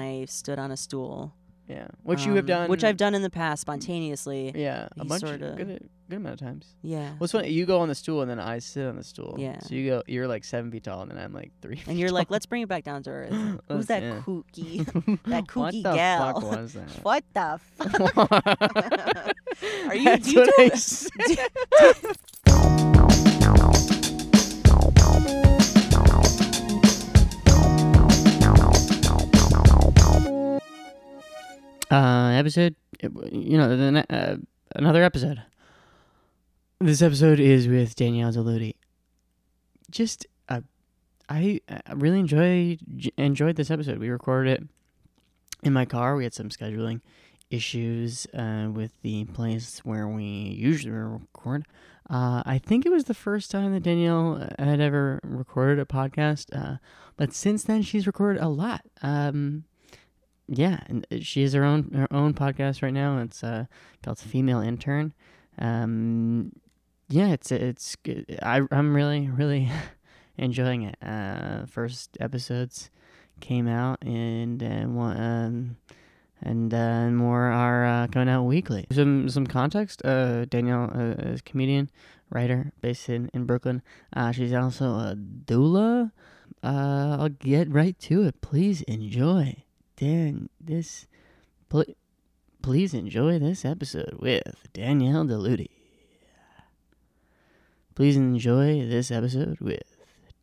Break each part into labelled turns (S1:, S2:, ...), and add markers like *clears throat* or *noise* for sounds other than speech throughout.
S1: we've stood on a stool,
S2: Yeah. Which you have
S1: um,
S2: done. Mm.
S1: which I've done in the past spontaneously.
S2: Yeah. A
S1: he's
S2: bunch.
S1: sorta-
S2: Good, good amount of times.
S1: Yeah,
S2: What's funny? You go on the stool and then I sit on the stool.
S1: Yeah.
S2: So you go. You're like seven feet tall and then I'm like three. feet
S1: and you're like,
S2: *laughs* tall.
S1: let's bring it back down to earth.
S2: *clears throat*
S1: Who's
S2: Let's-
S1: that
S2: yeah.
S1: kooky? *laughs*
S2: *laughs*
S1: that
S2: what
S1: kooky
S2: the
S1: gal.
S2: fuck
S1: *laughs*
S2: was *laughs*
S1: what the? Fuck? *laughs*
S2: that?
S1: Are you?
S2: That's
S1: do you
S2: what
S1: do *laughs*
S2: I
S1: that?
S2: said. uh, episode, it w- you know, the, ne- uh, another episode. This episode is with Danielle Deludi. Just, uh, I uh, really enjoy j- enjoyed this episode. We recorded it in my car. We had some scheduling issues uh, with the place where we usually record. Uh, I think it was the first time that Danielle uh, had ever recorded a podcast, uh, but since then she's recorded a lot. Um, yeah, and uh, she has her own her own podcast right now. It's uh, called Female Intern. Um, yeah, it's it's good. I I'm really really *laughs* enjoying it. Uh, first episodes came out and uh, one. Um, and uh, more are uh, coming out weekly. Some some context: uh, Danielle uh, is a comedian, writer based in in Brooklyn. Uh, she's also a doula. Uh, I'll get right to it. Please enjoy, Dan. This, pl- please enjoy this episode with Danielle Deludi. Please enjoy this episode with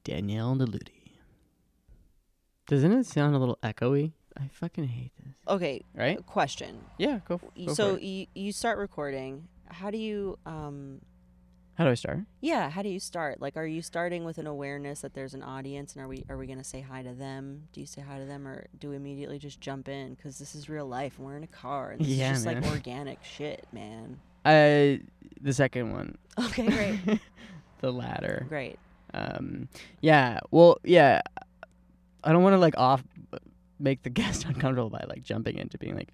S2: Danielle Deludi. Doesn't it sound a little echoey? I fucking hate this.
S1: Okay,
S2: Right?
S1: question.
S2: Yeah, go.
S1: Y-
S2: go
S1: so
S2: for it.
S1: you you start recording. How do you um
S2: how do I start?
S1: yeah, how do you start? Like are you starting with an awareness that there's an audience and are we are we going to say hi to them? Do you say hi to them or do we immediately just jump in cuz this is real life and we're in a car and this
S2: Yeah,
S1: is just
S2: man.
S1: like organic shit,
S2: *laughs*
S1: man.
S2: Uh, the second one.
S1: Okay, great.
S2: *laughs* the latter.
S1: great.
S2: Um, yeah. Well, yeah. I don't want to like off make the *laughs* guest uncomfortable by like jumping into being like,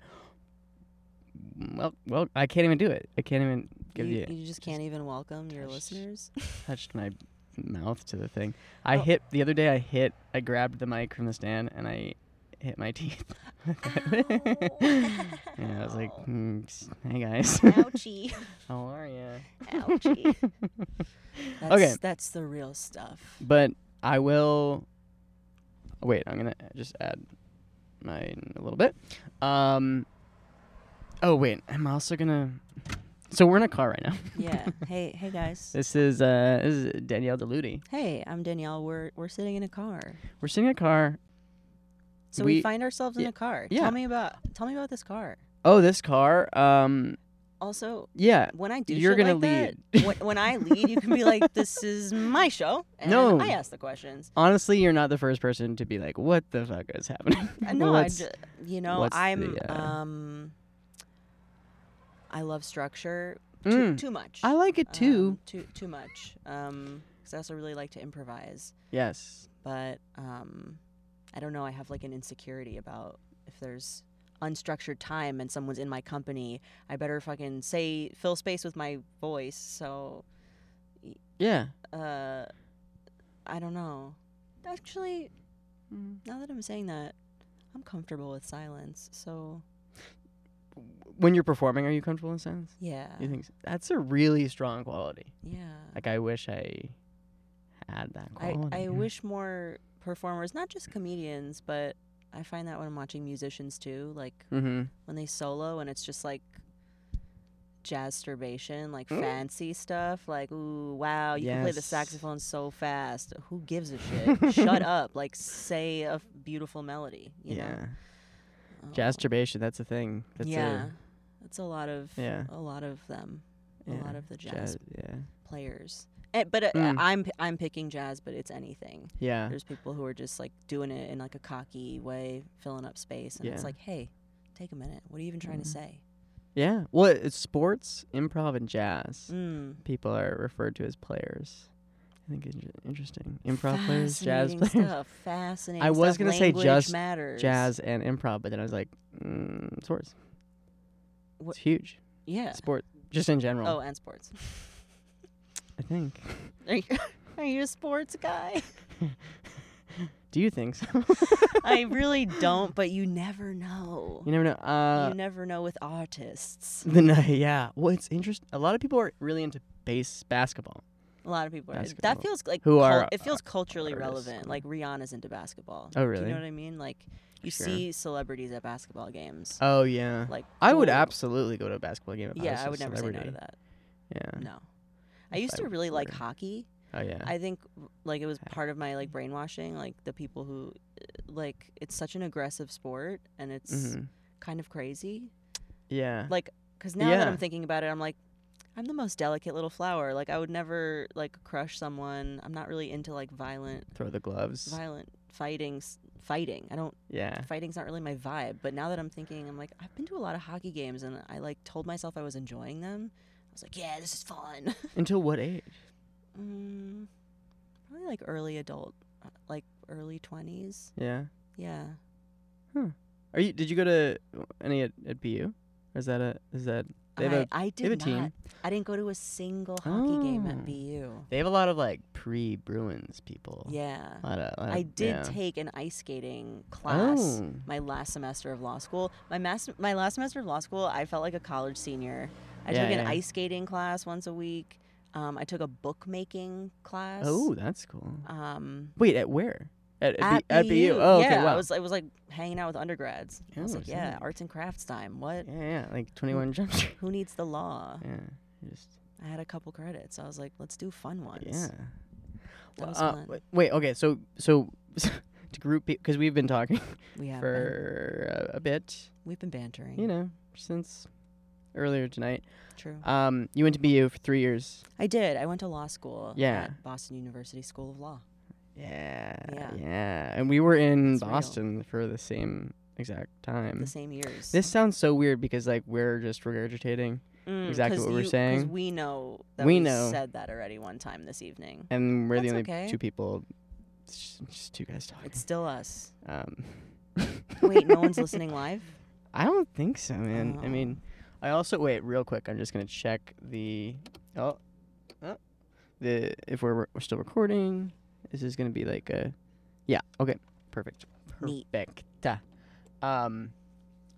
S2: well, well, I can't even do it. I can't even give
S1: You,
S2: you,
S1: you just can't even welcome your
S2: touched-
S1: listeners.
S2: *laughs*
S1: *laughs*
S2: touched my mouth to the thing. I
S1: Oh.
S2: hit the other day. I hit. I grabbed the mic from the stand and I hit my *laughs* teeth. yeah, I was like,
S1: Ow.
S2: "Mm, hey guys, *laughs*
S1: Ouchie.
S2: how are you? *laughs*
S1: Ouchie. That's,
S2: Okay.
S1: That's the real
S2: *laughs*
S1: stuff.
S2: But I will. Wait, I'm gonna just add mine a little bit. Um. Oh wait, I'm also gonna. So we're in a car right now. *laughs*
S1: Yeah. Hey, hey guys.
S2: This is uh this is Danielle Deludi.
S1: Hey, I'm Danielle. We're we're sitting in a car.
S2: We're sitting in a car.
S1: So we,
S2: We-
S1: find ourselves in
S2: yeah,
S1: a car.
S2: yeah.
S1: Tell me about tell me about this car.
S2: Oh, this car. Um.
S1: Also,
S2: Yeah.
S1: when I do
S2: You're
S1: shit
S2: gonna
S1: like
S2: lead.
S1: that, when, when I lead, you can be like, "This is my show," and
S2: *laughs* No.
S1: I ask the questions.
S2: Honestly, you're not the first person to be like, "What the fuck is happening?" *laughs*
S1: And Uh, no, *laughs* I
S2: What's-
S1: ju- you know,
S2: what's the,
S1: I'm
S2: uh,
S1: um, I love structure too,
S2: Mm.
S1: too much.
S2: I like it too.
S1: Um, too too much. Um, because I also really like to improvise,
S2: yes.
S1: but um, I don't know. I have like an insecurity about if there's unstructured time and someone's in my company, I better fucking say fill space with my voice. So
S2: Yeah.
S1: uh, I don't know. Actually, now that I'm saying that, I'm comfortable with silence. So
S2: When you're performing, are you comfortable in silence?
S1: yeah,
S2: You think so? that's a really strong quality.
S1: yeah.
S2: Like I wish I had that
S1: I,
S2: quality.
S1: I
S2: yeah.
S1: wish more performers, not just comedians, but I find that when I'm watching musicians too, like
S2: Mhm.
S1: when they solo and it's just like jazz sturbation, like
S2: Mm.
S1: fancy stuff, like ooh wow, you can play the
S2: Yes.
S1: saxophone so fast. Who gives a shit?
S2: *laughs*
S1: Shut up! Like say a f- beautiful melody. You
S2: yeah.
S1: know? Oh.
S2: Jasturbation. That's a thing. That's
S1: yeah,
S2: A,
S1: that's a lot of
S2: Yeah.
S1: a lot of them,
S2: yeah.
S1: a lot of the jazz,
S2: Jazz- Yeah.
S1: players. Eh, but uh,
S2: Mm.
S1: I'm I'm picking jazz, but it's anything.
S2: Yeah.
S1: There's people who are just like doing it in like a cocky way, filling up space, and
S2: Yeah.
S1: it's like, hey, take a minute. What are you even trying to
S2: Mhm.
S1: say?
S2: yeah. Well, it's sports, improv, and jazz.
S1: Mm.
S2: People are referred to as players. I think it's interesting. Improv players, jazz players, *laughs*
S1: Fascinating Stuff. Fascinating.
S2: I was
S1: stuff.
S2: gonna say
S1: Language
S2: just
S1: matters.
S2: jazz, and improv, but then I was like, mm, sports.
S1: What-
S2: It's huge.
S1: Yeah.
S2: Sport, just in general.
S1: Oh, and sports. *laughs*
S2: I think. *laughs*
S1: Are you, are you a sports guy?
S2: Do you think so?
S1: *laughs*
S2: *laughs*
S1: I really don't, but you never know.
S2: You never know. Uh,
S1: you never know with artists.
S2: the night, *laughs* yeah. Well, it's interesting. A lot of people are really into base basketball.
S1: A lot of people are. That
S2: Basketball.
S1: feels like
S2: Who
S1: cul-
S2: are
S1: it feels culturally
S2: artists,
S1: relevant.
S2: yeah.
S1: Like Rihanna's into basketball.
S2: Oh,
S1: Do
S2: really?
S1: you know what I mean? Like you
S2: Sure.
S1: see celebrities at basketball games.
S2: Oh yeah.
S1: *laughs* like
S2: I would
S1: cool.
S2: absolutely go to a basketball game. If I, was
S1: Yeah, I
S2: a
S1: would never say no to
S2: celebrity.
S1: that.
S2: Yeah.
S1: No. I
S2: If
S1: used
S2: I
S1: to
S2: was
S1: really like
S2: older.
S1: hockey.
S2: Oh yeah.
S1: I think like it was part of my like brainwashing. Like the people who uh, like it's such an aggressive sport and it's
S2: Mhm.
S1: kind of crazy.
S2: Yeah.
S1: like because now that
S2: Yeah.
S1: i'm thinking about it i'm like i'm the most delicate little flower like i would never like crush someone i'm not really into like violent
S2: Throw the gloves.
S1: violent fighting s- fighting i don't *laughs*
S2: Yeah.
S1: fighting's not really my vibe but now that i'm thinking i'm like i've been to a lot of hockey games and i like told myself i was enjoying them i was like yeah this is fun *laughs*
S2: Until what age?
S1: mm, probably like early adult uh, like early 20s
S2: Yeah.
S1: yeah
S2: Are you? Did you go to any at, at BU? Or is that a? Is that They have
S1: I,
S2: a-
S1: I
S2: they have a
S1: did
S2: team.
S1: not i didn't go to a single hockey game
S2: Oh.
S1: at bu
S2: They have a lot of like pre Bruins people.
S1: yeah
S2: A lot of, a lot
S1: I
S2: of-
S1: did
S2: Oh, yeah.
S1: take an ice skating class
S2: Oh.
S1: my last semester of law school. My mas- my last semester of law school, I felt like a college senior. I
S2: Yeah,
S1: took an
S2: yeah.
S1: ice skating class once a week. Um, I took a bookmaking class.
S2: Oh, that's cool.
S1: Um,
S2: Wait, at where? At
S1: at,
S2: at, B- at BU. Oh,
S1: yeah,
S2: okay. Wow.
S1: I was I was like hanging out with undergrads. I was
S2: Oh,
S1: like, yeah,
S2: sick.
S1: arts and crafts time. What?
S2: yeah, yeah.
S1: Mm.
S2: Like twenty one jump *laughs* Street.
S1: Who needs the law?
S2: Yeah. Just
S1: I had a couple credits. I was like, let's do fun ones.
S2: yeah.
S1: That was
S2: uh,
S1: fun.
S2: wait- Wait. Okay. So so *laughs* to group because we've been talking
S1: We have been,
S2: for a, a bit.
S1: we've been bantering.
S2: You know, since earlier tonight.
S1: True.
S2: Um, you went to BU for three years.
S1: I did. I went to law school
S2: Yeah.
S1: at Boston University School of Law.
S2: Yeah.
S1: Yeah.
S2: Yeah. And we were in
S1: It's real.
S2: Boston for the same exact time.
S1: the same years.
S2: Mm-hmm. This sounds so weird because like we're just regurgitating,
S1: Mm,
S2: exactly
S1: 'cause
S2: what we're
S1: you- 'cause
S2: saying.
S1: We know that
S2: We
S1: we,
S2: know.
S1: said that already one time this
S2: *laughs*
S1: evening.
S2: and we're the
S1: That's
S2: only
S1: okay.
S2: two people. It's just, just two guys talking.
S1: It's still us.
S2: Um,
S1: Wait,
S2: *laughs*
S1: no one's listening live. *laughs*
S2: I don't think so, man. I
S1: Oh.
S2: mean, I also wait real quick. I'm just gonna check the oh, oh the if we're, we're still recording. This is gonna be like a yeah. Okay, perfect.
S1: Neat.
S2: Perfect. Um,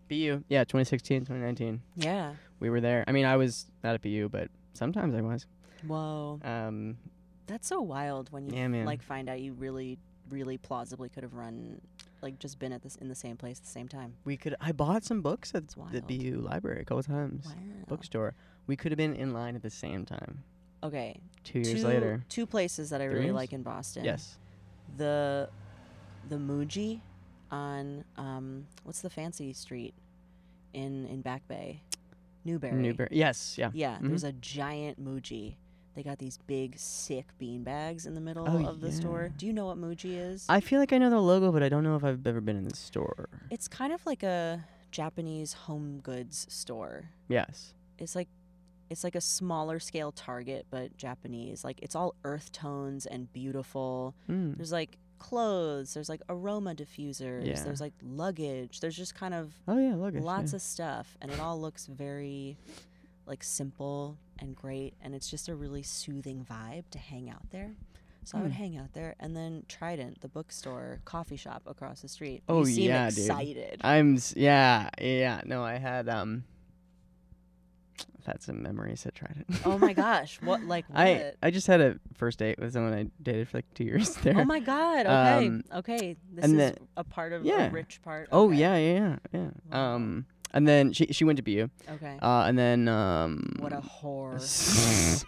S2: BU yeah, 2016, 2019.
S1: Yeah.
S2: We were there. I mean, I was not at BU, but sometimes I was.
S1: Whoa,
S2: Um,
S1: that's so wild when you
S2: Yeah, man.
S1: like find out you really, really plausibly could have run, like just been at this in the same place at the same time.
S2: we could. I bought some books at
S1: It's
S2: the
S1: wild.
S2: BU library a couple times.
S1: Wow.
S2: Bookstore. We could have been in line at the same time.
S1: Okay.
S2: Two years
S1: two,
S2: later.
S1: two places that I
S2: Three
S1: really
S2: years?
S1: like in Boston.
S2: Yes.
S1: The, the Muji, on um, what's the fancy street, in in Back Bay, Newberry.
S2: Newberry. Yes. Yeah.
S1: Yeah, there's a giant Muji. They got these big, sick bean bags in the middle
S2: Oh,
S1: of the store.
S2: yeah.
S1: Do you know what Muji is?
S2: I feel like I know the logo, but I don't know if I've ever been in the store.
S1: it's kind of like a Japanese home goods store.
S2: Yes.
S1: It's like it's like a smaller scale Target, but Japanese. Like it's all earth tones and beautiful.
S2: Mm.
S1: There's like clothes. There's like aroma diffusers.
S2: Yeah.
S1: There's like luggage. There's just kind of
S2: Oh yeah, luggage.
S1: lots
S2: yeah.
S1: of stuff and it all looks very like simple and great and it's just a really soothing vibe to hang out there so i would
S2: Hmm.
S1: hang out there and then trident the bookstore coffee shop across the street you
S2: Oh,
S1: seem
S2: yeah, dude. *laughs*
S1: excited
S2: I'm. s- Yeah. Yeah. No, I had um. I've had some memories at Trident.
S1: oh my gosh what like what
S2: *laughs* I I just had a first date with someone I dated for like two years there.
S1: oh my god okay
S2: Um,
S1: okay this
S2: and
S1: is
S2: then-
S1: a part of
S2: yeah.
S1: a rich part
S2: *laughs* Oh
S1: okay.
S2: yeah, yeah, yeah, yeah.
S1: Wow.
S2: Um, and then she she went to BU.
S1: okay
S2: Uh, and then um.
S1: what a whore *laughs*
S2: *laughs* s-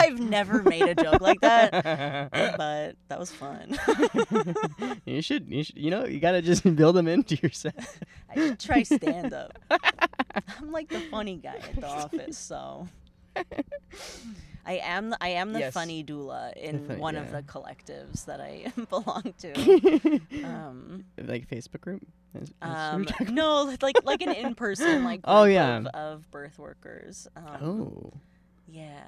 S1: i've never made a joke like
S2: *laughs*
S1: that but that was fun *laughs*
S2: you should, you should, you know, you gotta just *laughs* build them into yourself.
S1: I should try stand up.
S2: *laughs*
S1: I'm like the funny guy at the office, so I am the, I am the
S2: Yes.
S1: funny doula in
S2: funny-
S1: one of
S2: yeah.
S1: the collectives that I *laughs* belong
S2: *laughs*
S1: to.
S2: like
S1: Um,
S2: Facebook group. That's- that's what
S1: um,
S2: we're talking-
S1: no, like- like like an in person like
S2: *laughs* Oh,
S1: group
S2: yeah.
S1: of, of birth workers. Um, *laughs*
S2: oh,
S1: yeah,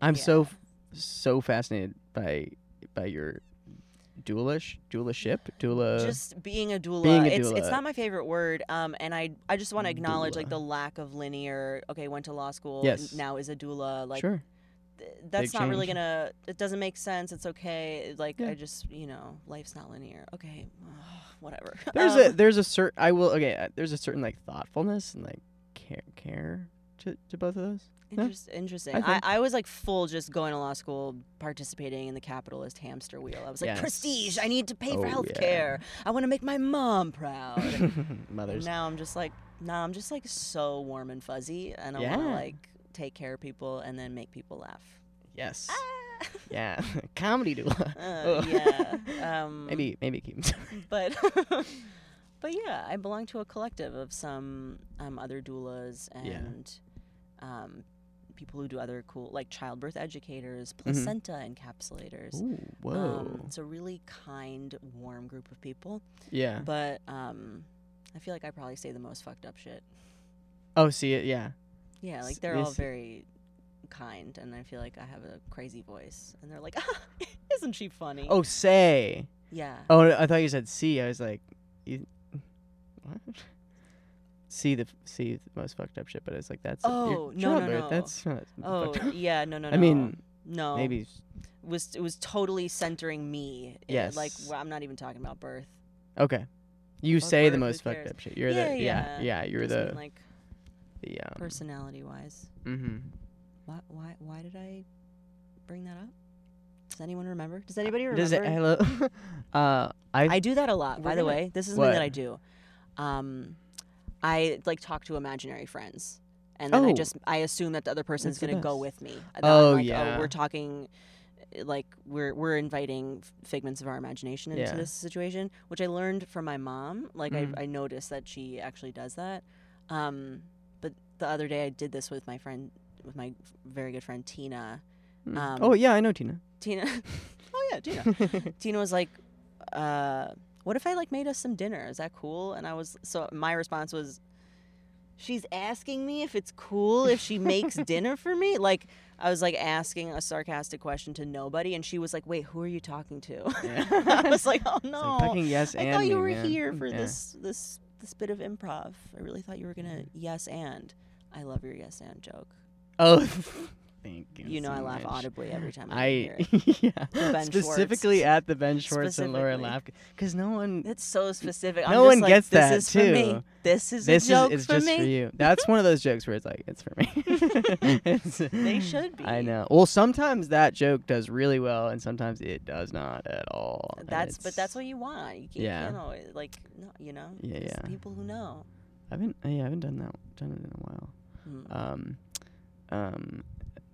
S2: I'm so
S1: yeah.
S2: f- so fascinated by by your dualish dualiship doula.
S1: just being a doula.
S2: Uh, being a
S1: It's it's
S2: doula.
S1: not my favorite word. Um, and I I just want to acknowledge
S2: Doula.
S1: like the lack of linear. Okay, went to law school.
S2: Yes.
S1: now is a doula. Like
S2: sure.
S1: th- that's
S2: Big
S1: not really
S2: change.
S1: gonna. It doesn't make sense. It's okay. Like
S2: Yeah.
S1: I just, you know, life's not linear. Okay, *sighs* whatever. *laughs*
S2: There's
S1: Um,
S2: a there's a certain I will okay. uh, There's a certain like thoughtfulness and like care care to, to both of
S1: *laughs*
S2: those. Yeah.
S1: Interest, Interesting.
S2: I
S1: I,
S2: think-
S1: I, was like full just going to law school, participating in the capitalist hamster wheel. I was like,
S2: Yes.
S1: prestige. I need to pay for
S2: Oh,
S1: health
S2: yeah.
S1: care. I want to make my
S2: *laughs*
S1: mom proud. and
S2: Mothers.
S1: now I'm just like, nah, I'm just like so warm and fuzzy, and I want to
S2: Yeah.
S1: like take care of people and then make people laugh.
S2: *laughs* Yes.
S1: Ah!
S2: Yeah. *laughs* Comedy doula.
S1: Uh,
S2: Oh.
S1: yeah. Um,
S2: maybe maybe keep.
S1: but *laughs* but yeah, I belong to a collective of some um, other doulas
S2: Yeah.
S1: and um, people who do other cool like childbirth educators,
S2: Mhm.
S1: placenta encapsulators.
S2: Ooh,
S1: Um,
S2: whoa.
S1: it's a really kind, warm group of people,
S2: yeah.
S1: but um, I feel like I probably say the most fucked up shit.
S2: Oh, see it. Yeah.
S1: Yeah,
S2: S-
S1: like they're all
S2: this-
S1: very kind, and I feel like I have a crazy voice, and they're like, *laughs* "Isn't she funny?"
S2: Oh, say.
S1: yeah.
S2: Oh, I thought you said see. I was like, you, what? See the see the most fucked up shit, but it's like that's you're
S1: Oh, no, no,
S2: childbirth,
S1: no.
S2: That's not
S1: Oh,
S2: fucked up.
S1: yeah. No, no, no.
S2: *laughs* I mean,
S1: no.
S2: maybe s-
S1: was it was totally centering me. It- like
S2: Yes.
S1: well, I'm not even talking about birth.
S2: okay. You
S1: Or
S2: say the
S1: birth, who
S2: most fucked
S1: cares?
S2: up shit. You're
S1: Yeah,
S2: the
S1: yeah.
S2: yeah yeah. You're
S1: Just mean,
S2: the
S1: like
S2: the um.
S1: personality wise.
S2: Mm-hmm.
S1: Why why why did I bring that up? Does anyone remember? Does anybody remember?
S2: Does it hello? *laughs* uh, I,
S1: I do that a lot,
S2: We're
S1: by the
S2: gonna-
S1: way. This is something
S2: What?
S1: that I do. Um, I like talk to imaginary friends, and then
S2: Oh.
S1: I just I assume that the other person's
S2: That's the
S1: going to go
S2: best.
S1: with me. That
S2: Oh,
S1: I'm like,
S2: yeah.
S1: Oh, we're talking, uh, like we're we're inviting f- figments of our imagination into
S2: Yeah.
S1: this situation, which I learned from my mom. Like
S2: Mhm.
S1: I, I noticed that she actually does that. Um, but the other day I did this with my friend, with my very good friend Tina.
S2: mm.
S1: um,
S2: oh yeah, I know Tina.
S1: Tina. *laughs* oh yeah,
S2: *laughs*
S1: Tina. Tina was like, uh, "What if I like made us some dinner? Is that cool?" And I was so my response was, "She's asking me if it's cool if she
S2: *laughs*
S1: makes dinner for me." Like I was like asking a sarcastic question to nobody, and she was like, "Wait, who are you talking to?" *laughs* I was like, "Oh
S2: It's
S1: no,
S2: like fucking yes
S1: I
S2: and
S1: thought you
S2: me,
S1: were
S2: man.
S1: here for
S2: Yeah.
S1: this this this bit of improv. I really thought you were gonna yes and." I love your yes and joke.
S2: Oh, *laughs* thank you.
S1: You know
S2: so
S1: I laugh
S2: much.
S1: audibly every time I,
S2: I
S1: hear it.
S2: *laughs* yeah
S1: Ben
S2: specifically
S1: Schwartz.
S2: at the Ben Schwartz and Laura
S1: Specifically.
S2: laugh because no one
S1: It's so specific. I'm
S2: No
S1: just
S2: one
S1: like,
S2: gets
S1: this
S2: that,
S1: is for me.
S2: too.
S1: This is
S2: this
S1: a joke
S2: is it's
S1: for
S2: just
S1: me.
S2: for you. That's one of those jokes where it's like it's for me. *laughs* It's-
S1: *laughs* They should be.
S2: *laughs* I know. Well, sometimes that joke does really well, and sometimes it does not at all. and
S1: That's but
S2: it's-
S1: that's what you want. You can't,
S2: Yeah.
S1: you can't always, like no, you know.
S2: Yeah,
S1: It's the
S2: yeah.
S1: People who know.
S2: I haven't. Yeah, I haven't done that. Done it in a while.
S1: Mm.
S2: Um, um,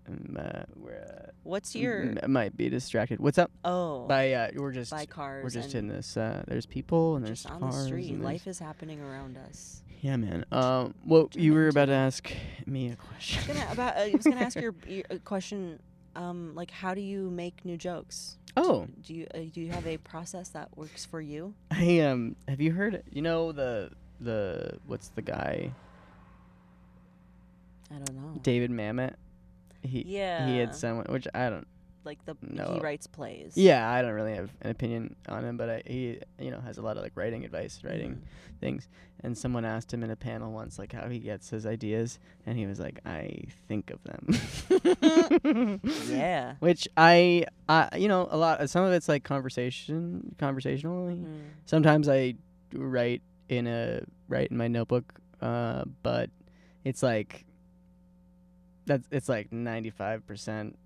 S2: um, uh, we're uh,
S1: What's
S2: m-
S1: your
S2: m- might be distracted. What's up?
S1: oh by,
S2: By uh, we're just
S1: cars?
S2: we're just in
S1: and
S2: this. Uh, there's people and there's
S1: just on the
S2: cars.
S1: street.
S2: and there's-
S1: Life is happening around us.
S2: Yeah, man. Um, well, you
S1: Demented.
S2: were about to ask me a
S1: I
S2: question.
S1: was gonna, about, uh, I was gonna
S2: *laughs*
S1: ask your, your uh, question. Um, like how do you make new jokes?
S2: oh,
S1: Do you uh, do you have a process that works for you?
S2: I um. Have you heard? You know the the what's the guy
S1: I don't know.
S2: David Mamet? He
S1: yeah.
S2: he had someone which I don't.
S1: like the
S2: No.
S1: he writes plays.
S2: Yeah, I don't really have an opinion on him, but I, he you know has a lot of like writing advice, writing
S1: Mhm.
S2: things. And someone asked him in a panel once like how he gets his ideas, and he was like, I think of them.
S1: *laughs*
S2: *laughs*
S1: Mm-hmm. Yeah.
S2: Which I, I, you know, a lot. Some of it's like conversation, conversationally.
S1: Mm.
S2: sometimes I write in a write in my notebook, uh, but it's like that's it's like ninety five percent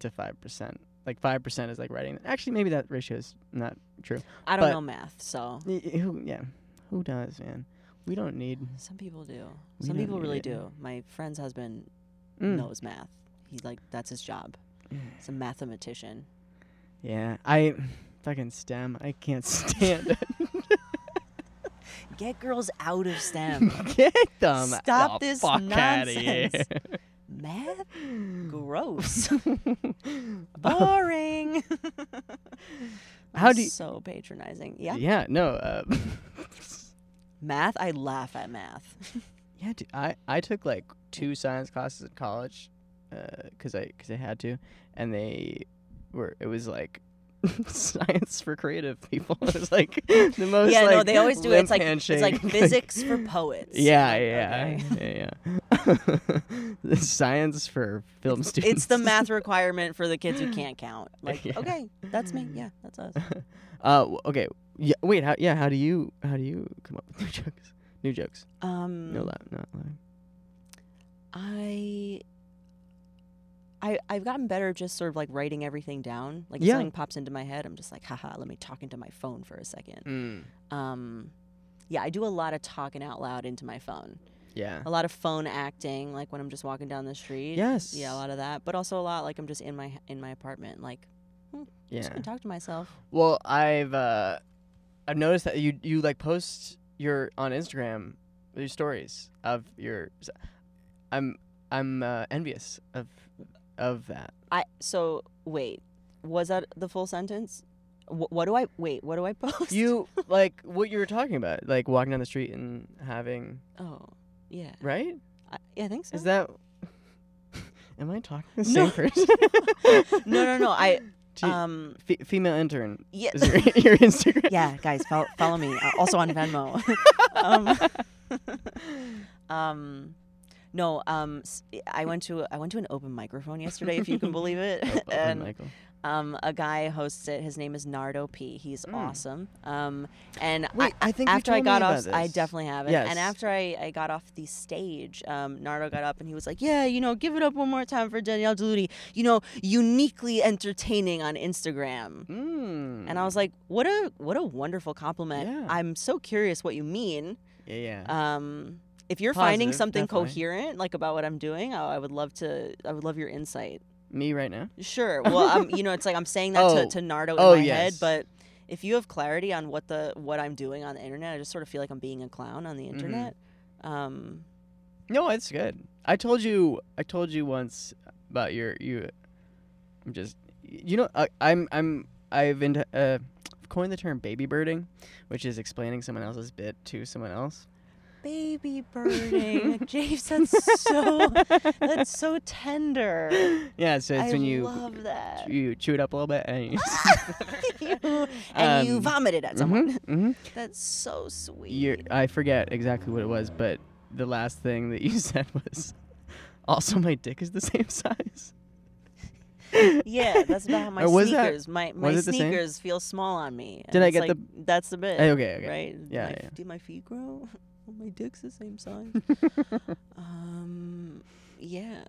S2: to five percent. Like five percent is like writing. Actually, maybe that ratio is not.
S1: I don't
S2: But-
S1: know math, so
S2: y- y- Who, yeah, who does, man? We don't need.
S1: some people do.
S2: We
S1: some
S2: don't
S1: people
S2: need
S1: really
S2: it.
S1: do. My friend's husband
S2: Mm.
S1: knows math. He's like that's his job. He's a mathematician.
S2: Yeah, I fucking STEM. I can't
S1: *laughs*
S2: stand *laughs* it.
S1: Get girls out of
S2: *laughs*
S1: STEM.
S2: Get them
S1: Stop
S2: the
S1: this
S2: fuck outta
S1: nonsense. math?
S2: here. *laughs*
S1: Gross.
S2: Oh,
S1: Boring.
S2: *laughs* How
S1: I'm
S2: do you-
S1: so patronizing. Yeah.
S2: *laughs* yeah, no. Uh,
S1: Math, I laugh at math.
S2: Yeah, dude, I I took like two science classes in uh, college, because I because I had to, and they were it was like *laughs* science for creative people. *laughs* It's
S1: *laughs*
S2: like the most.
S1: yeah,
S2: like,
S1: no, they always do it. It's
S2: limp
S1: like
S2: handshake. *laughs*
S1: it's like physics for poets.
S2: Yeah,
S1: Like,
S2: yeah,
S1: okay.
S2: yeah, *laughs* yeah. The science for film students.
S1: It's the math requirement for the kids who can't count. Like,
S2: Yeah.
S1: okay, that's me. Yeah, that's us.
S2: *laughs* Uh, w- okay. Yeah. Wait. How? Yeah. How do you? How do you come up with new jokes? New jokes.
S1: Um,
S2: No, laugh, not lying.
S1: I. I, I've gotten better at just sort of like writing everything down. Like if
S2: Yeah.
S1: something pops into my head, I'm just like, haha, let me talk into my phone for a second. Um, yeah, I do a lot of talking out loud into my phone.
S2: Yeah.
S1: A lot of phone acting, like when I'm just walking down the street.
S2: Yes.
S1: Yeah, a lot of that, but also a lot like I'm just in my in my apartment, like just
S2: Yeah.
S1: gonna talk to myself.
S2: Well, I've uh, I've noticed that you you like post your on Instagram your stories of your. s- I'm I'm uh, envious of of
S1: *laughs*
S2: that.
S1: I so wait, was that the full sentence? Wh- what do I wait? What do I *laughs* post?
S2: You like what you were talking about, like walking down the street and having
S1: Oh, yeah.
S2: right?
S1: I, yeah, I think so.
S2: Is that? *laughs* Am I talking to the
S1: No.
S2: same person?
S1: *laughs* no, no, no.
S2: *laughs*
S1: I
S2: Gee,
S1: um
S2: fe- female intern
S1: yeah.
S2: is your, *laughs*
S1: *laughs*
S2: your Instagram. *laughs*
S1: yeah, guys, follow, follow me. Uh, also on *laughs* Venmo. um, *laughs* um, no, um, s- I went to I went to an open microphone yesterday, if you can believe
S2: *laughs*
S1: it,
S2: Oh, oh,
S1: and
S2: Michael.
S1: um, a guy hosts it. His name is Nardo P. He's
S2: Mm.
S1: awesome. Um, and I-
S2: Wait, I, think you
S1: after I
S2: told me
S1: got
S2: about
S1: off, I
S2: this.
S1: definitely have it.
S2: Yes.
S1: And after I, I got off the stage, um, Nardo got up and he was like, "Yeah, you know, give it up one more time for Danielle Deludi. You know, uniquely entertaining on Instagram."
S2: Mm.
S1: And I was like, "What a what a wonderful compliment!
S2: Yeah.
S1: I'm so curious what you mean.
S2: yeah, yeah.
S1: Um, if you're finding
S2: Positive,
S1: something
S2: definitely.
S1: coherent, like about what I'm doing, I, I would love to. I would love your insight.
S2: me right now.
S1: Sure. Well, um, you know, it's like I'm saying that
S2: *laughs* Oh.
S1: to, to Nardo in
S2: Oh,
S1: my head,
S2: yes.
S1: but if you have clarity on what the what I'm doing on the internet, I just sort of feel like I'm being a clown on the
S2: Mm-hmm.
S1: internet. Um,
S2: No, it's good. I told you. I told you once about your you. I'm just. You know, I, I'm. I'm. I've in, uh, coined the term baby birding, which is explaining someone else's bit to someone else. *laughs*
S1: baby birding, James. That's so that's so tender.
S2: yeah, so it's
S1: I
S2: when you
S1: love
S2: *laughs*
S1: that. *laughs*
S2: you chew it up a little bit and you. *laughs*
S1: You- and you
S2: Um,
S1: vomited at *laughs* someone.
S2: Mhm, mhm.
S1: That's so sweet.
S2: You're, I forget exactly what it was, but the last thing that you *laughs* said was, "Also, my dick is the
S1: *laughs*
S2: same *laughs* size."
S1: yeah, that's about
S2: *laughs*
S1: how my
S2: Or was that-
S1: sneakers, my, my
S2: was it the same?
S1: sneakers feel small on me. and
S2: Did I
S1: it's
S2: get the-
S1: like, That's the bit.
S2: Eh, okay, okay.
S1: Right?
S2: Yeah,
S1: My-
S2: yeah.
S1: Do my feet grow? *laughs* Well, my dick's the same
S2: *laughs*
S1: size. um, yeah.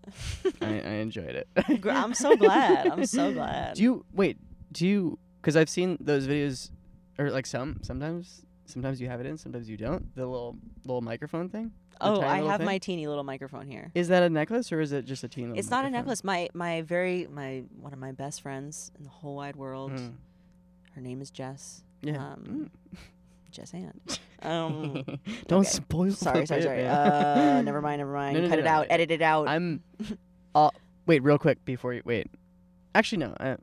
S1: *laughs*
S2: I, I enjoyed it.
S1: Gr- I'm
S2: *laughs*
S1: so glad. I'm so glad.
S2: Do you wait? Do you? Because I've seen those videos, or like some sometimes. Sometimes you have it in, sometimes you don't. The little little microphone thing. the
S1: oh,
S2: tiny
S1: I
S2: little
S1: have
S2: thing?
S1: my teeny little microphone here.
S2: Is that a necklace or is it just a teeny? little
S1: It's not a
S2: microphone?
S1: necklace. My my very my one of my best friends in the whole wide world.
S2: Mm,
S1: Her name is Jess.
S2: Yeah.
S1: Um, Jess
S2: *laughs*
S1: Ann. Um,
S2: Mm.
S1: *laughs*
S2: don't
S1: okay.
S2: spoil.
S1: sorry,
S2: the
S1: sorry,
S2: bit,
S1: sorry.
S2: man. *laughs*
S1: Uh, never mind, never mind.
S2: no,
S1: Cut
S2: no,
S1: it
S2: no,
S1: out.
S2: yeah.
S1: Edit it out.
S2: I'm. I'll, wait, real quick before you wait. Actually, no. I,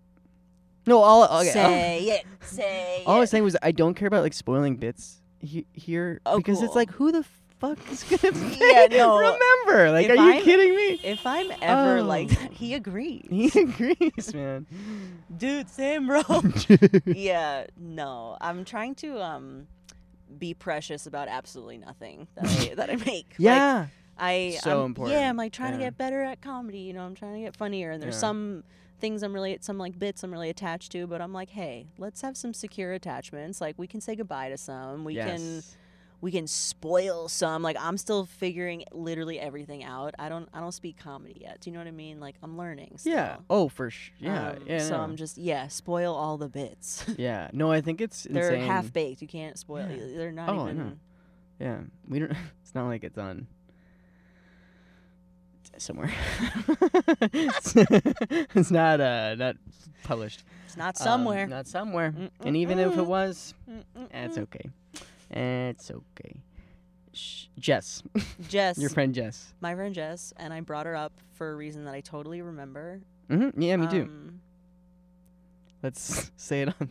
S2: no, all. Okay, Oh. I'll-
S1: Say it. Say
S2: all I was
S1: it.
S2: saying was I don't care about like spoiling bits he, here
S1: Oh,
S2: because it's
S1: cool.
S2: like who the fuck is gonna *laughs*
S1: Yeah, no.
S2: remember? Like,
S1: If
S2: are you
S1: I'm-
S2: kidding me? *laughs*
S1: If I'm ever like
S2: Oh.
S1: that, he agrees.
S2: *laughs* He agrees, man.
S1: Dude, same bro.
S2: *laughs*
S1: yeah, no. I'm trying to um be precious about absolutely nothing
S2: *laughs*
S1: that I, that I make. Like,
S2: yeah,
S1: I
S2: So
S1: I'm-
S2: important,
S1: Yeah, I'm like trying to
S2: yeah.
S1: get better at comedy. You know, I'm trying to get funnier, and there's
S2: Yeah.
S1: some things I'm really some like bits I'm really attached to. But I'm like, hey, let's have some secure attachments. Like we can say goodbye to some. We can
S2: Yes.
S1: we can spoil some. Like I'm still figuring literally everything out. I don't I don't speak comedy yet. Do you know what I mean? Like I'm learning. Still.
S2: Yeah. Oh, for sure. Yeah.
S1: Um,
S2: yeah.
S1: So
S2: no.
S1: I'm just yeah, spoil all the bits.
S2: yeah. No, I think it's
S1: They're
S2: insane.
S1: half baked. You can't spoil.
S2: Yeah.
S1: They're not
S2: Oh, I
S1: even.
S2: know. Yeah, we don't. *laughs* It's not like it's on
S1: *laughs*
S2: somewhere. *laughs* it's, it's not uh not published
S1: It's not
S2: Um,
S1: somewhere.
S2: not somewhere. And even if it
S1: Mm-mm-mm.
S2: was,
S1: Mm,
S2: eh, it's
S1: mm,
S2: okay. Eh, It's okay. Sh- Jess,
S1: mm. Jess,
S2: your friend Jess.
S1: my friend Jess, and I brought her up for a reason that I totally remember.
S2: hmm Yeah, me too.
S1: Um,
S2: Let's *laughs* say it
S1: *laughs*
S2: on.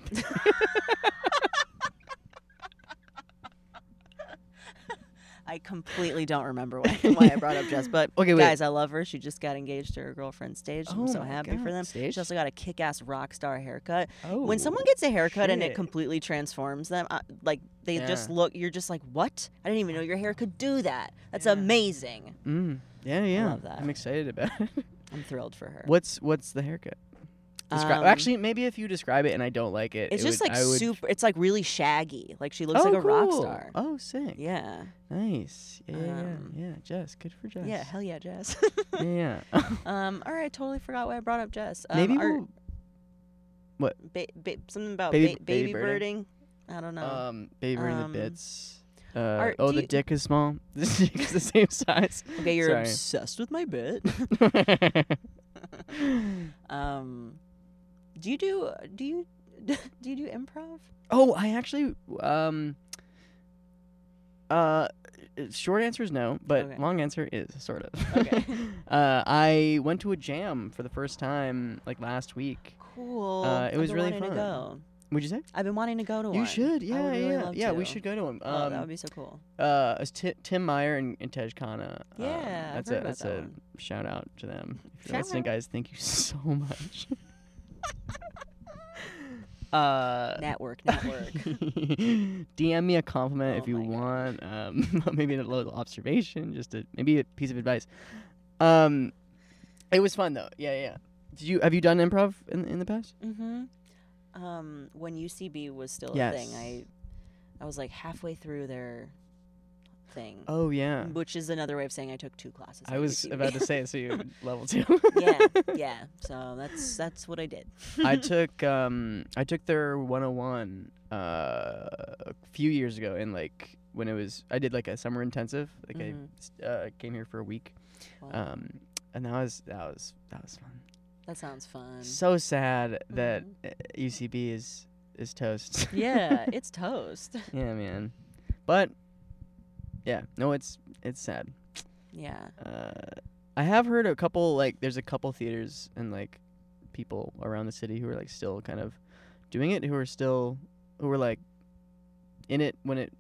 S1: I completely don't remember why, *laughs* why I brought up Jess, but
S2: Okay, *laughs* wait. Oh
S1: guys, I love her. She just got engaged to her girlfriend Stage. I'm so
S2: my
S1: happy
S2: God,
S1: for them.
S2: Stage.
S1: She also got a kick-ass rock star haircut.
S2: oh,
S1: when someone gets a haircut and
S2: shit.
S1: it completely transforms them, uh, like they just
S2: Yeah.
S1: look, you're just like, what? I didn't even know your hair could do that. That's
S2: Yeah.
S1: amazing.
S2: Mm, yeah, yeah.
S1: love that.
S2: I'm excited about
S1: *laughs*
S2: it.
S1: I'm thrilled for her.
S2: what's what's the haircut? Descri-
S1: Um,
S2: actually, maybe if you describe it and I don't like it,
S1: It's
S2: it
S1: just
S2: would-
S1: like
S2: I would-
S1: super. It's like really shaggy. Like she looks
S2: oh,
S1: like a
S2: cool.
S1: rock star.
S2: Oh, sick.
S1: Yeah.
S2: Nice. Yeah, yeah, yeah,
S1: Um,
S2: yeah. Jess, good for Jess.
S1: Yeah. Hell yeah, Jess.
S2: yeah. yeah.
S1: *laughs*
S2: *laughs*
S1: um. All right. I totally forgot why I brought up Jess. Um,
S2: Maybe
S1: our-
S2: we'll,
S1: ba- ba- something about
S2: Baby-
S1: baby,
S2: baby
S1: baby,
S2: birding?
S1: birding. I don't know.
S2: um, baby bring
S1: um,
S2: the bits. Uh,
S1: are-
S2: oh,
S1: do
S2: the
S1: you-
S2: dick is small. *laughs* The dick is the same size. *laughs*
S1: okay, you're
S2: sorry.
S1: obsessed with my bit.
S2: *laughs*
S1: *laughs* um, do you do do you *laughs* do you do improv?
S2: oh, I actually um. Uh, short answer is no, but
S1: Okay.
S2: long answer is sort of.
S1: Okay.
S2: *laughs* uh, I went to a jam for the first time like last week.
S1: Cool.
S2: Uh, it
S1: I've
S2: was
S1: been
S2: really
S1: wanting
S2: fun.
S1: To go.
S2: Would you say?
S1: I've been wanting to go to one.
S2: You should, yeah,
S1: I would really
S2: yeah,
S1: love
S2: yeah. We
S1: to.
S2: should go to him.
S1: Oh,
S2: Um,
S1: that would be so cool.
S2: uh, it's Ti- Tim Meyer and, and Tej Khanna. Um,
S1: Yeah, I've
S2: that's
S1: heard
S2: a
S1: about
S2: that's
S1: that
S2: a
S1: one.
S2: shout out to them. If you're
S1: Shout
S2: listening,
S1: out.
S2: guys, thank you *laughs* so
S1: *laughs*
S2: much. uh,
S1: Network,
S2: *laughs*
S1: network.
S2: DM me a compliment
S1: Oh
S2: if you
S1: my gosh.
S2: want. Um, *laughs* maybe a little observation, just a, maybe a piece of advice. Um, it was fun though. Yeah, yeah. Did you have you done improv in in the past?
S1: mm-hmm. Um, when UCB was still a
S2: Yes.
S1: thing, I I was like halfway through their thing,
S2: Oh yeah.
S1: which is another way of saying I took two classes.
S2: I
S1: at
S2: was
S1: UCB. *laughs*
S2: about to say so you level two. *laughs*
S1: yeah, yeah. So that's that's what I did. *laughs*
S2: I took um I took their 101 uh a few years ago in like when it was I did like a summer intensive like
S1: Mhm.
S2: I s- uh, came here for a week
S1: Wow.
S2: um and that was that was that was fun.
S1: that sounds fun.
S2: So sad that
S1: Mhm.
S2: uh UCB is is
S1: *laughs*
S2: toast.
S1: Mm-hmm. yeah, it's toast. *laughs*
S2: yeah, man. But yeah, no it's it's sad.
S1: Yeah.
S2: Uh, I have heard a couple like there's a couple theaters and like people around the city who are like still kind of doing it, who are still who were like in it when it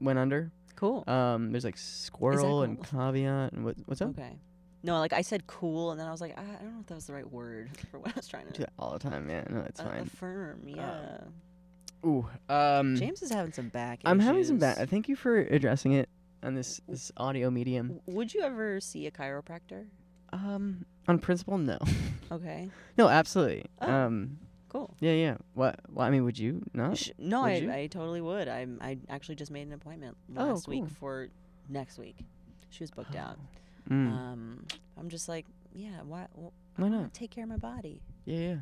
S2: went under.
S1: Cool.
S2: Um, there's like Squirrel and
S1: cool?
S2: Caveat and what what's up?
S1: Okay. No, like I said cool, and then I was like, I, I don't know if that was the right word *laughs* for what I was trying
S2: I
S1: to
S2: Do that all the time, man. No, it's
S1: a-
S2: fine.
S1: affirm. Yeah.
S2: Ooh, um,
S1: James is having some back
S2: I'm having some
S1: issues.
S2: bad. Thank you for addressing it on this this audio medium.
S1: W- Would you ever see a chiropractor?
S2: Um, on principle, no, *laughs*
S1: Okay.
S2: no, absolutely.
S1: Oh.
S2: Um,
S1: Cool.
S2: yeah, yeah. What? Well, I mean, would you not?
S1: Sh- no,
S2: would
S1: I,
S2: you?
S1: I totally would. I I actually just made an appointment
S2: Oh,
S1: last week
S2: cool.
S1: for next week. She was booked out.
S2: Mm.
S1: Um, I'm just like, yeah, why? wh-
S2: Why
S1: I wanna
S2: not?
S1: Take care of my body.
S2: Yeah, yeah.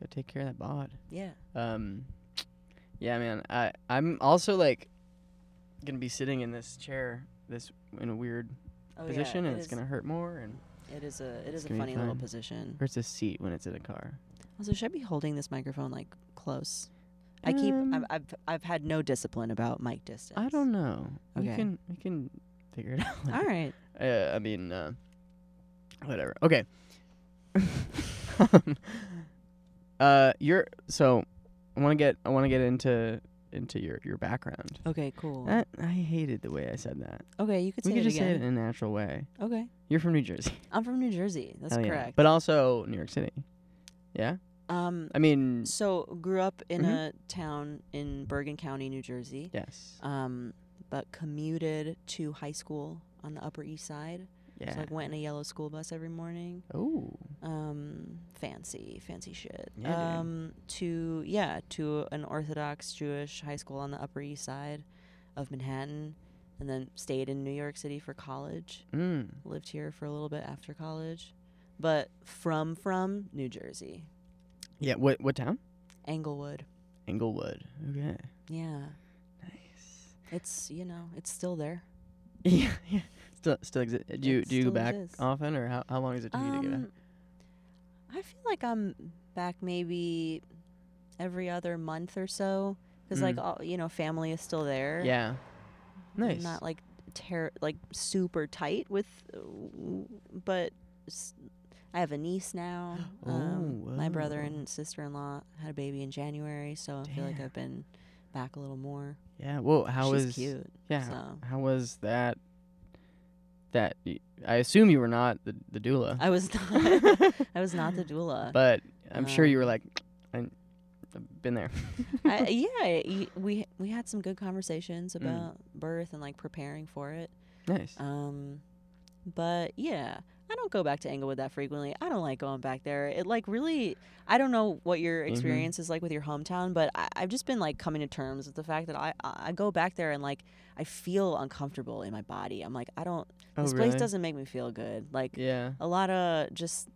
S2: Gotta take care of that bod.
S1: Yeah.
S2: Um, yeah, man. I I'm also like gonna be sitting in this chair, this in a weird
S1: Oh,
S2: position,
S1: yeah.
S2: and
S1: it
S2: it's
S1: is-
S2: gonna hurt more, and
S1: It is a it is a
S2: gonna be
S1: funny little
S2: fun.
S1: position.
S2: hurts the seat when it's in a car.
S1: Also, should I be holding this microphone like close? I keep
S2: Um,
S1: I've, I've I've had no discipline about mic distance.
S2: I don't know. We
S1: Okay.
S2: can we can figure it *laughs* out.
S1: All right.
S2: Uh, I mean, uh, whatever. Okay. *laughs* um, uh, you're so. I want to get I want to get into into your your background.
S1: Okay. Cool.
S2: That, I hated the way I said that.
S1: okay. You could say
S2: Uh, we could
S1: it
S2: just say it
S1: again.
S2: in a natural way.
S1: Okay.
S2: You're from New Jersey.
S1: I'm from New Jersey. That's
S2: Hell Oh, yeah.
S1: correct.
S2: But also New York City. Yeah?
S1: um,
S2: I mean,
S1: so grew up in
S2: Mhm.
S1: a town in Bergen County, New Jersey.
S2: yes.
S1: Um, but commuted to high school on the Upper East Side.
S2: Yeah.
S1: So like went in a yellow school bus every morning.
S2: oh.
S1: um fancy fancy shit
S2: Yeah, dude.
S1: um to yeah to an orthodox jewish high school on the upper east side of manhattan and then stayed in new york city for college
S2: Mm.
S1: lived here for a little bit after college but from from new jersey
S2: Yeah, what what town?
S1: englewood
S2: Englewood. Okay. *laughs*
S1: yeah
S2: Nice.
S1: it's you know it's still there
S2: Yeah, yeah. Still still exist. Do you
S1: It
S2: do you go
S1: still
S2: back
S1: exists.
S2: often or how, how long does it take you to get back?
S1: um i feel like i'm back maybe every other month or so because like
S2: Mm.
S1: all you know family is still there
S2: Yeah.
S1: er, I'm
S2: Nice.
S1: Not like ter- like super tight with, w- but s- I have a niece now. Um,
S2: *gasps* Oh,
S1: my brother
S2: whoa.
S1: and sister in law had a baby in January, so I feel like
S2: Damn.
S1: I've been back a little more.
S2: Yeah. Well, how
S1: She's
S2: was
S1: cute.
S2: yeah? *laughs*
S1: so.
S2: How was that? That y- I assume you were not the, the doula,
S1: I was *laughs* not. I was not the doula.
S2: but I'm sure you were
S1: Um,
S2: like, "I- I've been there. *laughs*
S1: I, yeah, y- we we had some good conversations
S2: Mm.
S1: about birth and like preparing for it.
S2: nice.
S1: Um, but yeah, I don't go back to Englewood that frequently. I don't like going back there. It like really, I don't know what your
S2: Mhm.
S1: experience is like with your hometown, but I, I've just been like coming to terms with the fact that I I I go back there and like I feel uncomfortable in my body. I'm like I don't.
S2: oh,
S1: this
S2: really?
S1: place doesn't make me feel good. Like
S2: Yeah.
S1: a lot of just.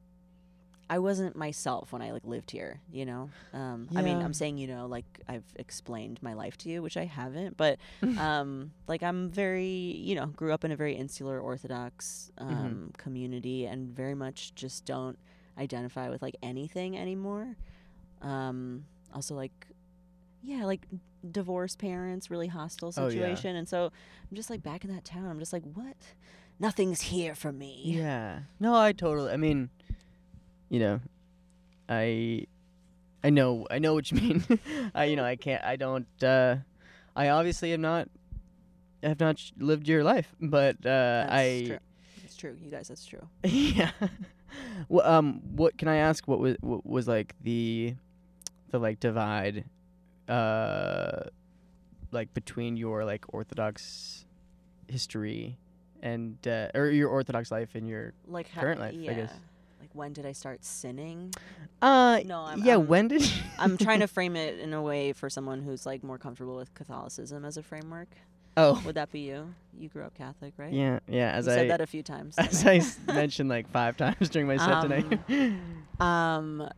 S1: I wasn't myself when I like lived here, you know. Um, I mean,
S2: Yeah.
S1: I'm saying you know, like I've explained my life to you, which I haven't,
S2: *laughs*
S1: but um, like I'm very, you know, grew up in a very insular Orthodox um,
S2: Mm-hmm.
S1: community and very much just don't identify with like anything anymore. Um, also, like, yeah, like divorced parents, really hostile
S2: Oh, yeah.
S1: situation. And so I'm just like back in that town. I'm just like, what? Nothing's here for me. *laughs*
S2: Yeah. No, I totally. I mean, you know, I, I know, I know what you *laughs* mean. I, you know, I can't. I don't. uh I obviously have not, have not sh- lived your life, but uh
S1: That's
S2: I.
S1: True. It's true. You guys, that's true.
S2: *laughs* yeah. Well, um, what can I ask? What was what was like the, the like divide, uh, like between your like Orthodox history and uh, or your Orthodox life and your
S1: Like, how,
S2: Current life, I
S1: yeah.
S2: guess.
S1: Like, when did I start sinning?
S2: uh
S1: No, I'm-
S2: yeah
S1: I'm-
S2: when
S1: *laughs*
S2: did *laughs*
S1: I'm trying to frame it in a way for someone who's like more comfortable with Catholicism as a framework.
S2: oh
S1: Would that be you? You grew up Catholic, right?
S2: yeah yeah as
S1: you
S2: I
S1: said that a few times.
S2: *laughs* as I
S1: tonight.
S2: s- mentioned like five *laughs* times during my set tonight
S1: *laughs* um,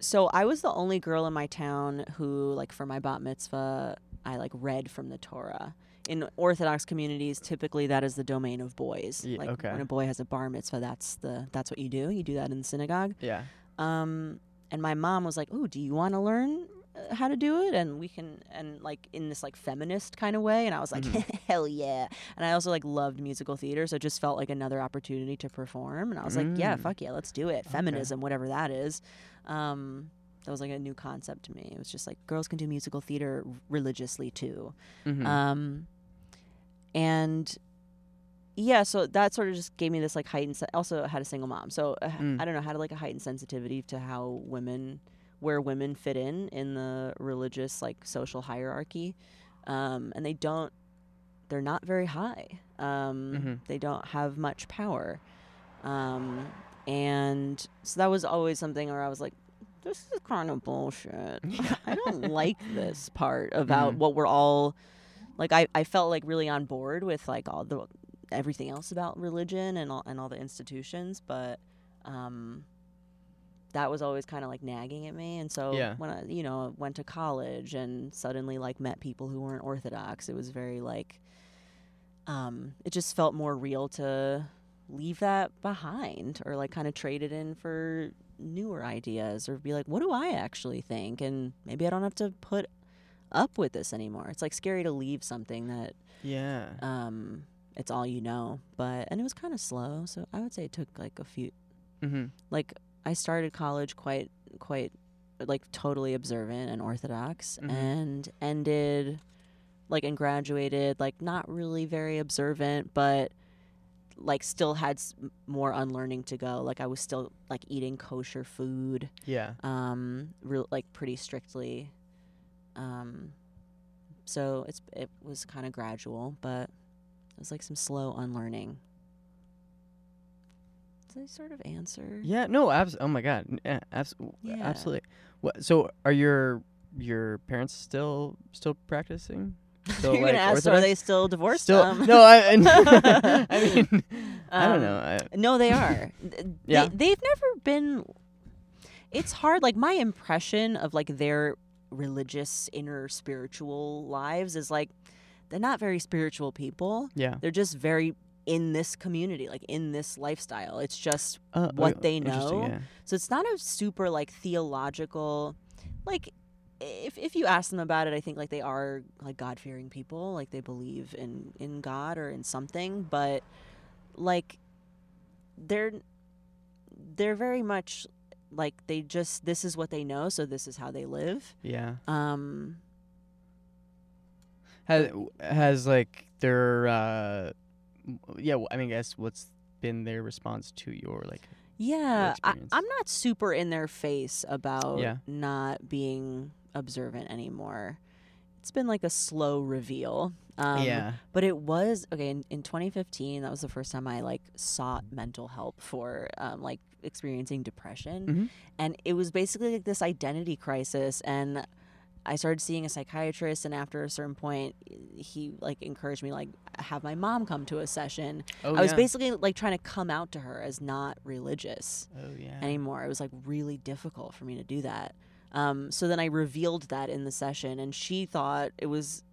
S1: so I was the only girl in my town who, like, for my bat mitzvah, I like read from the Torah. In Orthodox communities, typically that is the domain of boys.
S2: Ye-
S1: like
S2: okay.
S1: when a boy has a bar mitzvah, that's the that's what you do. You do that in the synagogue.
S2: *laughs* yeah
S1: Um, and my mom was like, "Oh, do you want to learn uh, how to do it?" And we can, and like in this like feminist kind of way. And I was like,
S2: Mhm.
S1: *laughs* "Hell yeah!" And I also like loved musical theater, so it just felt like another opportunity to perform. And I was like, "Yeah,
S2: Mm.
S1: fuck yeah, let's do it." Feminism, whatever that is. Um, that was like a new concept to me. It was just like girls can do musical theater religiously too.
S2: Mhm.
S1: Um, and yeah, so that sort of just gave me this like heightened. Se- also, I had a single mom, so uh,
S2: Mm.
S1: I don't know. Had like a heightened sensitivity to how women, where women fit in in the religious like social hierarchy, um, and they don't. They're not very high. Um,
S2: Mhm.
S1: They don't have much power, um, and so that was always something where I was like, "This is kind of bullshit." I don't like this part about
S2: Mhm.
S1: what we're all like. I, I felt like really on board with like all the everything else about religion and all and all the institutions, but um, that was always kind of like nagging at me. And so
S2: Yeah.
S1: when I you know went to college and suddenly like met people who weren't Orthodox, it was very like um, it just felt more real to leave that behind or like kind of trade it in for newer ideas or be like, what do I actually think? And maybe I don't have to put up with this anymore. It's like scary to leave something that
S2: yeah
S1: um, it's all you know. But, and it was kind of slow. So I would say it took like a few,
S2: mm-hmm.
S1: like I started college quite, quite like totally observant and orthodox
S2: Mhm.
S1: and ended like and graduated like not really very observant but like still had s- m- more unlearning to go like i was still like eating kosher food
S2: yeah
S1: um real like pretty strictly um so it's it was kind of gradual but it was like some slow unlearning did i sort of answer
S2: Yeah, no, abs- oh my god. n- Yeah, abs- w-
S1: Yeah.
S2: absolutely. What so are your your parents still still
S1: *laughs*
S2: practicing? So,
S1: you're
S2: like,
S1: gonna ask are
S2: Orthodox?
S1: they still divorced
S2: still
S1: um,
S2: No, I
S1: *laughs*
S2: I, mean *laughs* I
S1: um,
S2: don't know. I,
S1: No, they
S2: *laughs*
S1: are. Th-
S2: Yeah.
S1: They, they've never been. It's hard. Like my impression of like their religious inner spiritual lives is like they're not very spiritual people.
S2: yeah.
S1: They're just very in this community, like in this lifestyle. It's just
S2: Uh,
S1: what
S2: oh,
S1: they
S2: interesting,
S1: know. so it's not a super like theological like if if you ask them about it, I think like they are like God fearing people, like they believe in in God or in something, but like they're they're very much like they Um, just this is what they know, so this is how they live.
S2: Yeah.
S1: Um
S2: has has like their uh yeah well, i mean guess what's been their response to your like
S1: Yeah, I,
S2: experience.
S1: I'm not super in their face about
S2: Yeah.
S1: not being observant anymore. It's been like a slow reveal. Um,
S2: yeah
S1: But it was okay in, in 2015. That was the first time I like sought mental help for um, like experiencing depression,
S2: Mhm.
S1: and it was basically like this identity crisis. And I started seeing a psychiatrist, and after a certain point, e, he like encouraged me like have my mom come to a session.
S2: oh
S1: I was
S2: yeah.
S1: basically like trying to come out to her as not religious
S2: oh yeah
S1: anymore. It was like really difficult for me to do that. Um, so then I revealed that in the session, and she thought it was.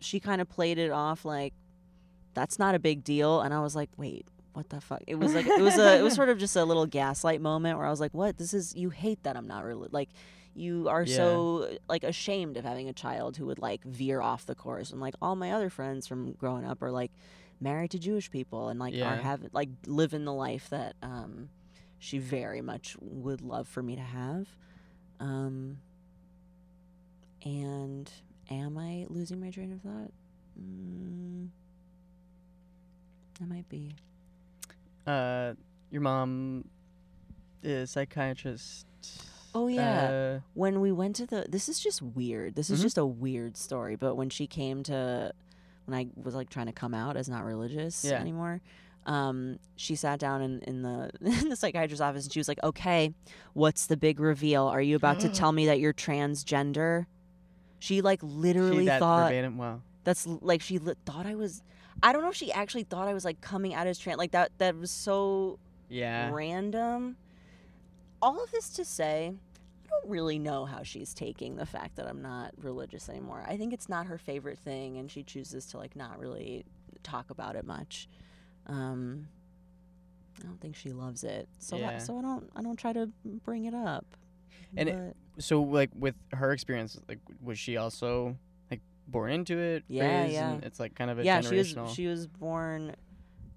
S1: She kind of played it off like, "That's not a big deal," and I was like, "Wait, what the fuck?" It was like it was
S2: *laughs*
S1: a it was sort of just a little gaslight moment where I was like, "What? This is you hate that I'm not really like." You are
S2: Yeah.
S1: so like ashamed of having a child who would like veer off the course, and like all my other friends from growing up are like married to Jewish people and like
S2: Yeah.
S1: are have like living the life that um she very much would love for me to have. Um and am I losing my train of thought? Mm, I might be.
S2: uh your mom is psychiatrist
S1: Oh, yeah.
S2: uh,
S1: When we went to the this is just weird. This is
S2: Mhm.
S1: just a weird story, but when she came to when I was like trying to come out as not religious
S2: Yeah.
S1: anymore, um, she sat down in, in the *laughs* in the psychiatrist's office and she was like, "Okay, what's the big reveal? Are you about
S2: *gasps*
S1: to tell me that you're transgender?" She like literally
S2: she, that
S1: thought
S2: verbatim wow
S1: that's l- like she li- thought I was. I don't know if she actually thought I was like coming out as trans. Like that that was so
S2: yeah
S1: random. All of this to say, I don't really know how she's taking the fact that I'm not religious anymore. I think it's not her favorite thing, and she chooses to like not really talk about it much. Um, I don't think she loves it, so I-
S2: Yeah.
S1: so I don't I don't try to bring it up.
S2: And it-
S1: But-
S2: so like with her experience like was she also like born into it
S1: Yeah,
S2: raised,
S1: yeah.
S2: and it's like kind of a
S1: yeah, she
S2: generational
S1: was she was born.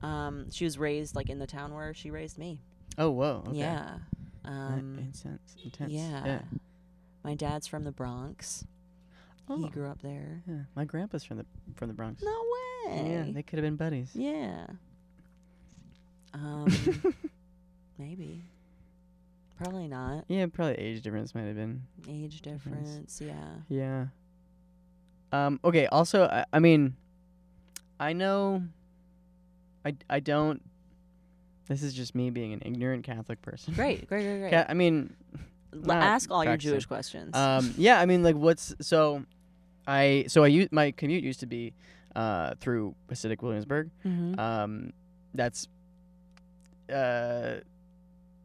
S1: Um, she was raised like in the town where she raised me.
S2: oh whoa okay.
S1: Yeah.
S2: That
S1: Um,
S2: intense intense
S1: yeah.
S2: yeah
S1: My dad's from the Bronx. He
S2: Oh.
S1: grew up there.
S2: Yeah, my grandpa's from the from the Bronx.
S1: No
S2: Yeah,
S1: way.
S2: they could have been buddies.
S1: Yeah.
S2: *laughs*
S1: Um, maybe. Probably not.
S2: Yeah, probably age difference might have been.
S1: Age
S2: Difference.
S1: difference. Yeah.
S2: *laughs* Yeah. Um. Okay. Also, I, I mean, I know. I I don't. This is just me being an ignorant Catholic person.
S1: Great. Great. Great. Great.
S2: Ca- I mean,
S1: L-
S2: not
S1: ask all your
S2: practicing.
S1: Jewish questions.
S2: um. Yeah. I mean, like, what's so? I so I use my commute used to be, uh, through Hasidic Williamsburg.
S1: Mhm.
S2: um that's uh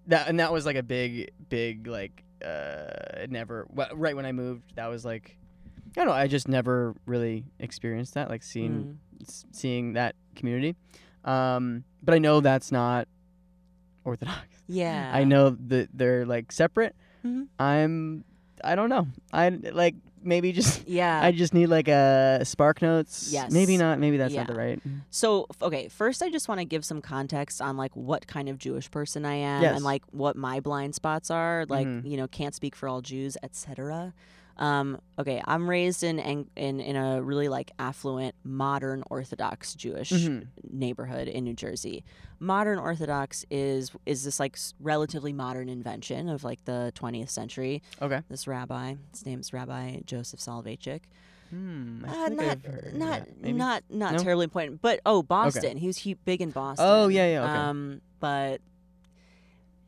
S2: that and that was like a big big like uh it never wh- right when i moved that was like i don't know i just never really experienced that like seeing
S1: Mm.
S2: s- seeing that community um but i know that's not orthodox
S1: Yeah.
S2: i know that they're like separate
S1: Mhm.
S2: i'm i don't know i like maybe just
S1: Yeah.
S2: i just need like a spark notes
S1: Yes.
S2: maybe not maybe that's not
S1: Yeah.
S2: the right
S1: So f- okay, first I just want to give some context on like what kind of Jewish person I am
S2: Yes.
S1: and like what my blind spots are, like
S2: Mhm.
S1: you know, can't speak for all Jews, etc. Um, okay, I'm raised in, in in a really like affluent modern Orthodox Jewish
S2: Mhm.
S1: neighborhood in New Jersey. Modern Orthodox is is this like s- relatively modern invention of like the 20th century.
S2: okay
S1: This rabbi, his name's Rabbi Joseph Soloveitchik.
S2: Hmm. I
S1: Uh,
S2: think
S1: not,
S2: I've heard of
S1: not,
S2: that. Maybe-
S1: not, not
S2: No?
S1: terribly important. But oh, Boston. He was he, big in Boston.
S2: Oh, yeah, yeah, okay.
S1: Um, but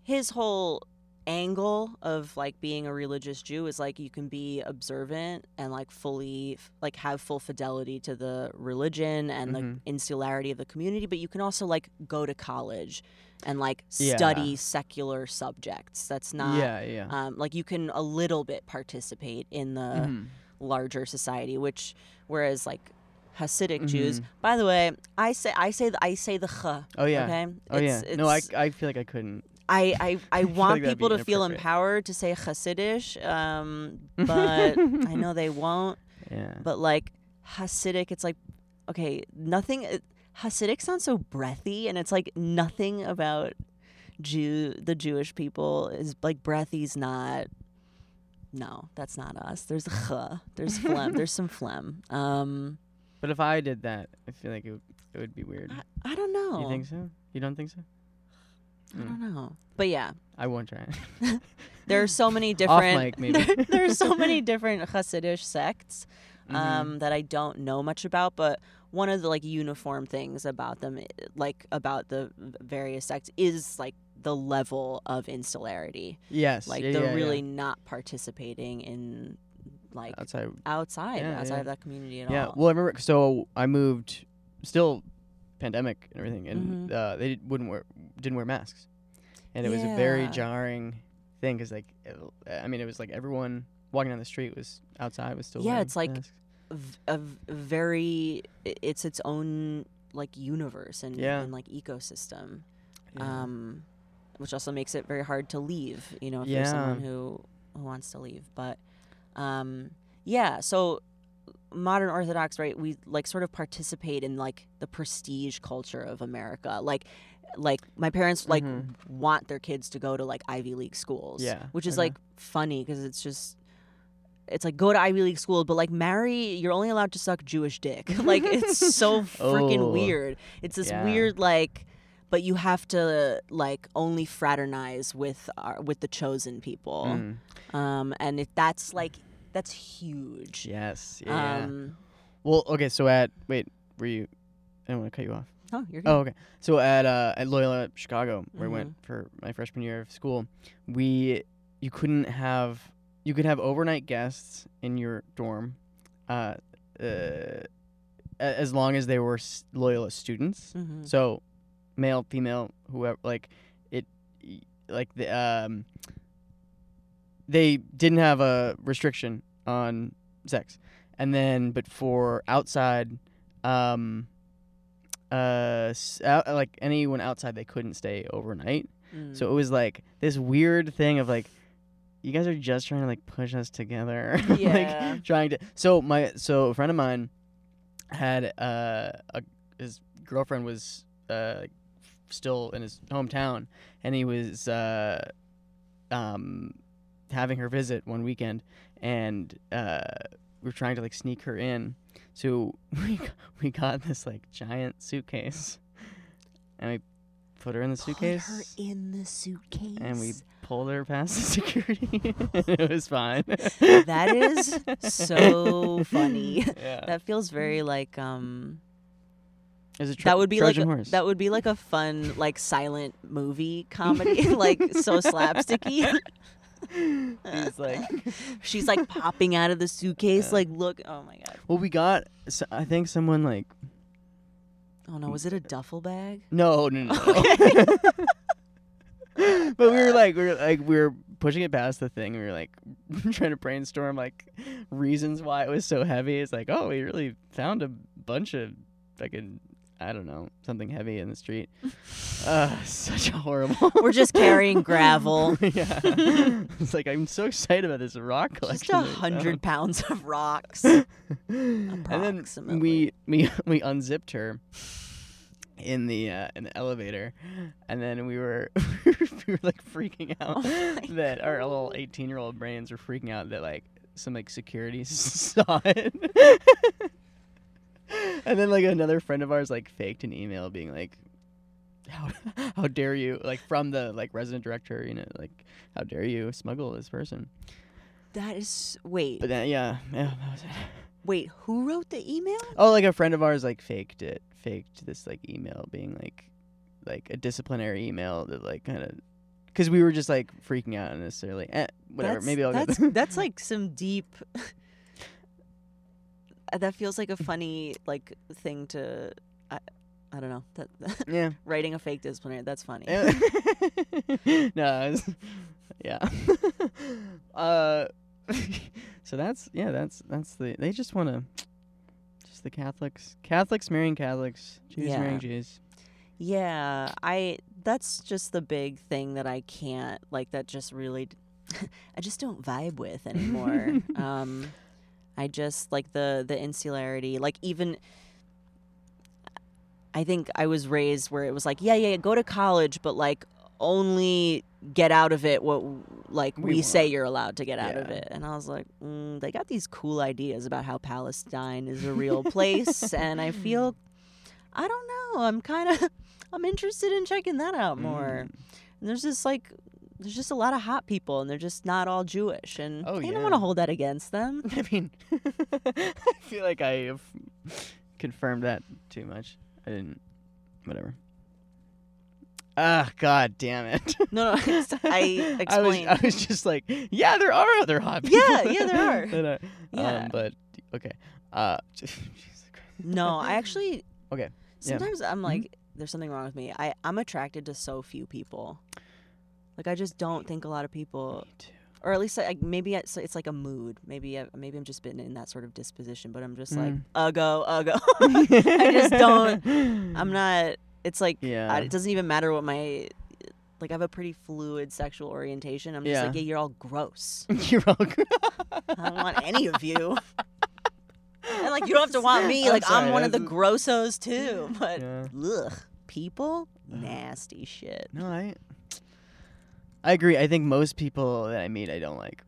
S1: his whole angle of like being a religious Jew is like you can be observant and like fully like have full fidelity to the religion and
S2: Mhm.
S1: the insularity of the community, but you can also like go to college and like
S2: Yeah.
S1: study secular subjects. That's not
S2: Yeah, yeah.
S1: um, like you can a little bit participate in the
S2: Mhm.
S1: larger society which whereas like Hasidic Jews by the way I say I say the, I say the ch
S2: Mm-hmm. Oh yeah.
S1: okay
S2: Oh yeah.
S1: it's,
S2: no, I,
S1: it's-
S2: I feel like *laughs* I couldn't.
S1: I I, I
S2: feel
S1: want
S2: like that'd
S1: people
S2: be
S1: to feel
S2: inappropriate.
S1: empowered to say Hasidish
S2: *laughs*
S1: um but I know they won't
S2: Yeah.
S1: but like Hasidic it's like okay nothing it- Hasidic sounds so breathy and it's like nothing about Jew the Jewish people is like breathy's not No, that's not us. There's
S2: Mm.
S1: huh.
S2: *laughs*
S1: There's phlegm. There's some phlegm. Um,
S2: But if I did that, I feel like it would, it would be weird.
S1: I, I don't know.
S2: You think so? You don't think so?
S1: I
S2: Mm.
S1: don't know. But yeah,
S2: I won't try. *laughs* it.
S1: there are so
S2: *laughs*
S1: many different.
S2: mic, maybe.
S1: there, *laughs* there are so
S2: *laughs*
S1: many different Hasidish sects
S2: Mhm.
S1: um, that I don't know much about, but one of the like uniform things about them, i- like about the v- various sects, is like the level of insularity,
S2: yes.
S1: like
S2: yeah,
S1: they're
S2: yeah, yeah.
S1: really not participating in like
S2: outside.
S1: outside
S2: Yeah,
S1: outside
S2: yeah.
S1: of that community at
S2: Yeah.
S1: all.
S2: Well, I remember. So I moved, still pandemic and everything, and
S1: Mhm.
S2: uh, they did- wouldn't wear didn't wear masks, and it was a very
S1: Yeah.
S2: jarring thing because like, it'll- I mean, it was like everyone walking down the street was outside was still
S1: Yeah,
S2: wearing
S1: it's like-
S2: masks.
S1: v- a v- very i- it's its own like universe and,
S2: Yeah.
S1: and like ecosystem
S2: Yeah.
S1: um which also makes it very hard to leave you know if you're someone who who wants to leave but um yeah so modern orthodox right we like sort of participate in like the prestige culture of america like like my parents like
S2: Mhm.
S1: want their kids to go to like ivy league schools
S2: Yeah,
S1: which is
S2: okay.
S1: like funny because it's just it's like go to Ivy League school, but like marry, you're only allowed to suck Jewish dick. *laughs* Like it's so freaking
S2: *laughs* Oh,
S1: weird. It's this
S2: yeah.
S1: weird like, but you have to like only fraternize with our, with the chosen people,
S2: Mm.
S1: um, and if that's like that's huge.
S2: Yes. Yeah.
S1: Um,
S2: well, okay. So at wait, were you? I don't want to cut you off.
S1: oh, you're good. Mm-hmm.
S2: Oh, okay. So at uh, at Loyola Chicago, where I went for my freshman year of school, we you couldn't have you could have overnight guests in your dorm, uh, uh, a- as long as they were s- Loyola students.
S1: Mhm.
S2: So, male, female, whoever, like it, y- like the um, they didn't have a restriction on sex, and then but for outside, um, uh, s- out, like anyone outside, they couldn't stay overnight.
S1: Mm.
S2: So it was like this weird thing of like. You guys are just trying to like push us together, *laughs*
S1: Yeah.
S2: like trying to. So my so a friend of mine had uh, a his girlfriend was uh, still in his hometown, and he was uh, um, having her visit one weekend, and uh, we were trying to like sneak her in. So *laughs* we g- we got this like giant suitcase, and we put her in the suitcase,
S1: Put her in the suitcase.
S2: and we pulled her past the *laughs* security. it was fine.
S1: That is
S2: *laughs*
S1: so funny.
S2: uh, Yeah.
S1: that feels very like um.
S2: It was a Tro-
S1: that would be
S2: Trojan
S1: like a-
S2: horse.
S1: that would be like a fun like silent movie comedy *laughs* like
S2: *laughs*
S1: so slapsticky
S2: *laughs*
S1: *laughs*
S2: He's like,
S1: she's like popping out of the suitcase
S2: Yeah.
S1: like look oh my god
S2: well, we got. So I think someone like
S1: oh no was it a duffel
S2: *laughs*
S1: bag
S2: no, no, no. no. *laughs* but we were like, we were like, we were pushing it past the thing. We were like, *laughs* trying to brainstorm like reasons why it was so heavy. It's like, oh, we really found a bunch of fucking, I don't know, something heavy in
S1: *laughs*
S2: the street. uh, such a horrible.
S1: we're just carrying gravel *laughs*
S2: yeah, *laughs* it's like I'm so excited about this rock collection.
S1: just a
S2: that we found.
S1: hundred pounds *laughs* of rocks
S2: and then we
S1: Approximately.
S2: *laughs* we we unzipped her in the uh, in the elevator, and then we were *laughs* we were like freaking out
S1: Oh my
S2: *laughs* that our little eighteen year old brains were freaking out that like some like security *laughs* saw it. *laughs* And then like another friend of ours like faked an email being like, "How *laughs* how dare you?" Like from the like resident director, you know, like, "How dare you smuggle this person?"
S1: that is wait
S2: But then yeah, yeah, that was it.
S1: wait who wrote the email
S2: Oh, like a friend of ours like faked it, faked this like email being like, like a disciplinary email that like kind of, because we were just like freaking out unnecessarily. Eh, whatever,
S1: That's-
S2: maybe I'll
S1: that's
S2: *laughs* get
S1: that's like some deep. *laughs* that feels like a funny like thing to. I, I don't know. That, *laughs*
S2: yeah.
S1: writing a fake disciplinary. That's funny.
S2: Eh. *laughs* no, it was- yeah. *laughs* uh, *laughs* so that's yeah, that's that's the they just want to, just the Catholics, Catholics marrying Catholics, Jews
S1: Yeah.
S2: marrying Jews.
S1: Yeah, I. That's just the big thing that I can't like. That just really, d- *laughs* I just don't vibe with
S2: *laughs*
S1: anymore. um, I just like the the insularity. Like even, I think I was raised where it was like, yeah, yeah, yeah, go to college, but like only get out of it what like
S2: We
S1: we,
S2: want.
S1: say you're allowed to get out of
S2: Yeah.
S1: it and i was like mm, they got these cool ideas about how palestine is a real place and
S2: *laughs*
S1: i feel i don't know "Oh, i'm kind of *laughs* i'm interested in checking that out more
S2: Mm.
S1: and there's just like there's just a lot of hot people and they're just not all jewish and
S2: Oh,
S1: i
S2: yeah.
S1: don't want to hold that against
S2: *laughs*
S1: them
S2: I mean, I feel like I have confirmed that too much. I didn't. Whatever. Ah, god damn it. *laughs*
S1: *laughs* no no it's- i uh,
S2: I was, *laughs*
S1: explained
S2: I was just like, yeah, there are other hot people.
S1: Yeah, yeah,
S2: *laughs*
S1: there are.
S2: that
S1: Yeah.
S2: Um, but okay. Uh, *laughs* Jesus Christ.
S1: no i actually
S2: Okay, yeah. Mm-hmm.
S1: sometimes i'm like there's something wrong with me i i'm attracted to so few people like i just don't think a lot of people
S2: Me too.
S1: or at least like maybe it's, it's like a mood maybe I, maybe i'm just been in that sort of disposition but i'm just like
S2: Mm.
S1: uggo
S2: *laughs*
S1: uggo I just don't- i'm not it's like
S2: Mm. Yeah.
S1: I, it doesn't even matter what my like I have a pretty fluid sexual orientation. I'm just like,
S2: Yeah.
S1: yeah, you're all
S2: *laughs*
S1: gross.
S2: You're all good.
S1: I don't want any of you. And like, you don't have to want me.
S2: I'm
S1: like, I'm
S2: sorry,
S1: one of the
S2: that's-
S1: grossos
S2: *laughs*
S1: too. But
S2: Yeah. Uh-huh.
S1: ugh, people, nasty shit.
S2: No, I. I agree. I think most people that I meet, I
S1: *laughs*
S2: don't like.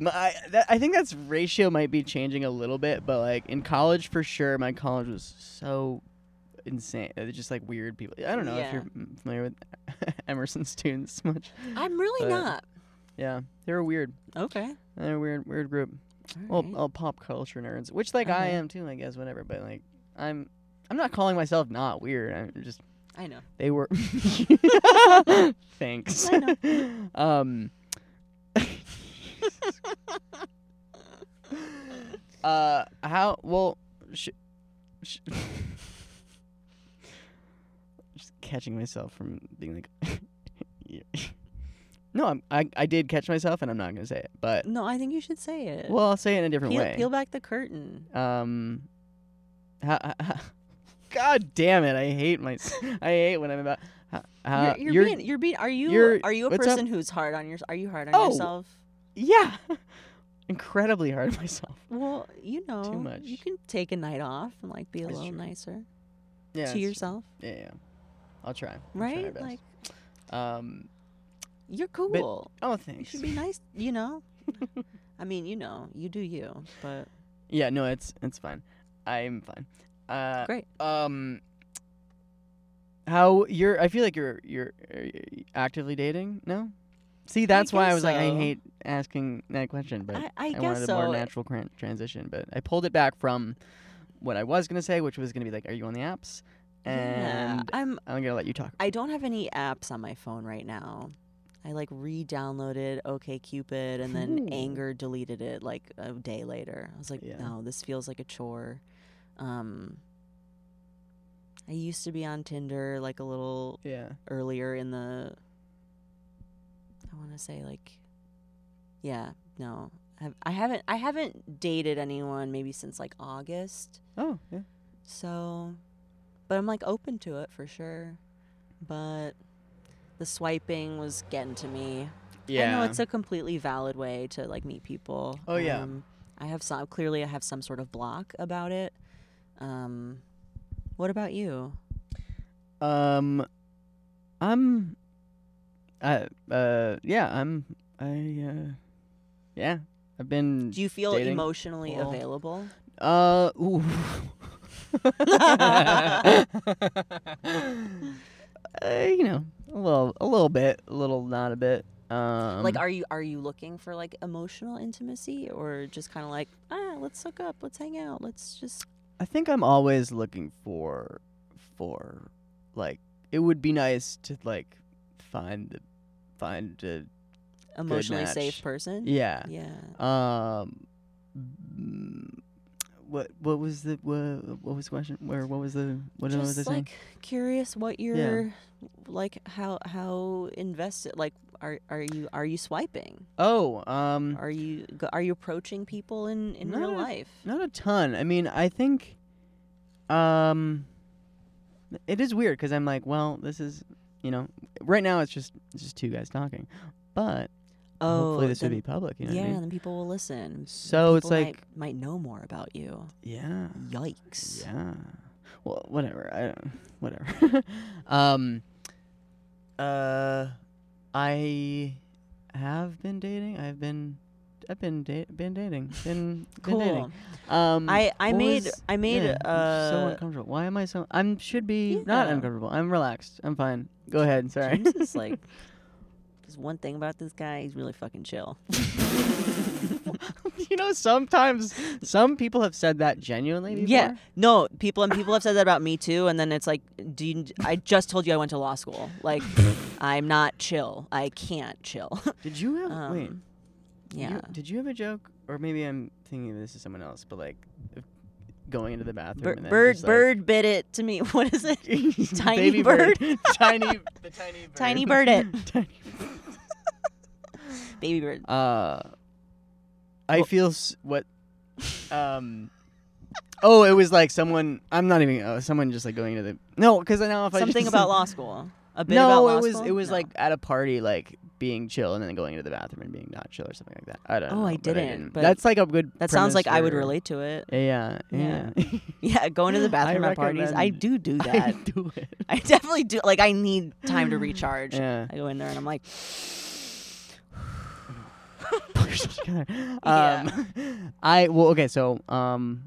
S2: M- I, that, I think that's ratio might be changing a little bit, but like in college for sure, my college was so insane. They're just like weird people. I don't know if
S1: Yeah.
S2: you're mm, familiar with *laughs* Emerson students *laughs* much.
S1: I'm really
S2: But-
S1: not.
S2: Yeah, they were weird.
S1: Okay.
S2: They're a weird, weird group. Well, oh
S1: Alright. Uh-huh.
S2: all pop culture nerds, which like I
S1: Okay.
S2: am too, I guess. Whatever, but like I'm, I'm not calling myself not weird. I'm just
S1: I know.
S2: they were. Thanks.
S1: I
S2: *laughs* um. uh, how? Well, sh- sh- *laughs* just catching myself from being like. *laughs* Yeah. no, I'm, I I did catch myself, and I'm not gonna say it, but
S1: No, I think you should say it.
S2: well, I'll say it in a different
S1: peel,
S2: way.
S1: peel back the curtain.
S2: Um, how, God damn it! I hate my.
S1: *laughs*
S2: I hate when I'm about. How, how,
S1: you're, you're, being, you're being, are you,
S2: you're-
S1: are you a
S2: what's up?
S1: person who's hard on your, are you hard on
S2: Oh.
S1: yourself?
S2: yeah, *laughs* incredibly hard on myself.
S1: Well, you know, You
S2: much.
S1: can take a night off and like be a
S2: That's
S1: little
S2: true.
S1: nicer
S2: Yeah,
S1: to
S2: it's-
S1: yourself,
S2: Yeah, yeah. I'll try. I'll try my
S1: right?
S2: best.
S1: Like
S2: um.
S1: you're
S2: *laughs*
S1: cool.
S2: Oh,
S1: you
S2: thanks.
S1: should be nice. You know. I mean, you know, you do you, but
S2: yeah, no, it's it's fine. I'm fine. Uh,
S1: Great.
S2: Um. How you're? I feel like you're you're are you actively dating. No. See, that's why I
S1: guess
S2: was like, I
S1: so.
S2: hate asking that question, but
S1: I, I,
S2: I,
S1: guess
S2: wanted a
S1: so.
S2: more natural cran- transition, but I pulled it back from what I was gonna say, which was gonna be like, "Are you on the apps?"
S1: yeah,
S2: And
S1: I'm.
S2: I'm gonna let you talk.
S1: I don't have any apps on my phone right now. I like re-downloaded OKCupid and then
S2: Ooh.
S1: anger deleted it like a day later. I was like,
S2: Yeah.
S1: no, this feels like a chore. Um, I used to be on Tinder like a little
S2: Yeah,
S1: earlier in the I want to say like yeah, no. I've, I haven't I haven't dated anyone maybe since like August.
S2: Oh, yeah.
S1: So but I'm like open to it for sure. But the swiping was getting to me. I know it's a completely valid way to like meet people.
S2: Oh, yeah.
S1: Um, I have some clearly I have some sort of block about it. Um what about you?
S2: um, I'm. I uh yeah I'm I uh yeah I've been
S1: Do you feel
S2: Dating?
S1: emotionally
S2: Well,
S1: available?
S2: uh
S1: *laughs*
S2: ooh. *laughs* uh, you know a little a little bit a little not a bit um
S1: like are you are you looking for like emotional intimacy or just kind of like ah let's hook up let's hang out let's just
S2: I think I'm always looking for for like it would be nice to like find the find a
S1: emotionally
S2: match.
S1: safe person
S2: yeah.
S1: yeah
S2: Um mm, what what was the what, what was the question where what was the what was I
S1: just
S2: saying?
S1: like curious what you're like how how invested like are are you are you swiping
S2: Oh, um
S1: are you go- are you approaching people in in real
S2: Not-
S1: life
S2: Not a ton. I mean, I think, um, it is weird because I'm like, well, this is, you know, right now it's just it's just two guys talking, but hopefully this
S1: Oh, then,
S2: would be public. You know
S1: yeah
S2: what I mean?
S1: then people will listen
S2: So it's
S1: People
S2: like,
S1: might, might know more about you
S2: yeah,
S1: yikes
S2: *laughs* yeah. Well, whatever. I don't, whatever. um, Uh, I have been dating. I've been, I've been da- been dating.
S1: *laughs*
S2: Been,
S1: Cool.
S2: been dating. Um,
S1: I I
S2: what
S1: made
S2: was-
S1: I made
S2: yeah, I'm so
S1: uh
S2: uncomfortable. Why am I so? I'm should be not
S1: Yeah.
S2: uncomfortable. I'm relaxed. I'm fine. Go ahead. Sorry.
S1: James *laughs* is like there's one thing about this guy, he's really fucking chill.
S2: *laughs* you know, sometimes some people have said that genuinely. Before.
S1: Yeah. No, people and people have said that about me too and then it's like do you, I just told you I went to law school. Like I'm not chill. I can't chill. *laughs*
S2: Did you have? wait.
S1: Um,
S2: You-
S1: yeah.
S2: did you have a joke, or maybe I'm thinking of this is someone else? But like, if- going into the bathroom.
S1: Bir-
S2: and then
S1: bird
S2: just, like-
S1: bird bit it to me. *laughs* What is it? *laughs* Tiny
S2: *laughs* Baby
S1: bird.
S2: *laughs* tiny.
S1: *laughs*
S2: The tiny bird.
S1: Tiny bird it.
S2: *laughs* tiny.
S1: Baby bird.
S2: Uh, I
S1: Well-
S2: feel s- what. Um. Oh, it was like someone. I'm not even. Uh, someone just like going to the. No, because I know if I
S1: Something
S2: just-
S1: about
S2: *laughs*
S1: law school. A bit about
S2: No,
S1: law
S2: it was
S1: school?
S2: it was
S1: No.
S2: like at a party, like being chill, and then going into the bathroom and being not chill or something like that. I don't.
S1: Oh,
S2: know,
S1: I
S2: but
S1: didn't, but
S2: That's like a good.
S1: That sounds
S2: premise
S1: like I would
S2: for-
S1: relate to it. *laughs*
S2: Yeah, yeah.
S1: Yeah. Yeah, going to the
S2: *laughs* I
S1: bathroom at parties. I
S2: recommend-
S1: do do
S2: *laughs* I
S1: that.
S2: *laughs* do it.
S1: I definitely do. Like, I need time
S2: *laughs*
S1: to recharge. *laughs*
S2: Yeah.
S1: I go in there and I'm like,
S2: Pull yourself together.
S1: Yeah.
S2: Um, *laughs* I well, okay. So, um,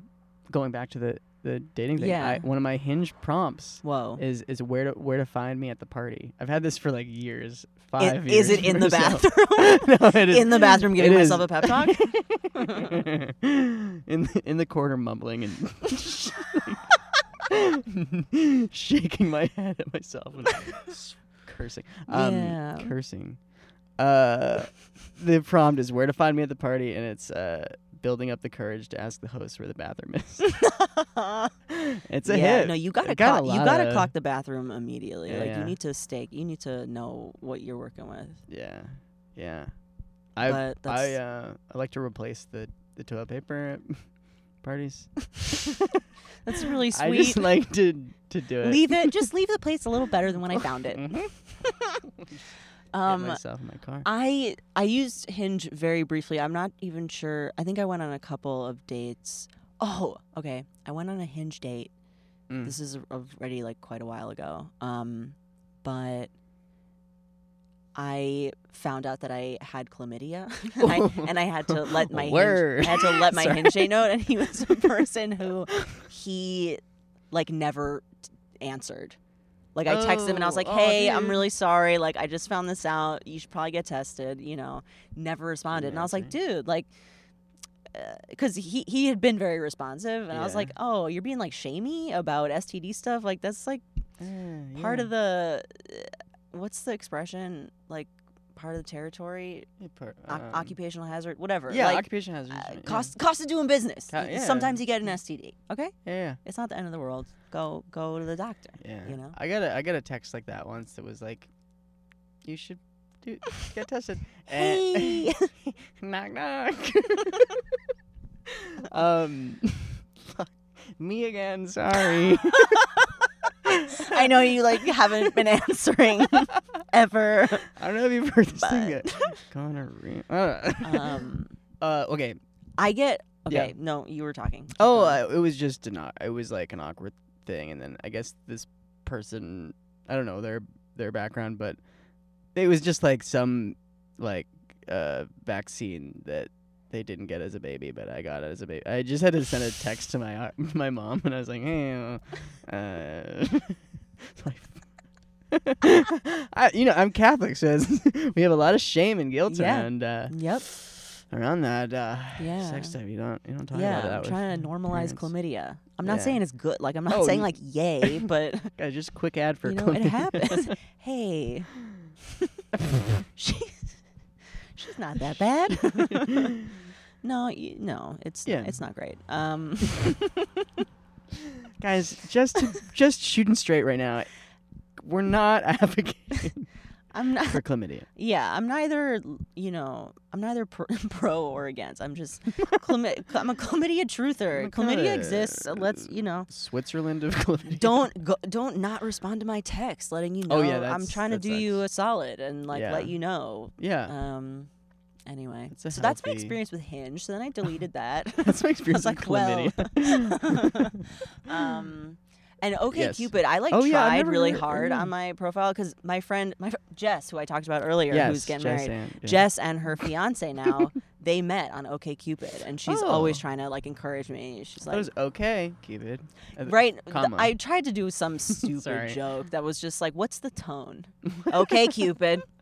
S2: going back to the the dating thing.
S1: Yeah.
S2: I, one of my hinge prompts
S1: whoa.
S2: is is where to where to find me at the party. I've had this for like years.
S1: I-
S2: Five.
S1: Is
S2: years
S1: it in the
S2: or so.
S1: bathroom?
S2: *laughs* no, it is
S1: In the bathroom giving
S2: it
S1: myself
S2: is.
S1: a pep talk?
S2: in the, in the corner mumbling and *laughs* shaking my head at myself
S1: *laughs*
S2: and s- cursing. Um,
S1: Yeah.
S2: cursing. Uh, the prompt is where to find me at the party, and it's uh, building up the courage to ask the host where the bathroom is. *laughs* *laughs* it's a
S1: yeah,
S2: hit.
S1: no, you
S2: I
S1: gotta
S2: got a
S1: clock, you
S2: lot
S1: gotta
S2: of-
S1: clock the bathroom immediately.
S2: Yeah,
S1: like
S2: yeah.
S1: you need to stake, you need to know what you're working with.
S2: Yeah, yeah. I
S1: but that's
S2: I uh, I like to replace the the toilet paper at *laughs* parties.
S1: *laughs* that's really
S2: uh, *laughs* I just
S1: sweet.
S2: like to to do it.
S1: leave it,
S2: *laughs*
S1: just leave the place a little better than when I found it. *laughs*
S2: Mhm. Hit
S1: Um,
S2: myself in my car.
S1: I I used Hinge very briefly. I'm not even sure. I think I went on a couple of dates. Oh, okay. I went on a Hinge date.
S2: Mm.
S1: This is already like quite a while ago. Um, but I found out that I had chlamydia, *laughs* and, I,
S2: *laughs*
S1: and I had to let my
S2: Word.
S1: Hinge, I had to
S2: *laughs*
S1: let my
S2: Sorry.
S1: Hinge date know. And he was a person who he like never t- answered. Like I texted him and I was
S2: Oh,
S1: like,
S2: aw,
S1: "Hey, I'm
S2: dude.
S1: really sorry. Like I just found this out. You should probably get tested." You know, never responded. And I was like, "Dude, like." Because he he had been very responsive, and I was
S2: Yeah.
S1: like, "Oh, you're being like shamey about STD stuff. Like that's like
S2: Eh, Yeah,
S1: part
S2: yeah.
S1: of the uh, what's the expression? Like part of the territory,
S2: Yeah, part-
S1: Oc
S2: um,
S1: occupational hazard, whatever.
S2: Yeah,
S1: like,
S2: occupation hazards.
S1: uh,
S2: yeah.
S1: cost cost of doing business.
S2: Co-
S1: Y-
S2: yeah.
S1: Sometimes you get an STD. Okay,
S2: Yeah, yeah,
S1: it's not the end of the world. Go go to the doctor.
S2: yeah.
S1: you know?
S2: I got a I got a text like that once that was like, "You should do
S1: *laughs*
S2: get tested." Eh. *laughs*
S1: Hey,
S2: knock knock. *laughs* um, fuck, me
S1: *laughs*
S2: again. Sorry.
S1: I know you like haven't been *laughs*
S2: *laughs*
S1: answering ever.
S2: I don't know if you've heard this thing
S1: But-
S2: yet. Gonorrhea. *laughs* I don't know.
S1: Um,
S2: uh, okay.
S1: I get
S2: Yeah.
S1: okay. No, you were talking. Keep
S2: Oh,
S1: going.
S2: uh, it was just an au- it was like an awkward thing, and then I guess this person I don't know their their background, but it was just like some like uh vaccine that they didn't get as a baby, but I got it as a baby. I just had to send a text to my au- *laughs* my mom, and I was like, hey, uh, uh, *laughs* like. *laughs* I, you know, I'm Catholic, so it's- *laughs* we have a lot of shame and guilt
S1: Yeah.
S2: around uh,
S1: yep.
S2: around that uh,
S1: Yeah.
S2: sex stuff. You don't you don't talk
S1: yeah,
S2: about that.
S1: I'm
S2: with
S1: trying to
S2: your
S1: normalize
S2: parents.
S1: chlamydia. I'm not
S2: Yeah.
S1: saying it's good. Like I'm not
S2: Oh,
S1: saying
S2: you-
S1: like
S2: *laughs*
S1: yay, but
S2: Guys, just quick ad for
S1: you know
S2: Chlamydia.
S1: it
S2: *laughs*
S1: happens. hey, *laughs* she, she's not that bad. *laughs* no, you, no, it's
S2: Yeah.
S1: it's not great.
S2: *laughs*
S1: Um,
S2: *laughs*
S1: *laughs*
S2: Guys, just just shooting straight right now. We're not
S1: *laughs*
S2: advocating
S1: I'm not.
S2: for chlamydia.
S1: Yeah, I'm neither. You know, I'm neither pro, *laughs* pro or against. I'm just chlamydia. I'm a chlamydia truther.
S2: I'm a
S1: chlamydia
S2: kinda-
S1: exists. uh, Let's you know.
S2: Switzerland of chlamydia.
S1: don't go, don't not respond to my text letting you know
S2: Oh, yeah,
S1: I'm
S2: that's-
S1: trying to
S2: that
S1: do you a solid and like
S2: Yeah.
S1: let you know.
S2: *laughs* Yeah,
S1: Um anyway.
S2: It's
S1: So
S2: a
S1: that's my
S2: healthy-
S1: experience with Hinge. So then *laughs*
S2: *laughs*
S1: I deleted that.
S2: that's my
S1: I was
S2: experience
S1: like,
S2: with
S1: well.
S2: chlamydia.
S1: *laughs* um And OK
S2: Yes.
S1: Cupid, I like
S2: Oh,
S1: tried
S2: yeah, I've never
S1: really
S2: heard-
S1: hard
S2: mm.
S1: on my profile because my friend, my fr- Jess, who I talked about earlier,
S2: yes,
S1: who's getting
S2: Jess
S1: married,
S2: and- yeah.
S1: Jess and
S2: *laughs*
S1: her fiance now they met on OK Cupid, and she's always
S2: Oh.
S1: trying to like encourage me. She's
S2: That
S1: like,
S2: was okay, Cupid. Uh,
S1: right? th-
S2: comma.
S1: I tried to do
S2: *laughs*
S1: some
S2: Sorry.
S1: stupid joke that was just like, what's the
S2: *laughs*
S1: tone? OK Cupid.
S2: *laughs*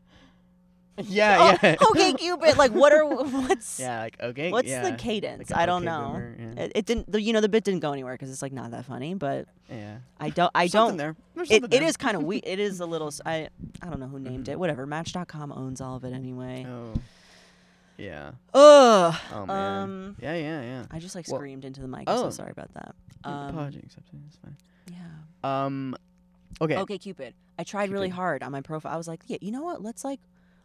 S2: Yeah,
S1: *laughs*
S2: yeah.
S1: Oh, OK Cupid. Like, what are *laughs* what's
S2: *laughs* Yeah, like okay.
S1: what's
S2: yeah.
S1: the
S2: Like
S1: cadence?
S2: an
S1: I don't
S2: okay
S1: know.
S2: boomer, yeah.
S1: It, it didn't. The, you know, the bit didn't go anywhere because it's like not that funny. But
S2: yeah.
S1: I don't. I
S2: Something
S1: don't.
S2: There. There's
S1: It,
S2: something
S1: it
S2: there. Mm-hmm.
S1: is kind of we. It
S2: *laughs*
S1: is a little. s- I I don't know who named it. Whatever. Match.com owns all of it anyway.
S2: Oh. Yeah.
S1: Ugh.
S2: Oh man.
S1: Um.
S2: yeah, yeah, yeah.
S1: I just like
S2: Well-
S1: screamed into the mic. I'm
S2: Oh.
S1: so sorry about that.
S2: Um,
S1: Um.
S2: Apology accepted. It's fine.
S1: Yeah.
S2: Um. Okay.
S1: Okay, Cupid. I tried really
S2: Cupid.
S1: hard on my profile. I was like, yeah. You know what? Let's like.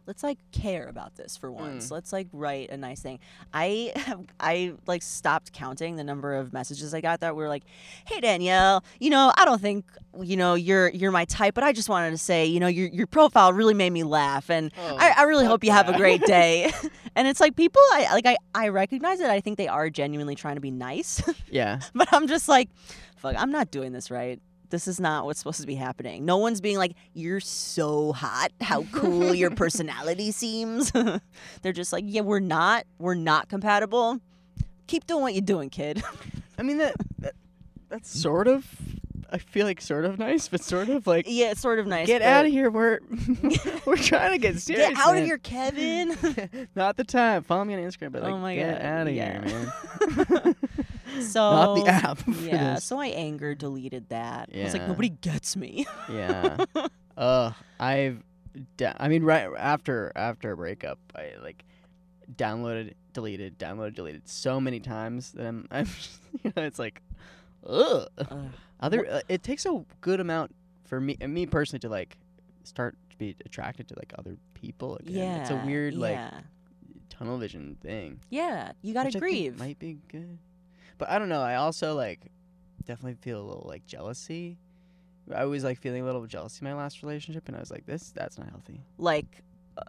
S1: Let's like care about this for once.
S2: Mm.
S1: Let's like write a nice thing. I *laughs* I like stopped counting the number of messages I got that were like, "Hey Danielle, you know I don't think you know you're you're my type, but I just wanted to say you know your your profile really made me laugh, and I, I really
S2: Oh, fuck
S1: hope you have a
S2: that.
S1: great
S2: *laughs*
S1: day." *laughs* and it's like people, I like I I recognize it. I think they are genuinely trying to be nice.
S2: yeah.
S1: *laughs* But I'm just like, fuck, I'm not doing this right. This is not what's supposed to be happening. No one's being like, you're so hot. How cool
S2: *laughs*
S1: your personality seems. *laughs* They're just like, yeah, we're not. We're not compatible. Keep doing what you're doing, kid. *laughs*
S2: I mean that, that. That's sort of. I feel like sort of nice, but sort of like
S1: yeah, it's sort of nice.
S2: get
S1: but
S2: out of here. We're *laughs*
S1: *laughs*
S2: we're trying to get serious.
S1: Get out
S2: man.
S1: of here, Kevin.
S2: Not the time. Follow me on Instagram, but like
S1: Oh my
S2: get
S1: God,
S2: out of
S1: yeah.
S2: here,
S1: *laughs*
S2: man.
S1: so
S2: *laughs* Not the app. *laughs* for
S1: Yeah,
S2: this.
S1: so I anger deleted that. I was like,
S2: Yeah.
S1: nobody gets me.
S2: Yeah. Ugh. I've. Da- I mean, right after after a breakup, I like downloaded, deleted, downloaded, deleted so many times that I'm. *laughs* I'm you know, it's like, *laughs* ugh.
S1: Ugh.
S2: Other. uh, it takes a good amount for me, uh, me personally, to like start to be attracted to like other people again.
S1: yeah,
S2: It's a weird like
S1: yeah.
S2: tunnel vision thing.
S1: yeah. You gotta
S2: which I think
S1: grieve.
S2: might be good, but I don't know. I also like definitely feel a little like jealousy. I was like feeling a little jealousy in my last relationship, and I was like, "This, that's not healthy."
S1: like uh,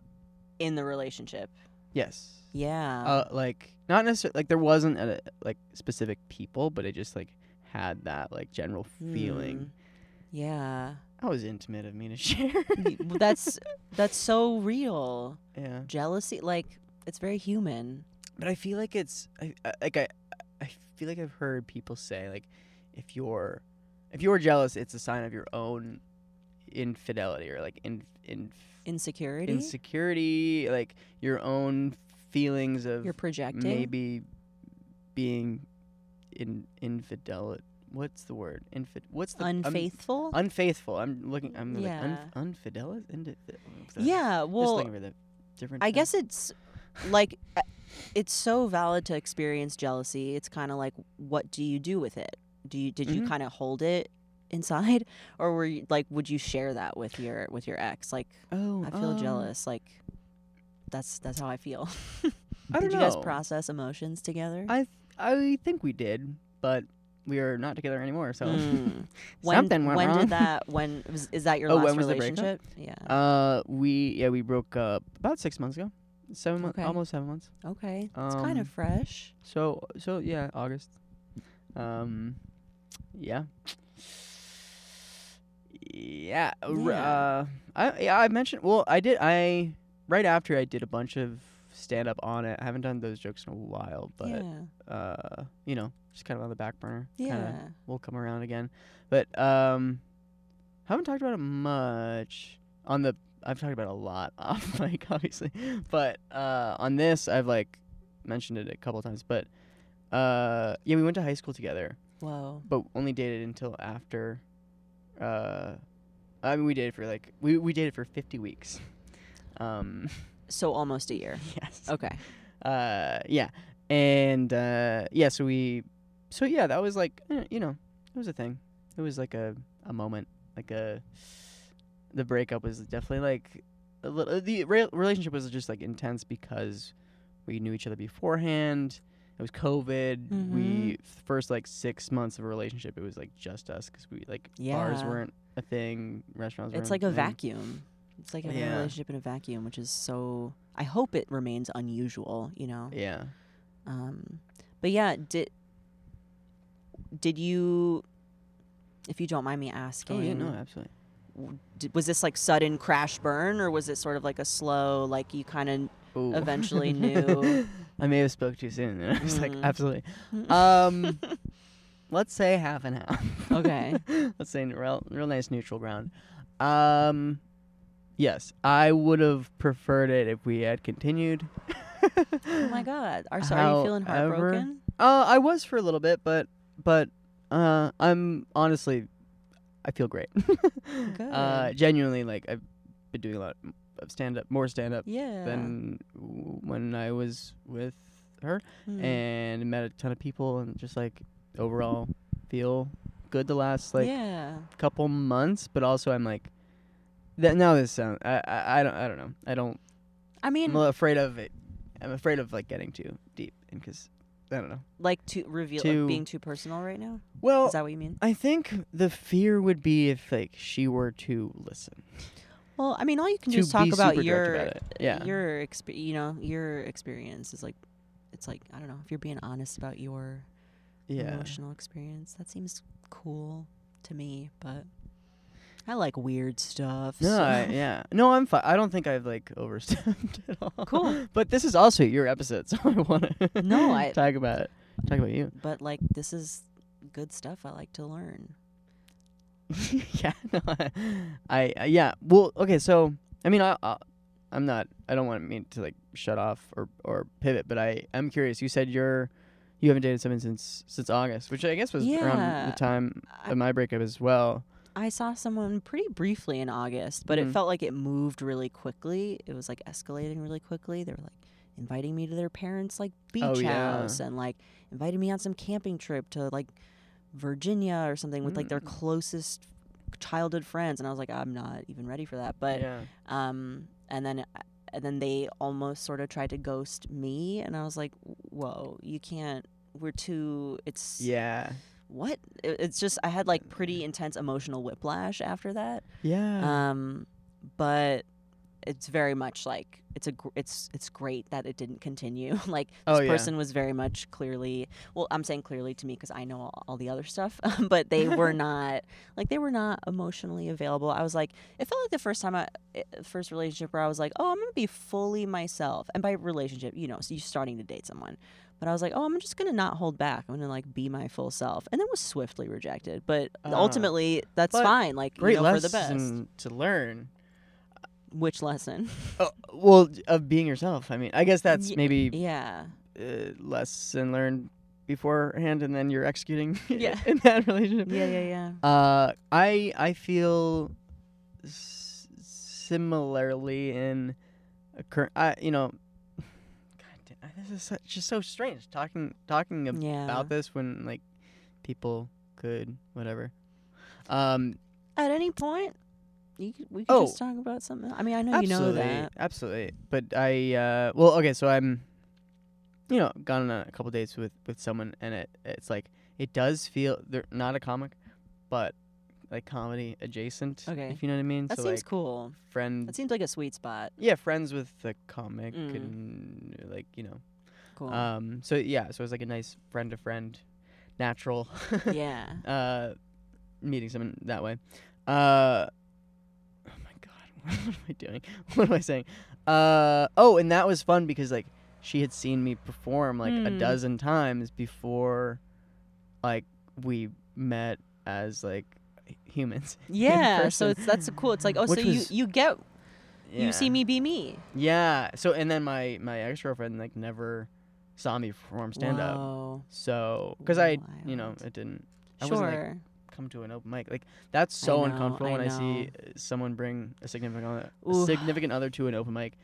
S1: in the relationship.
S2: Yes,
S1: Yeah.
S2: uh, like not necessarily like there wasn't a, like specific people, but it just like had that like general
S1: Hmm.
S2: feeling.
S1: Yeah.
S2: That was intimate of me to share. *laughs*
S1: Y- well, that's *laughs* that's so real.
S2: yeah,
S1: Jealousy like it's very human.
S2: but I feel like it's I, I, like I I feel like I've heard people say like if you're if you're jealous, it's a sign of your own infidelity or like in in
S1: Insecurity.
S2: insecurity, like your own feelings of
S1: You're projecting.
S2: maybe being in infidel. What's the word? Infid. What's the I'm-
S1: Unfaithful?
S2: unfaithful. I'm looking. I'm
S1: Yeah.
S2: like unf- unfidel. Indi-
S1: yeah,
S2: Just
S1: well
S2: looking for the different.
S1: I
S2: term.
S1: guess it's like uh, it's so valid to experience jealousy. It's kind of like what do you do with it? Do you did you
S2: Mhm.
S1: kind of hold it inside *laughs* or were you like would you share that with your with your ex? Like
S2: Oh,
S1: I feel
S2: um,
S1: jealous. Like that's that's how I feel.
S2: I don't
S1: Did you
S2: know.
S1: guys process emotions together?
S2: I I think we did, but we are not together anymore. So
S1: Mm. when,
S2: Hmm. something went
S1: when
S2: wrong.
S1: did that? When was, is that your
S2: Oh,
S1: last
S2: when was the breakup?
S1: relationship? yeah.
S2: *laughs* Uh, we yeah we broke up about six months ago, seven months,
S1: Okay.
S2: almost seven months.
S1: okay. It's kind
S2: um,
S1: of fresh.
S2: So so yeah, August. Um, yeah. Yeah. r-
S1: Yeah.
S2: Uh, I yeah, I mentioned. Well, I did. I right after I did a bunch of stand up on it. I haven't done those jokes in a while, but
S1: yeah.
S2: uh, you know, just kind of on the back burner.
S1: Yeah.
S2: Kinda we'll come around again. But um, haven't talked about it much on the. I've talked about it a lot *laughs* off mic, obviously, but uh, on this I've like mentioned it a couple times. But uh, yeah, we went to high school together,
S1: Whoa.
S2: but only dated until after. Uh, I mean, we dated for like we we dated for fifty weeks. *laughs* Um,
S1: So almost a year.
S2: *laughs* yes
S1: Okay.
S2: uh yeah and uh yeah so we so yeah that was like eh, you know it was a thing it was like a a moment like a the breakup was definitely like a little uh, the re- relationship was just like intense because we knew each other beforehand it was covid
S1: Mm-hmm.
S2: we first like six months of a relationship it was like just us because we like bars
S1: Yeah.
S2: weren't a thing restaurants
S1: It's like
S2: weren't
S1: a
S2: thing.
S1: vacuum. It's like having
S2: Yeah.
S1: a relationship in a vacuum, which is so. I hope it remains unusual. You know.
S2: yeah
S1: Um, but yeah, did did you if you don't mind me asking.
S2: Oh yeah, no, absolutely.
S1: d- was this like sudden crash burn or was it sort of like a slow like you kind of
S2: Ooh. *laughs*
S1: eventually knew-
S2: I may have spoke too soon. And *laughs* I was like,
S1: Mm.
S2: absolutely.
S1: *laughs*
S2: Um, let's say half and half.
S1: Okay.
S2: *laughs* let's say n- real, real nice neutral ground. Um, yes, I would have preferred it if we had continued.
S1: oh my god are sorry are you feeling
S2: However-
S1: heartbroken
S2: *laughs* Uh, I was for a little bit, but but uh, I'm honestly, I feel great. *laughs* Uh,
S1: Good.
S2: genuinely, like I've been doing a lot of stand up, more stand up
S1: yeah
S2: than w- when I was with her,
S1: Mm.
S2: and met a ton of people, and just like overall feel good the last like
S1: yeah
S2: couple months. But also, I'm like that now. This sound I, I I don't I don't know. I don't.
S1: i mean
S2: I'm a little afraid of it. I'm afraid of like getting too deep, because I don't know.
S1: like to Oh. reveal
S2: to-
S1: like, being too personal right now
S2: Well,
S1: is that what you mean
S2: I think the fear would be if like she were to listen.
S1: well i mean all you can
S2: to
S1: just talk
S2: be
S1: about
S2: super direct
S1: your
S2: about it. Yeah.
S1: your exp- you know your experience is like it's like i don't know if you're being honest about your
S2: yeah.
S1: emotional experience that seems cool to me but i like weird stuff
S2: No,
S1: so-
S2: I, yeah. No, I'm fine. I don't think I've like overstepped *laughs* at all.
S1: Cool.
S2: But this is also your episode, *laughs* so I want
S1: *laughs*
S2: to
S1: No, I-
S2: *laughs* talk about it. Talk about you.
S1: but like this is good stuff I like to learn.
S2: *laughs* yeah. No, I, I I- yeah. Well, okay. So I mean, I, I I'm not. I don't want me to like shut off or or pivot, but I am curious. You said you're you haven't dated someone since since August, which I guess was around
S1: Yeah.
S2: the time
S1: I-
S2: of my breakup as well.
S1: I saw someone pretty briefly in August, but
S2: Mhm.
S1: it felt like it moved really quickly. It was like escalating really quickly. They were like inviting me to their parents' like beach
S2: Oh, yeah.
S1: house and like inviting me on some camping trip to like Virginia or something with like their
S2: Mm-hmm.
S1: closest childhood friends and I was like I'm not even ready for that. But
S2: yeah.
S1: um and then and then they almost sort of tried to ghost me and I was like whoa, you can't we're too it's
S2: Yeah.
S1: what It- it's just i had like pretty intense emotional whiplash after that
S2: Yeah.
S1: um but it's very much like it's a gr- it's it's great that it didn't continue *laughs* like this
S2: Oh, yeah.
S1: person was very much clearly well i'm saying clearly to me because i know all, all the other stuff *laughs* but they
S2: *laughs*
S1: were not like they were not emotionally available i was like it felt like the first time i i- first relationship where i was like oh i'm gonna be fully myself and by relationship you know so you're starting to date someone but i was like oh i'm just gonna not hold back i'm gonna like be my full self and then was swiftly rejected but
S2: Ah.
S1: ultimately that's
S2: But
S1: fine like
S2: Great
S1: you know, for the
S2: lesson
S1: best
S2: to learn.
S1: which
S2: *laughs*
S1: lesson?
S2: Oh, well, of being yourself. I mean, I guess that's
S1: Ye-
S2: maybe
S1: yeah.
S2: uh, lesson learned beforehand, and then you're executing *laughs*
S1: Yeah.
S2: in that relationship.
S1: Yeah, yeah, yeah.
S2: Uh, I I feel s- similarly in a current. I you know, God damn, this is such, just so strange talking talking about
S1: Yeah.
S2: this when like people could whatever. Um,
S1: At any point, you could, we could
S2: Oh.
S1: just talk about something. I mean, I know
S2: absolutely,
S1: you know that.
S2: Absolutely. But I uh well okay, so I'm you know, gone on a couple dates with with someone and it it's like it does feel they're not a comic, but like comedy adjacent.
S1: Okay.
S2: If you know what I mean.
S1: That
S2: so
S1: seems
S2: like
S1: cool.
S2: friend
S1: That seems like a sweet spot.
S2: yeah, friends with the comic
S1: Mm.
S2: and like, you know.
S1: Cool.
S2: Um so yeah, so it's like a nice friend to friend natural
S1: *laughs*
S2: *laughs*
S1: yeah.
S2: uh, meeting someone that way. Uh, oh my god, *laughs* what am I doing? What am I saying? Uh, oh, and that was fun because like she had seen me perform like a
S1: Hmm.
S2: dozen times before, like we met as like h- humans.
S1: Yeah. So
S2: person.
S1: it's that's cool. It's like oh, so
S2: Which was-
S1: you you get
S2: Yeah.
S1: you see me be me.
S2: Yeah. So and then my my ex girlfriend like never saw me perform stand up.
S1: Whoa.
S2: So because I you know
S1: Wild.
S2: it didn't. I
S1: Sure.
S2: wasn't, like, come to an open mic. Like that's so
S1: know,
S2: uncomfortable
S1: I
S2: when I
S1: know.
S2: see uh, someone bring a significant other, a
S1: Ooh.
S2: significant other to an open mic.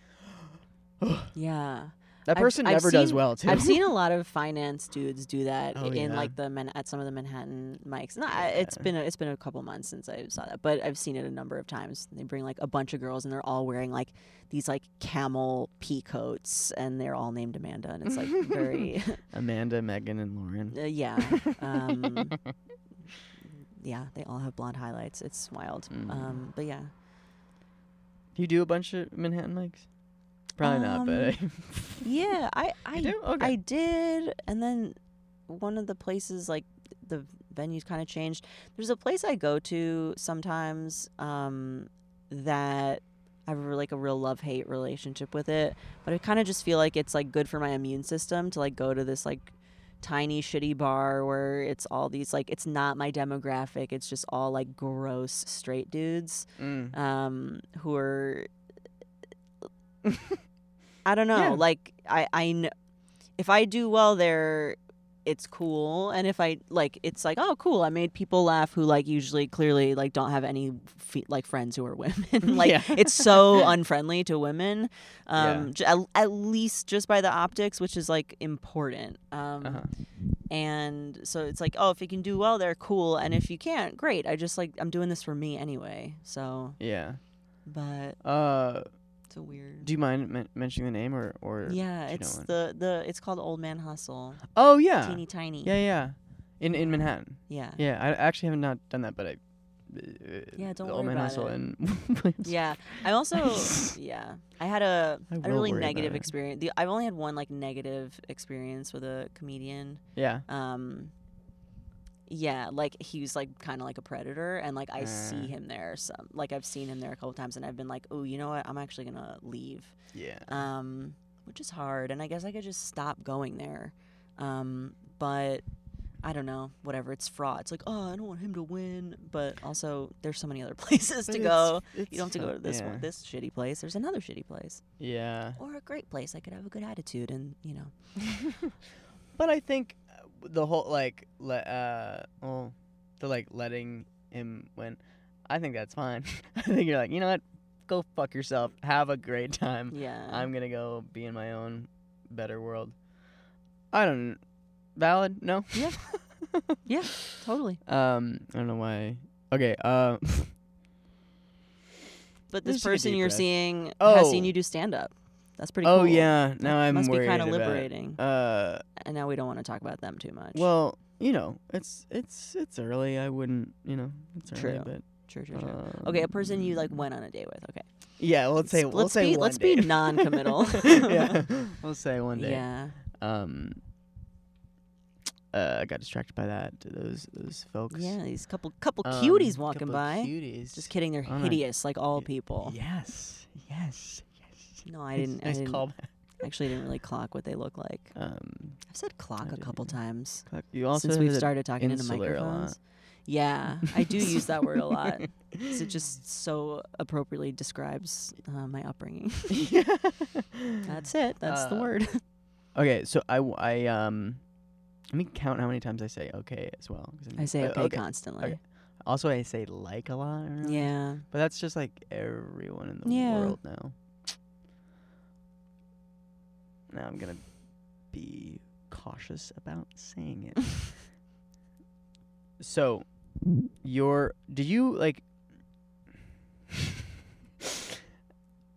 S1: yeah.
S2: That
S1: I've-
S2: person
S1: I've
S2: never does
S1: seen-
S2: well too.
S1: I've seen a lot of finance dudes do that
S2: Oh,
S1: in
S2: yeah.
S1: like the man- at some of the Manhattan mics. No, I it's
S2: Yeah.
S1: been a, it's been a couple months since I saw that, but I've seen it a number of times. They bring like a bunch of girls and they're all wearing like these like camel pea coats and they're all named Amanda and it's like
S2: *laughs*
S1: very
S2: *laughs*
S1: *laughs*
S2: Amanda, Megan, and Lauren.
S1: uh, yeah. Um, yeah, they all have blonde highlights. It's wild.
S2: Mm.
S1: Um, but yeah.
S2: You do a bunch of Manhattan mics? Probably not, but
S1: Um,
S2: *laughs*
S1: Yeah, I I
S2: I do. Okay.
S1: I did, and then one of the places like the venues kind of changed. There's a place I go to sometimes um, that I have like a real love hate relationship with it, but I kind of just feel like it's like good for my immune system to like go to this like tiny shitty bar where it's all these like it's not my demographic. It's just all like gross straight dudes
S2: Mm.
S1: um, who
S2: *laughs*
S1: are I don't know.
S2: Yeah.
S1: Like I, I kn- if I do well there, it's cool. And if I like, it's like oh cool. I made people laugh who like usually clearly like don't have any fe- like friends who are women. *laughs* like
S2: Yeah.
S1: it's so unfriendly to women. Um,
S2: Yeah.
S1: j- at, at least just by the optics, which is like important. Um,
S2: Uh-huh.
S1: and so it's like oh if you can do well there, cool. And if you can't, great. I just like I'm doing this for me anyway. So
S2: Yeah.
S1: but
S2: Uh,
S1: it's a weird.
S2: do you mind men- mentioning the name or
S1: Yeah,
S2: or? do you know
S1: it's
S2: it?
S1: the the it's called Old Man Hustle.
S2: Oh yeah.
S1: Teeny tiny.
S2: Yeah, yeah. In in Manhattan.
S1: Yeah.
S2: Yeah, I actually have not done that, but I. Uh,
S1: Yeah, don't
S2: the
S1: worry
S2: Old Man
S1: about
S2: Hustle
S1: it.
S2: and *laughs*
S1: Yeah. I also yeah. I had a,
S2: I
S1: a
S2: will
S1: really
S2: worry about
S1: negative
S2: it.
S1: experience. The, I've only had one like negative experience with a comedian.
S2: yeah.
S1: Um yeah, like he was like kind of like a predator, and like I see
S2: Uh.
S1: him there. Some like I've seen him there a couple times, and I've been like, oh, you know what? I'm actually gonna leave.
S2: Yeah.
S1: um, which is hard. And I guess I could just stop going there. Um, but I don't know, whatever. It's fraud. It's like, oh, I don't want him to win. But also, there's so many other *laughs* places to go. You don't have to go to this
S2: yeah.
S1: one, this shitty place. There's another shitty place
S2: Yeah.
S1: or a great place. I could have a good attitude and, you know,
S2: But I think uh, the whole like le- uh well, the like letting him win, I think that's fine. *laughs* I think you're like you know what, go fuck yourself. Have a great time.
S1: yeah.
S2: I'm gonna go be in my own better world. I don't valid no.
S1: Yeah. Yeah. totally.
S2: Um, I don't know why. Okay. Uh, *laughs*
S1: But this
S2: Just take a
S1: person
S2: deep
S1: you're
S2: breath.
S1: seeing has seen
S2: Oh.
S1: you do stand up. That's pretty
S2: oh
S1: cool.
S2: yeah. Now
S1: That
S2: I'm
S1: must
S2: worried
S1: be kind of
S2: about-
S1: liberating.
S2: Uh,
S1: and now we don't want to talk about them too much.
S2: well, you know, it's it's it's early. I wouldn't, you know, it's early,
S1: True.
S2: but
S1: true, true,
S2: uh,
S1: true. okay, a person you like
S2: um,
S1: went on a date with. Okay.
S2: Yeah, we'll say
S1: Let's
S2: we'll say
S1: be-
S2: one
S1: let's be
S2: date.
S1: non-committal.
S2: *laughs*
S1: *laughs*
S2: yeah, we'll say one day.
S1: Yeah.
S2: Um, uh, I got distracted by that. Those those folks.
S1: Yeah, these couple couple
S2: Um,
S1: cuties walking
S2: couple
S1: by.
S2: Cuties.
S1: Just kidding, they're
S2: on a-
S1: hideous, like all
S2: y-
S1: people.
S2: Yes. Yes. Yes.
S1: No, I
S2: *laughs* Nice-
S1: didn't.
S2: Nice
S1: I didn't,
S2: callback.
S1: actually didn't really clock what they look like.
S2: Um,
S1: I've said clock
S2: I
S1: a couple
S2: didn't.
S1: times
S2: clock- you also
S1: since we've
S2: said-
S1: started talking into
S2: insular a lot.
S1: microphones. Yeah, I do use that word a
S2: *laughs*
S1: lot. 'cause it just so appropriately describes uh, my
S2: *laughs*
S1: upbringing. *laughs* That's it. That's the
S2: Uh,
S1: word.
S2: Okay, so I, w- I, um, let me count how many times I say okay as well. 'cause I'm-
S1: I say
S2: uh,
S1: okay,
S2: okay. Mm.
S1: constantly.
S2: Also, I say like a lot. around-
S1: Yeah.
S2: But that's just like everyone in the
S1: Yeah.
S2: world now. Now I'm gonna be cautious about saying
S1: *laughs*
S2: it. so, your do you like?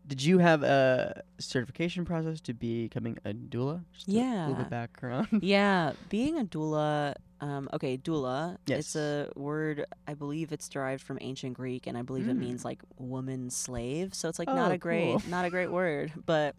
S2: Did you have a certification process to becoming a doula? Just a little
S1: Yeah. *laughs*
S2: bit background. *laughs*
S1: yeah, being a doula. Um, okay, doula. It's
S2: Yes.
S1: a word. I believe it's derived from ancient Greek, and I believe it
S2: Mm.
S1: means like woman slave. So it's like not
S2: Oh,
S1: a great,
S2: cool.
S1: not a great word, but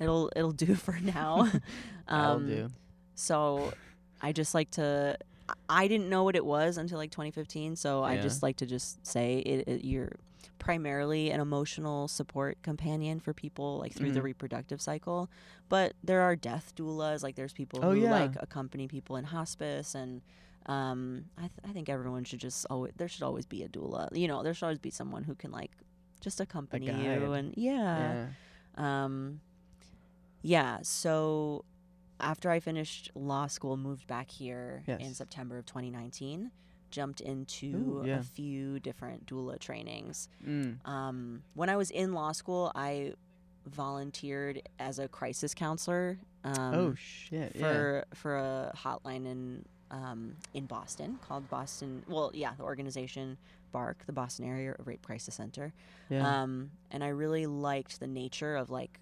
S1: it'll it'll do for now.
S2: *laughs* That'll
S1: Um,
S2: do.
S1: So I just like to. I- I didn't know what it was until like 2015. So I
S2: Yeah.
S1: just like to just say it, it. You're primarily an emotional support companion for people like through the
S2: Mhm.
S1: reproductive cycle. But there are death doulas. Like there's people
S2: Oh,
S1: who
S2: yeah.
S1: like accompany people in hospice and. Um, I, th- I think everyone should just always there should always be a doula. You know, there should always be someone who can like just accompany you
S2: guide.
S1: and yeah.
S2: yeah.
S1: Um, yeah. So after I finished law school, moved back here in
S2: Yes.
S1: September of 2019, jumped into
S2: Ooh, yeah.
S1: a few different doula trainings.
S2: Mm.
S1: Um, when I was in law school, I volunteered as a crisis counselor. Um,
S2: oh shit! yeah.
S1: for for a hotline in um, in Boston called Boston. Well, yeah, the organization Bark, the Boston Area Rape Crisis Center.
S2: Yeah.
S1: Um, and I really liked the nature of like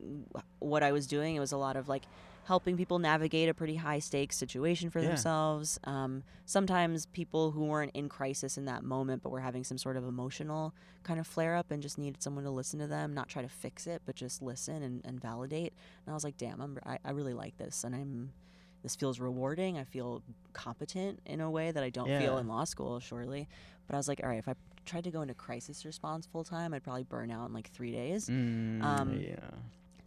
S1: w- what I was doing. It was a lot of like helping people navigate a pretty high stakes situation for
S2: Yeah.
S1: themselves. Um, sometimes people who weren't in crisis in that moment, but were having some sort of emotional kind of flare up and just needed someone to listen to them, not try to fix it, but just listen and, and validate. And I was like, damn, I'm, I, I really like this. And I'm this feels rewarding. I feel competent in a way that I don't feel
S2: Yeah.
S1: in law school, surely. But I was like, all right, if I tried to go into crisis response full time, I'd probably burn out in like three days.
S2: Mm,
S1: Um,
S2: yeah.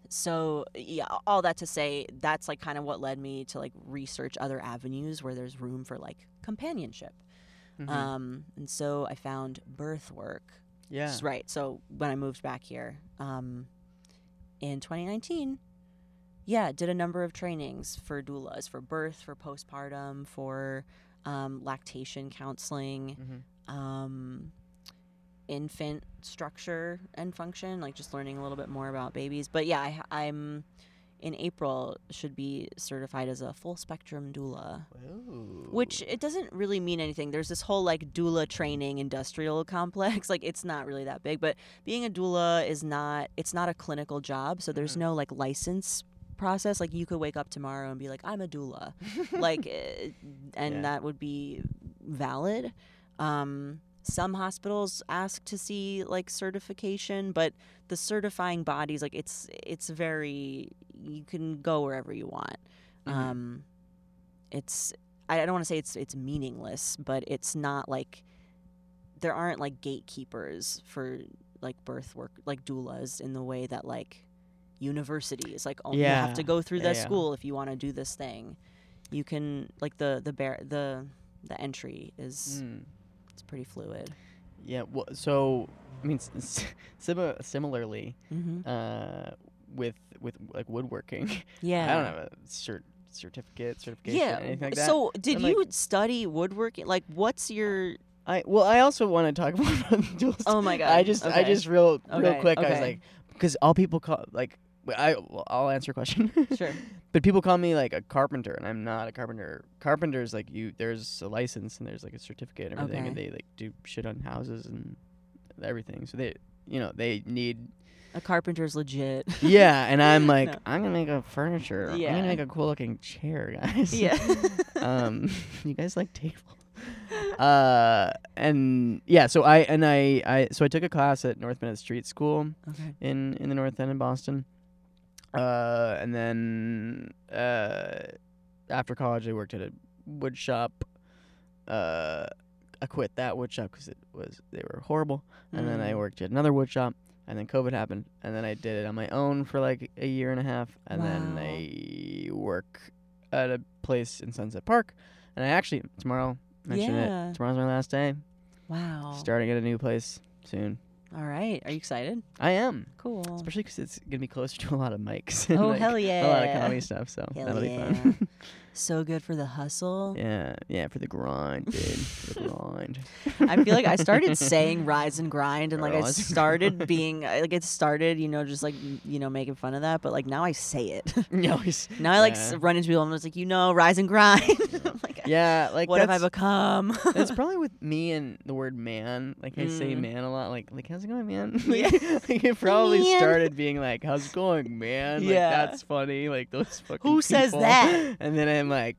S1: So, yeah, all that to say, that's like kind of what led me to like research other avenues where there's room for like companionship.
S2: Mhm.
S1: Um, and so I found birth work.
S2: yeah.
S1: S- Right. So when I moved back here um, in 2019, yeah, did a number of trainings for doulas, for birth, for postpartum, for um, lactation counseling,
S2: Mhm.
S1: um, infant structure and function, like just learning a little bit more about babies. But yeah, I, I'm in April should be certified as a full spectrum doula which it doesn't really mean anything. There's this whole like doula training industrial complex. *laughs* Like it's not really that big, but being a doula is not it's not a clinical job, so there's
S2: Mhm.
S1: no like license process. Like you could wake up tomorrow and be like I'm a doula. like eh, and
S2: Yeah.
S1: that would be valid. Um some hospitals ask to see like certification, but the certifying bodies like it's it's very you can go wherever you want.
S2: Mhm.
S1: Um it's I I don't want to say it's it's meaningless, but it's not like there aren't like gatekeepers for like birth work like doulas in the way that like universities like oh, you have to
S2: Yeah.
S1: go through
S2: Yeah,
S1: that
S2: yeah.
S1: school if you want to do this thing. You can like the the bar- the the entry is
S2: Mm.
S1: it's pretty fluid.
S2: Yeah. Well, so I mean, s- s- *laughs* simi- similarly,
S1: Mm-hmm.
S2: uh, with with like woodworking, *laughs*
S1: Yeah,
S2: I don't have a cert certificate, certification,
S1: Yeah.
S2: anything
S1: w-
S2: like that.
S1: So did
S2: I'm like-
S1: you study woodworking? Like, what's your?
S2: I well, I also want to talk *laughs* about the dual.
S1: Oh my
S2: I
S1: God,
S2: just, I
S1: okay.
S2: just real, real
S1: Okay,
S2: quick. I was
S1: okay.
S2: like, because all people call like, w- I, well, I'll answer a question. *laughs*
S1: Sure.
S2: but people call me like a carpenter, and I'm not a carpenter. Carpenters like you, there's a license and there's like a certificate and everything, and they like do shit on houses and everything. So they, you know, they
S1: *laughs*
S2: need.
S1: A carpenter's legit.
S2: Yeah, and I'm like,
S1: No.
S2: I'm gonna make a furniture. I'm
S1: Yeah.
S2: gonna make a cool looking chair, *laughs* guys.
S1: *laughs* yeah. *laughs*
S2: um, *laughs* you guys like table. Uh, and yeah, so I and I, I so I took a class at North Bennett Street School
S1: okay.
S2: in in the North End in Boston. Uh, and then uh, after college, I worked at a wood shop. Uh, I quit that wood shop because it was they were horrible. And then I
S1: Mm.
S2: worked at another wood shop. And then COVID happened, and then I did it on my own for like a year and a half, and then
S1: Wow.
S2: I work at a place in Sunset Park. And I actually tomorrow mention
S1: Yeah.
S2: it. Tomorrow's my last day.
S1: Wow.
S2: Starting at a new place soon.
S1: All right. Are you excited?
S2: I am.
S1: Cool.
S2: Especially 'cause it's gonna be closer to a lot of mics. *laughs* and,
S1: Oh,
S2: like,
S1: hell
S2: A lot of
S1: yeah.
S2: comedy stuff, so
S1: Hell
S2: that'll be
S1: yeah.
S2: fun. *laughs*
S1: So good for the hustle.
S2: yeah, yeah, for the grind, dude. For the grind.
S1: I feel like I
S2: *laughs*
S1: started saying rise and grind and like I
S2: Rise and
S1: started
S2: grind.
S1: being I- like it started, you know, just like m- you know, making fun of that, but like now I say it. *laughs*
S2: no, he's,
S1: now I like
S2: yeah.
S1: s run into people and it's like, you know, rise and grind. *laughs* I'm like
S2: yeah, like
S1: what have I
S2: that's- *laughs*
S1: become?
S2: That's probably with me and the word man. Like I say
S1: Mm.
S2: man a lot. Like like how's it going, man? *laughs*
S1: Yeah. *laughs*
S2: like it probably
S1: man.
S2: started being like how's it going, man? Like
S1: Yeah.
S2: that's funny. Like those fucking
S1: Who says
S2: people.
S1: that?
S2: *laughs* And then I'm like,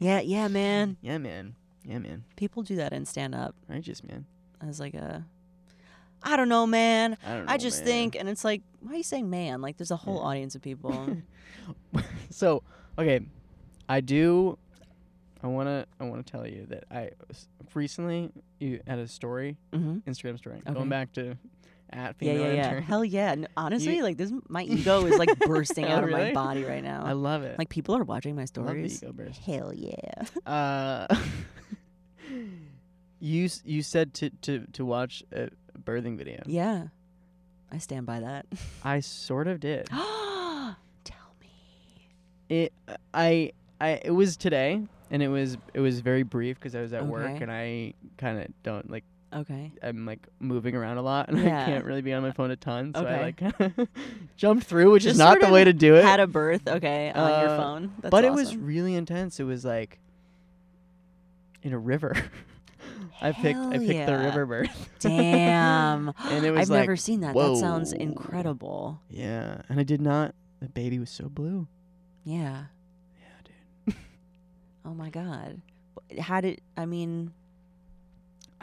S1: yeah, yeah, man.
S2: yeah, man, yeah, man,
S1: People do that in stand up
S2: righteous man.
S1: as like a I don't know, man.
S2: I don't. Know,
S1: I just
S2: Oh, man.
S1: think and it's like, why are you saying man? Like there's a whole
S2: Yeah.
S1: audience of people.
S2: *laughs* so okay i do i want to i want to tell you that i s- recently you had a story
S1: hmm
S2: instagram story
S1: Okay.
S2: going back to at
S1: Yeah,
S2: female
S1: yeah, yeah. *laughs*
S2: intern.
S1: Hell yeah. N- honestly, like this,
S2: *laughs*
S1: my ego is like bursting
S2: Oh,
S1: out of my
S2: really?
S1: body right now.
S2: i love it
S1: like people are watching my
S2: love the
S1: stories.
S2: ego burst
S1: Hell
S2: *laughs*
S1: yeah.
S2: uh you s- you said to to to watch a birthing video
S1: yeah. I stand by
S2: *gasps*
S1: that.
S2: i sort of did
S1: Tell me.
S2: it i i it was today and it was it was very brief because i was at work
S1: Okay.
S2: and i kind of don't like
S1: Okay.
S2: I'm like moving around a lot *laughs* and
S1: Yeah.
S2: I can't really be on my phone a ton, so
S1: Okay.
S2: I like *laughs*
S1: *laughs*
S2: kinda jumped through, which
S1: Just
S2: is not
S1: sort
S2: the
S1: of
S2: way to do it.
S1: Had a birth, okay, on your
S2: Uh,
S1: phone. That's
S2: but it was
S1: awesome.
S2: really intense. It was like in a river. *laughs* I picked I
S1: Hell
S2: picked the
S1: yeah.
S2: river birth.
S1: Damn.
S2: *laughs* And it
S1: *gasps*
S2: was
S1: I've
S2: like
S1: never seen that. That sounds
S2: whoa.
S1: incredible.
S2: Yeah. And I did not the baby was so blue.
S1: Yeah.
S2: Yeah, dude.
S1: Oh my god. Wh- How did I mean?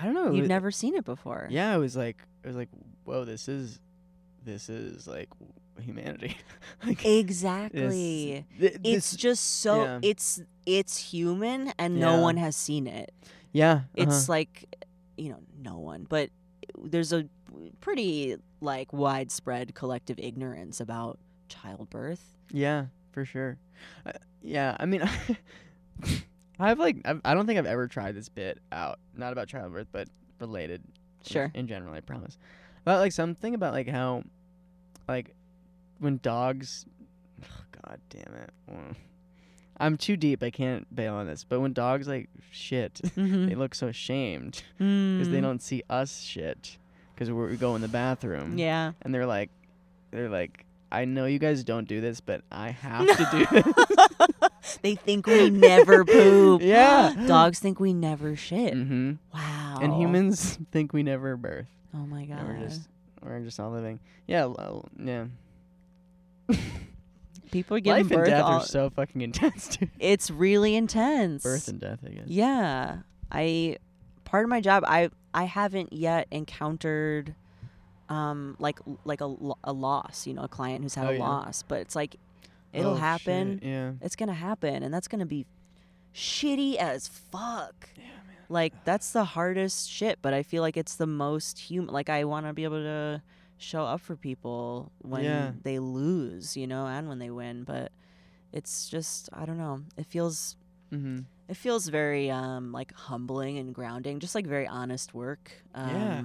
S2: I don't know. Oh, it
S1: You've
S2: was-
S1: never seen it before.
S2: Yeah, it was like it was like, whoa, this is this is like humanity. *laughs* like, this-
S1: Exactly.
S2: thi-
S1: it's
S2: this-
S1: just so
S2: yeah.
S1: it's it's human and
S2: Yeah.
S1: no one has seen it.
S2: yeah.
S1: It's
S2: uh-huh.
S1: like you know, no one, but there's a pretty like widespread collective ignorance about childbirth.
S2: yeah, for sure. Uh, yeah, I mean, *laughs* I've like I've, I don't think I've ever tried this bit out. Not about childbirth, but related. in-
S1: Sure.
S2: *laughs* In general, I promise. About like something about like how, like, when dogs. *sighs* oh, God damn it. *sighs* Mm. I'm too deep. I can't bail on this. But when dogs like shit,
S1: Mm-hmm.
S2: they look so ashamed because they
S1: Hmm.
S2: don't see us shit because we go in the bathroom.
S1: Yeah.
S2: And they're like, they're like, I know you guys don't do this, but I
S1: *laughs*
S2: have to do this. *laughs*
S1: they think we never poop.
S2: Yeah.
S1: *gasps* Dogs think we never shit.
S2: hmm
S1: Wow.
S2: And humans *laughs* think we never birth.
S1: Oh my god.
S2: And we're just we're just all living. Yeah, well,
S1: *laughs*
S2: yeah.
S1: People are
S2: Life
S1: giving
S2: and
S1: birth
S2: death
S1: all-
S2: are so fucking *laughs* intense, dude.
S1: It's really intense.
S2: Birth and death, I guess.
S1: Yeah. I part of my job I I haven't yet encountered um like like a, lo- a loss, you know, a client who's had
S2: Oh,
S1: a
S2: yeah.
S1: loss, but it's like it'll
S2: Oh, shit,
S1: happen.
S2: Yeah.
S1: It's going to happen and that's going to be shitty as fuck.
S2: Yeah, man.
S1: Like that's the hardest shit, but I feel like it's the most human like I want to be able to show up for people when
S2: Yeah.
S1: they lose, you know, and when they win, but it's just I don't know. It feels
S2: Mm-hmm.
S1: it feels very um like humbling and grounding, just like very honest work. Um,
S2: Yeah.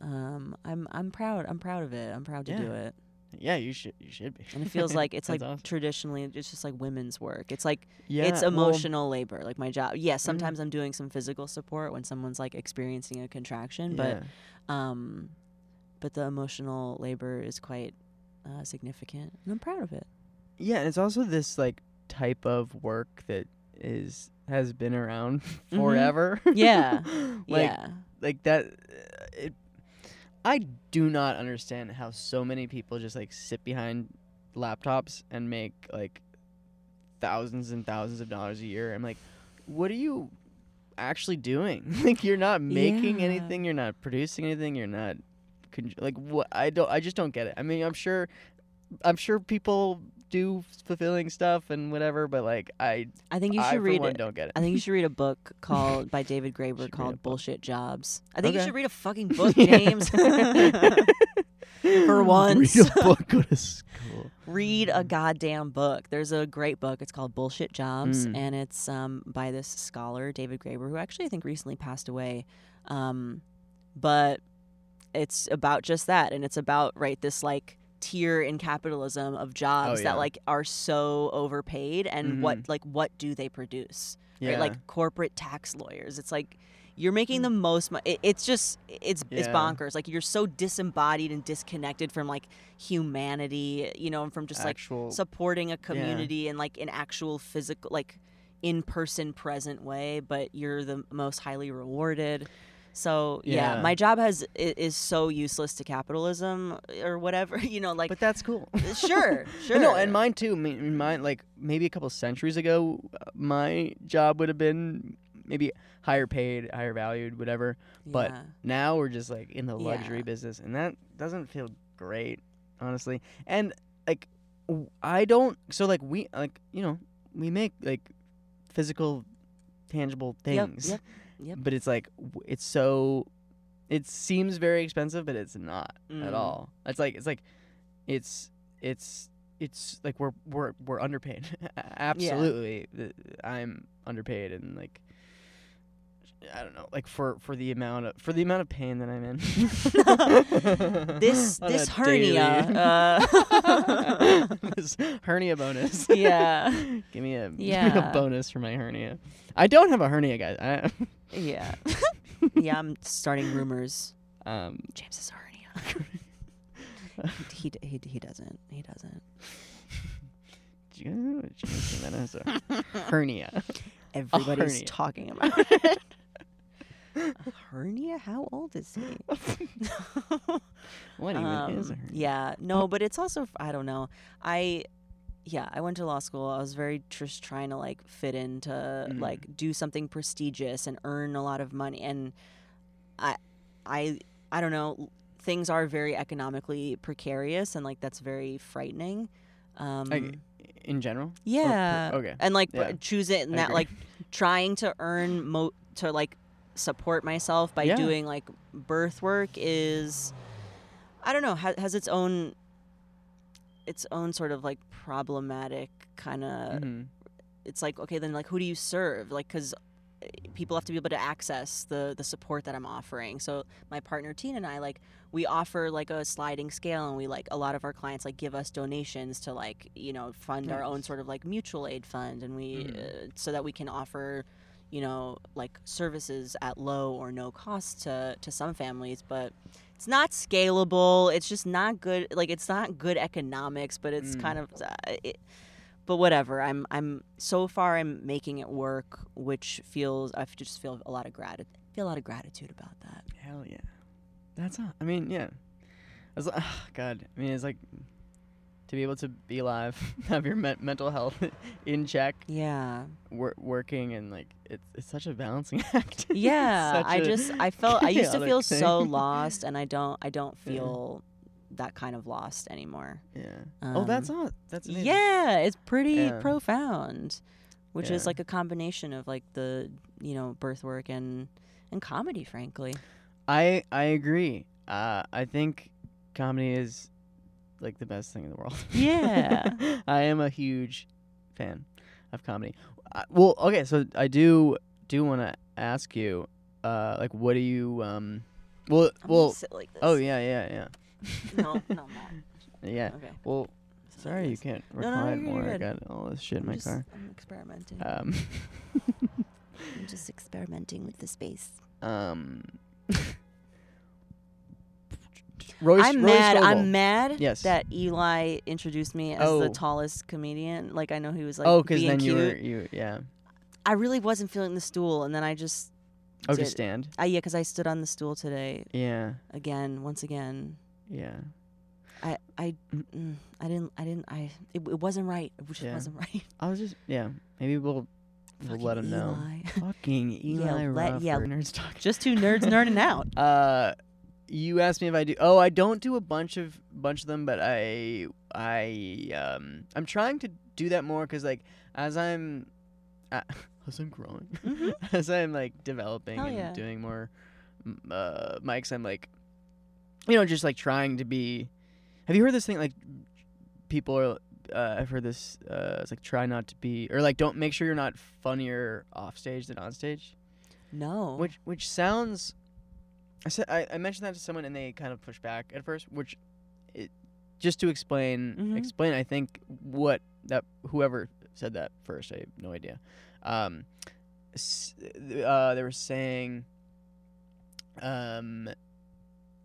S1: Um, I'm I'm proud. I'm proud of it. I'm proud to do
S2: Yeah.
S1: it.
S2: Mm-hmm. Yeah, you should. You should be.
S1: And
S2: *laughs*
S1: it feels like it's
S2: That's
S1: like
S2: awesome.
S1: traditionally it's just like women's work. It's like
S2: yeah,
S1: it's
S2: well, Mm-hmm.
S1: emotional labor, like my job. Yeah, sometimes I'm doing some physical support when someone's like experiencing a contraction,
S2: yeah.
S1: but um, but the emotional labor is quite uh, significant, and I'm proud of it.
S2: Yeah, and it's also this like type of work that is has been around *laughs*
S1: Mhm.
S2: forever.
S1: Yeah.
S2: *laughs* like
S1: yeah.
S2: like that uh, it I do not understand how so many people just like sit behind laptops and make like thousands and thousands of dollars a year. I'm like, what are you actually doing? *laughs* like you're not making
S1: Yeah.
S2: anything, you're not producing anything, you're not con- like what I don't I just don't get it. I mean, I'm sure I'm sure people do fulfilling stuff and whatever, but like I
S1: I think you
S2: I
S1: should
S2: for
S1: read
S2: one
S1: it.
S2: don't get it.
S1: I
S2: *laughs*
S1: think you should read a book called by David
S2: Should read
S1: Graeber
S2: a book.
S1: called Bullshit Jobs. I think
S2: Okay.
S1: you should read a fucking book,
S2: *laughs* Yeah.
S1: James. For once.
S2: Read a book, go to school.
S1: read
S2: Mm.
S1: a goddamn book. There's a great book. It's called Bullshit Jobs,
S2: Mm.
S1: and it's um, by this scholar, David Graeber, who actually I think recently passed away. Um, but it's about just that, and it's about right this like tier in capitalism of jobs
S2: Oh, yeah.
S1: that like are so overpaid, and what
S2: Mhm.
S1: like what do they produce?
S2: Yeah. Mm.
S1: right? Like corporate tax lawyers. It's like you're making the most money. It, it's just it's it's
S2: Yeah.
S1: bonkers. Like you're so disembodied and disconnected from like humanity, you know, and from just like
S2: actual.
S1: supporting a community in like an actual physical like in person present way, but you're the most highly rewarded. So yeah,
S2: Yeah.
S1: my job has i- is so useless to capitalism or whatever, *laughs* you know, like
S2: but that's cool. *laughs*
S1: sure, sure.
S2: No, and mine too. Me- Mine, like maybe a couple centuries ago, uh, my job would have been maybe higher paid, higher valued, whatever. but-
S1: Yeah.
S2: Now we're just like in the
S1: Yeah.
S2: luxury business, and that doesn't feel great, honestly. And like, w- I don't. So like we like you know we make like physical, tangible
S1: Yep,
S2: things.
S1: yep, yep.
S2: but it's like w- it's so it seems very expensive but it's not at
S1: Mm.
S2: all it's like it's like it's it's it's like we're we're we're underpaid *laughs* absolutely Th- i'm underpaid and like i don't know like for for the amount of for the amount of pain that i'm in
S1: *laughs* This-
S2: *laughs* On
S1: this
S2: a
S1: hernia, *laughs*
S2: daily-
S1: uh,
S2: *laughs* this hernia
S1: *laughs*
S2: bonus
S1: yeah.
S2: *laughs* give me a, give me a
S1: Yeah.
S2: bonus for my hernia i don't have a hernia guys I,
S1: *laughs* Yeah. yeah, I'm starting rumors.
S2: um *laughs*
S1: James is *laughs* hernia. he, d- he, d- he doesn't. He doesn't.
S2: Did you guys know that James Cimetta has
S1: *laughs*
S2: a hernia?
S1: Everybody's
S2: hernia.
S1: talking *laughs* about it. a hernia? How old is *laughs* he?
S2: What even is a
S1: Um,
S2: hernia?
S1: Yeah, no, but it's also I don't know. I yeah, I went to law school. I was very just trying to like fit into
S2: Mm.
S1: like do something prestigious and earn a lot of money and I I I don't know, things are very economically precarious and like that's very frightening. Um,
S2: Like, in general. Or per-
S1: yeah,
S2: okay.
S1: and like
S2: mm. Yeah.
S1: choose it and
S2: I
S1: that
S2: agree.
S1: like trying to earn mo to like support myself by
S2: Yeah.
S1: doing like birth work is i don't know has, has its own its own sort of like problematic kind of
S2: Mhm.
S1: Mm-hmm. it's like okay then like who do you serve like because people have to be able to access the the support that i'm offering so my partner tina and i like we offer like a sliding scale and we like a lot of our clients like give us donations to like you know fund our own
S2: Nice.
S1: sort of like mutual aid fund and we uh, so that we can offer you know like services at low or no cost to to some families but it's not scalable it's just not good like it's not good economics but it's
S2: Mm.
S1: kind of uh, it, but whatever i'm i'm so far i'm making it work which feels i f- just feel a lot of gratitude feel a lot of gratitude about that
S2: Hell yeah. That's all. I mean, yeah. As, ah, God, I mean, it's like to be able to be alive, *laughs* have your me- mental health *laughs* in check,
S1: yeah
S2: wor- working, and like it's it's such a balancing *laughs* act. It's
S1: *laughs* yeah
S2: such
S1: i
S2: a
S1: just i felt i used to
S2: chaotic
S1: feel so
S2: thing.
S1: lost and i don't i don't
S2: Yeah.
S1: feel that kind of lost anymore
S2: *laughs* Yeah.
S1: Um,
S2: oh, that's all. That's amazing.
S1: yeah it's pretty
S2: Yeah.
S1: profound which is
S2: Yeah.
S1: like a combination of like the you know birth work and and comedy frankly
S2: I I agree. Uh, I think comedy is like the best thing in the world.
S1: Yeah.
S2: *laughs* I am a huge fan of comedy. I, well, okay, so I do do want to ask you, uh, like, what do you um, well,
S1: I'm gonna
S2: well,
S1: sit like this.
S2: oh yeah, yeah, yeah.
S1: *laughs* no no I'm not.
S2: *laughs* yeah.
S1: okay
S2: Well,
S1: Sit like
S2: sorry, you
S1: this.
S2: can't
S1: no, no,
S2: recline
S1: you're
S2: more. I
S1: good.
S2: got all this shit in
S1: I'm
S2: my
S1: just,
S2: car.
S1: I'm experimenting.
S2: Um, *laughs*
S1: I'm just experimenting with the space.
S2: um. *laughs* Roy,
S1: I'm
S2: Roy
S1: mad.
S2: Scovel.
S1: I'm mad
S2: Yes.
S1: that Eli introduced me as
S2: Oh.
S1: the tallest comedian. Like I know he was like
S2: oh, because
S1: because
S2: then
S1: cute.
S2: you were you yeah.
S1: I really wasn't feeling the stool, and then I just
S2: Oh,
S1: did-
S2: to stand.
S1: I, yeah, because I stood on the stool today
S2: Yeah,
S1: again, once again.
S2: yeah.
S1: I I
S2: Mm.
S1: mm, I didn't I didn't I it, it wasn't right. It just
S2: Yeah.
S1: wasn't right.
S2: I was just yeah. Maybe we'll we'll
S1: *laughs* Fucking
S2: let him know. *laughs*
S1: Eli.
S2: Fucking Eli yeah,
S1: let- yeah.
S2: nerds talk.
S1: just two nerds nerding out.
S2: Uh, you asked me if I do. Oh, I don't do a bunch of bunch of them, but I I um I'm trying to do that more because like as I'm uh, *laughs* as I'm growing,
S1: Mhm.
S2: *laughs* as I'm like developing
S1: Hell
S2: and
S1: yeah.
S2: doing more m- uh mics, I'm like you know just like trying to be. Have you heard this thing like people are? Uh, I've heard this. Uh, it's like try not to be, or like don't make sure you're not funnier off stage than on stage
S1: *laughs* No.
S2: which which sounds I said I, I mentioned that to someone and they kind of pushed back at first which it, just to explain
S1: Mhm.
S2: explain I think what that whoever said that first I have no idea um s- uh, they were saying um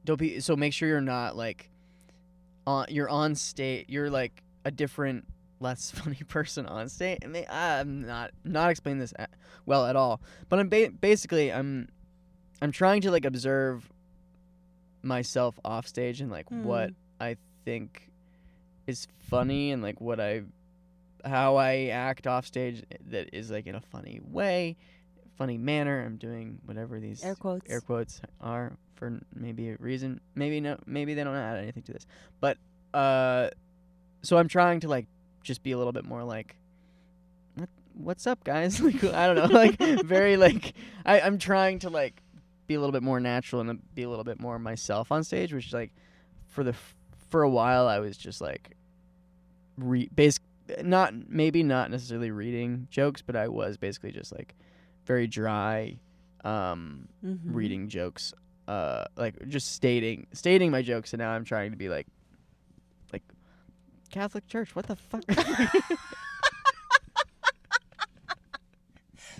S2: don't be so make sure you're not like on you're on stage you're like a different less *laughs* funny person on stage and they I'm not not explaining this at, well at all but I'm ba- basically I'm I'm trying to like observe myself off stage and like what I think is funny and like what I how I act off stage that is like in a funny way, funny manner. I'm doing whatever these
S1: air quotes?
S2: air quotes are for n- maybe a reason. Maybe no. Maybe they don't add anything to this. But uh, so I'm trying to like just be a little bit more like, what what's up, guys? *laughs* like I don't know. Like very like I I'm trying to like be a little bit more natural and uh, be a little bit more myself on stage, which is like for the f- for a while I was just like re basic not maybe not necessarily reading jokes, but I was basically just like very dry. Um,
S1: Mhm.
S2: reading *laughs* jokes uh like just stating stating my jokes and now i'm trying to be like like catholic church what the fuck
S1: *laughs*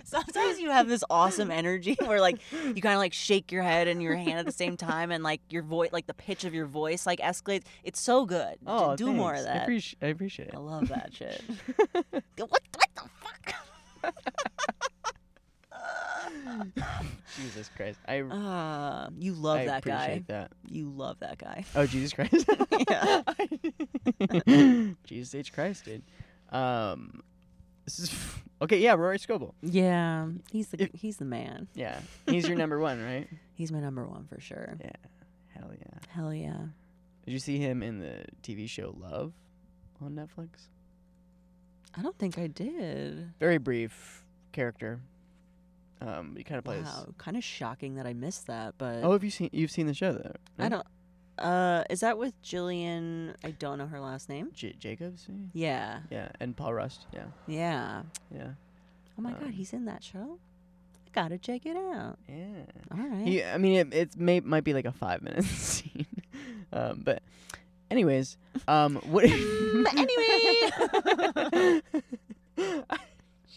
S1: Sometimes you have this awesome energy *laughs* where like you kind of like shake your head and your hand at the same time and like your voice like the pitch of your voice like escalates. It's so good. J-
S2: *laughs* oh
S1: do more of
S2: thanks. I,
S1: that.
S2: appreci- I appreciate it
S1: I love
S2: *laughs*
S1: that shit. what what the fuck?
S2: *laughs* jesus christ i,
S1: Uh, you love
S2: I
S1: that guy.
S2: appreciate that
S1: You love that guy.
S2: oh jesus christ
S1: *laughs* Yeah.
S2: *laughs*
S1: *laughs*
S2: jesus h christ dude um this is *laughs* okay yeah rory scoble
S1: Yeah, he's the
S2: If-
S1: he's the man. *laughs*
S2: yeah he's your number one right
S1: He's my number one for sure.
S2: *laughs* Hell yeah.
S1: Hell yeah.
S2: Did you see him in the TV show Love on Netflix?
S1: I don't think I did.
S2: Very brief character. Um, he kind of plays.
S1: Wow. Kind of shocking that I missed that, but
S2: Oh, have you seen? You've seen the show though.
S1: I don't. Uh, is that with Jillian? I don't know her last name.
S2: J- Jacobs. maybe?
S1: Yeah.
S2: Yeah, and Paul Rust. Yeah,
S1: Yeah.
S2: yeah,
S1: Oh my
S2: Um,
S1: God, he's in that show. I gotta check it out.
S2: yeah.
S1: All right.
S2: He, I mean, it it's may might be like a five minute *laughs* scene, um, but anyways,
S1: *laughs*
S2: um, what?
S1: Mm,
S2: *laughs*
S1: anyway.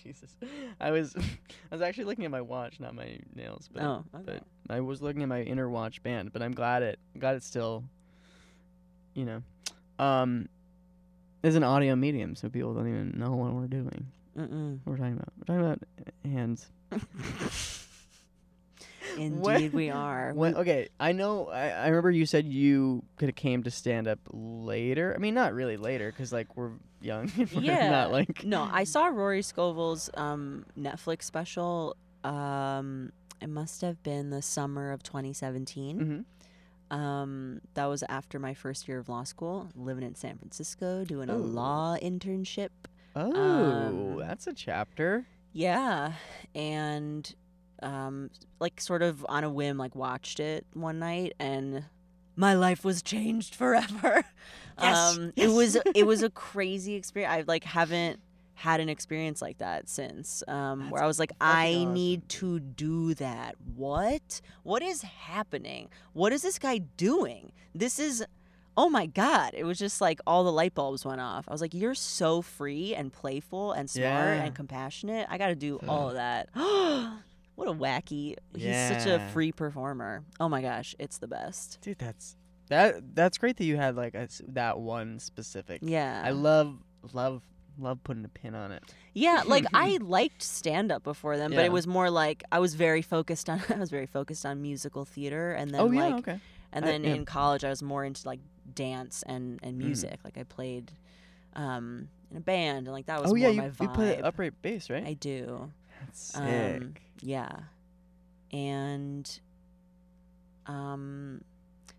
S2: Jesus, I was *laughs* I was actually looking at my watch, not my nails, but
S1: oh, okay.
S2: but I was looking at my inner watch band, but I'm glad it glad it's still you know. Um there's an audio medium so people don't even know what we're doing.
S1: Mm-mm.
S2: What we're talking about. We're talking about uh, hands.
S1: *laughs* Indeed,
S2: What-
S1: we are.
S2: *laughs* When, okay, I know I, I remember you said you could have came to stand up later. I mean not really later cuz like we're young. *laughs* and we're
S1: Yeah.
S2: not like
S1: No, I saw Rory Scovel's um, Netflix special. Um, it must have been the summer of 2017.
S2: Mhm.
S1: Um, that was after my first year of law school, living in San Francisco, doing a
S2: Ooh.
S1: law internship.
S2: Oh,
S1: Um,
S2: that's a chapter.
S1: Yeah, and um, like sort of on a whim, like watched it one night, and my life was changed *laughs* forever.
S2: Yes,
S1: um,
S2: yes.
S1: it
S2: *laughs*
S1: was it was a crazy experience. I like haven't had an experience like that since, um, where
S2: That's
S1: I was like, I
S2: fucking awesome.
S1: need to do that. What? What is happening? What is this guy doing? This is. Oh my God. It was just like all the light bulbs went off. I was like, you're so free and playful and smart
S2: Yeah.
S1: and compassionate. I got to do all of that. *gasps* what a wacky. He's such a
S2: Yeah.
S1: free performer. Oh my gosh. It's the best.
S2: Dude, that's that that's great that you had like a s that one specific
S1: Yeah.
S2: I love love love putting a pin on it.
S1: Yeah, like
S2: *laughs*
S1: I liked stand up before then, but
S2: Yeah.
S1: it was more like I was very focused on *laughs* I was very focused on musical theater and then like
S2: Oh, okay.
S1: and
S2: I-
S1: then
S2: yeah. Mm.
S1: in college I was more into like dance and and music. Like I played um in a band and like that was
S2: Oh
S1: more
S2: yeah, you,
S1: my
S2: you
S1: vibe.
S2: play upright bass, right?
S1: I do.
S2: That's
S1: um,
S2: sick.
S1: Yeah. And um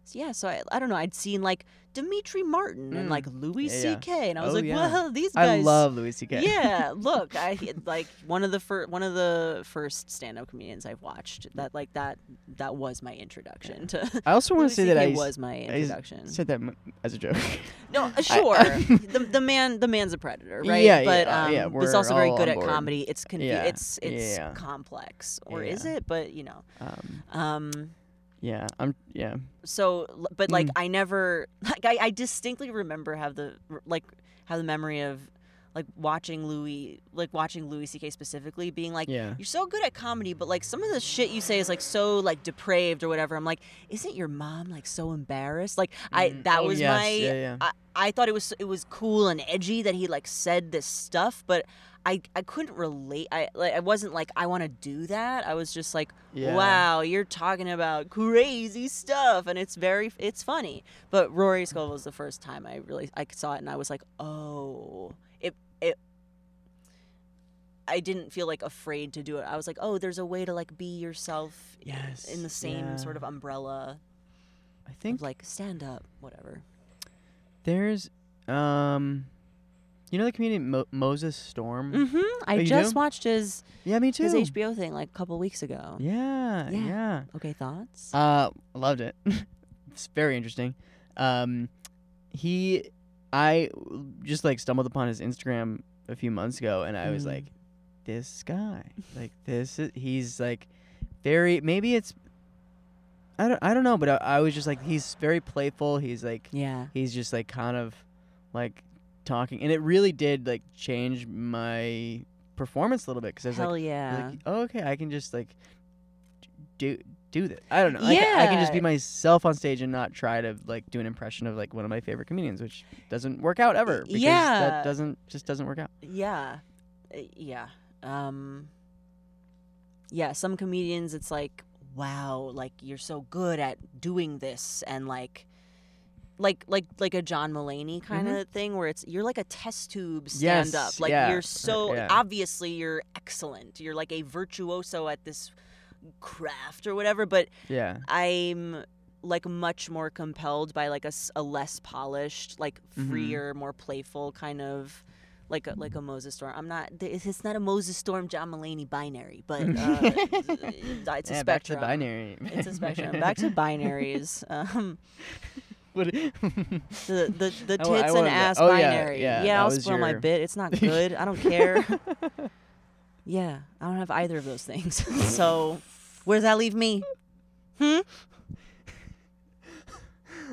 S1: so yeah, so I, I don't know, I'd seen like Dimitri Martin
S2: Mm.
S1: and like Louis
S2: Yeah, yeah.
S1: CK and I was
S2: Oh,
S1: like,
S2: yeah.
S1: "Well, these
S2: I
S1: guys
S2: love Louis C.K.
S1: yeah, look, I like one of the first one of the first stand-up comedians I've watched. That like that that was my introduction to.
S2: *laughs* I also
S1: *laughs*
S2: want
S1: Louis
S2: to say that I
S1: CK
S2: s-
S1: was my
S2: s-
S1: introduction.
S2: said that m- as a joke.
S1: no, uh,
S2: I-
S1: sure, the, the man the man's a predator, right?
S2: Yeah,
S1: but
S2: yeah,
S1: um,
S2: yeah,
S1: but he's
S2: we're
S1: also very
S2: all
S1: good
S2: on
S1: at
S2: board.
S1: comedy. It's confu-
S2: Yeah,
S1: it's it's
S2: yeah.
S1: complex, or is
S2: Yeah.
S1: it? But you know,
S2: *laughs* um,
S1: um,
S2: yeah, I'm. Yeah,
S1: so l- but like
S2: Mm.
S1: i never *laughs* like I, I distinctly remember have the r- like have the memory of like watching louis like watching louis ck specifically being like
S2: Yeah.
S1: you're so good at comedy but like some of the shit you say is like so like depraved or whatever i'm like isn't your mom like so embarrassed like i
S2: Mm,
S1: that
S2: oh,
S1: was
S2: yes,
S1: my
S2: yeah, yeah.
S1: I, I thought it was it was cool and edgy that he like said this stuff but I, I couldn't relate. I like I wasn't like I want to do that. I was just like,
S2: Yeah.
S1: wow, you're talking about crazy stuff, and it's very it's funny. But Rory Scovel was the first time I really I saw it, and I was like, oh, it it. I didn't feel like afraid to do it. I was like, oh, there's a way to like be yourself
S2: Yes,
S1: in the same
S2: yeah.
S1: sort of umbrella
S2: I
S1: of
S2: think
S1: like stand up, whatever.
S2: there's um, you know the comedian Mo- Moses Storm.
S1: Mm-hmm.
S2: Oh,
S1: I
S2: you
S1: just
S2: do?
S1: watched his
S2: Yeah, me too.
S1: his HBO thing like a couple weeks ago.
S2: yeah,
S1: Yeah.
S2: yeah.
S1: Okay, thoughts?
S2: Uh, loved it. *laughs* it's very interesting. Um, he, I just like stumbled upon his Instagram a few months ago, and I was
S1: Mm.
S2: like, this guy, like this, is, he's like very. Maybe it's, I don't, I don't know, but I, I was just like, he's very playful. He's like,
S1: yeah.
S2: he's just like kind of like talking, and it really did like change my performance a little bit because I was like,
S1: Hell yeah.
S2: like, oh, okay, I can just like do do this. I don't know. Like, I can just be
S1: Yeah.
S2: myself on stage and not try to like do an impression of like one of my favorite comedians, which doesn't work out ever. Because
S1: yeah.
S2: that doesn't just doesn't work out.
S1: yeah. Uh, Yeah. Um Yeah, some comedians it's like, wow, like you're so good at doing this and like like like like a John Mulaney kind of thing where it's you're like a test tube stand
S2: Mm-hmm. Yes,
S1: up. Like
S2: yeah,
S1: you're so
S2: yeah.
S1: obviously you're excellent. You're like a virtuoso at this craft or whatever, but
S2: Yeah.
S1: I'm like much more compelled by like a, s- a less polished, like
S2: Mhm.
S1: freer, more playful kind of like a, like a Moses Storm. I'm not. th- It's it's not a Moses Storm John Mulaney binary,
S2: *laughs*
S1: but uh, it's a
S2: yeah,
S1: spectrum.
S2: back to binary.
S1: It's a
S2: *laughs*
S1: spectrum. Back to binaries. Um,
S2: what,
S1: the the, the
S2: I
S1: tits
S2: wa- I
S1: and
S2: wanted that.
S1: ass
S2: *laughs* Oh, yeah,
S1: binary.
S2: yeah,
S1: Yeah,
S2: that
S1: I'll
S2: was
S1: spoil my
S2: your-
S1: bit. It's
S2: *laughs*
S1: not good. I don't care. yeah, I don't have either of those things. *laughs* so where does that leave me? Hmm.
S2: *laughs*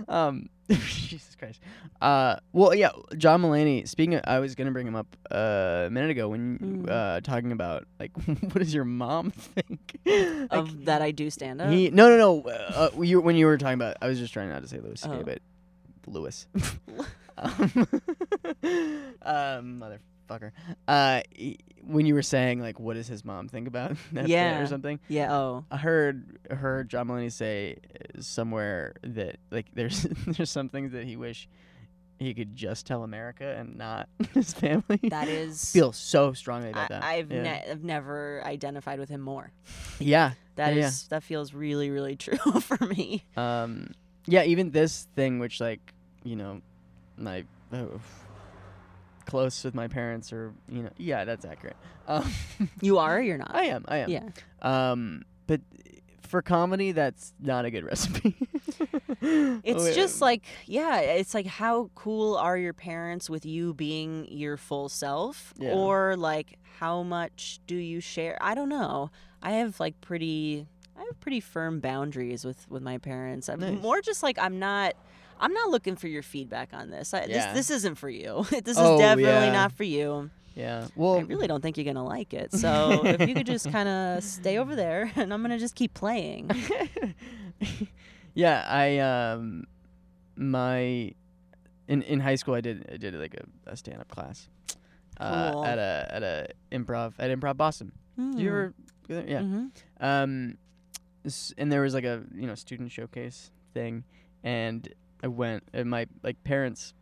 S2: um, *laughs* Jesus Christ. Uh, well, yeah, John Mulaney. Speaking, of, I was gonna bring him up uh, a minute ago when
S1: Mm.
S2: uh, talking about like, *laughs* what does your mom *laughs* think? Like,
S1: Of that, I do stand up.
S2: He no no no. Uh, uh, you when you were talking about, I was just trying not to say Louis C.K.,
S1: Oh.
S2: but
S1: *laughs*
S2: Lewis. um, *laughs* um, motherfucker. Uh, he- when you were saying like, what does his mom think about *laughs* that bit
S1: Yeah.
S2: or something?
S1: yeah. Oh.
S2: I heard heard John Mulaney say uh, somewhere that like *laughs* there's there's some things that he wish he could just tell America and not *laughs* his family. *laughs*
S1: That is.
S2: feel so strongly
S1: I,
S2: about that.
S1: I've
S2: yeah.
S1: ne- I've never identified with him more.
S2: yeah.
S1: That is
S2: Yeah, yeah.
S1: that feels really really *laughs* true for me.
S2: Um, yeah, even this thing, which like you know, my *sighs* oh, close with my parents, or you know, yeah, that's accurate. Um, *laughs*
S1: You are or you're not.
S2: I am, I am.
S1: yeah.
S2: Um, but for comedy, that's not a
S1: *laughs*
S2: good *laughs* recipe.
S1: It's
S2: Oh,
S1: just like, yeah, it's like how cool are your parents with you being your full self?
S2: Yeah.
S1: Or like how much do you share? I don't know. I have like pretty I have pretty firm boundaries with with my parents. I'm
S2: Nice.
S1: more just like I'm not I'm not looking for your feedback on this. I,
S2: Yeah.
S1: this this isn't for you. *laughs* this is
S2: Oh,
S1: definitely
S2: yeah.
S1: not for you.
S2: yeah. Well,
S1: I really don't think you're going to like it. So if you could just kind of stay over there *laughs* and I'm going to just keep playing.
S2: *laughs* yeah, I um, my in in high school I did I did like a, a stand up class uh,
S1: Cool.
S2: at a at a improv at improv Boston. Do you ever? Yeah.
S1: hmm
S2: Um, s- and there was like a you know student showcase thing, and I went and my like parents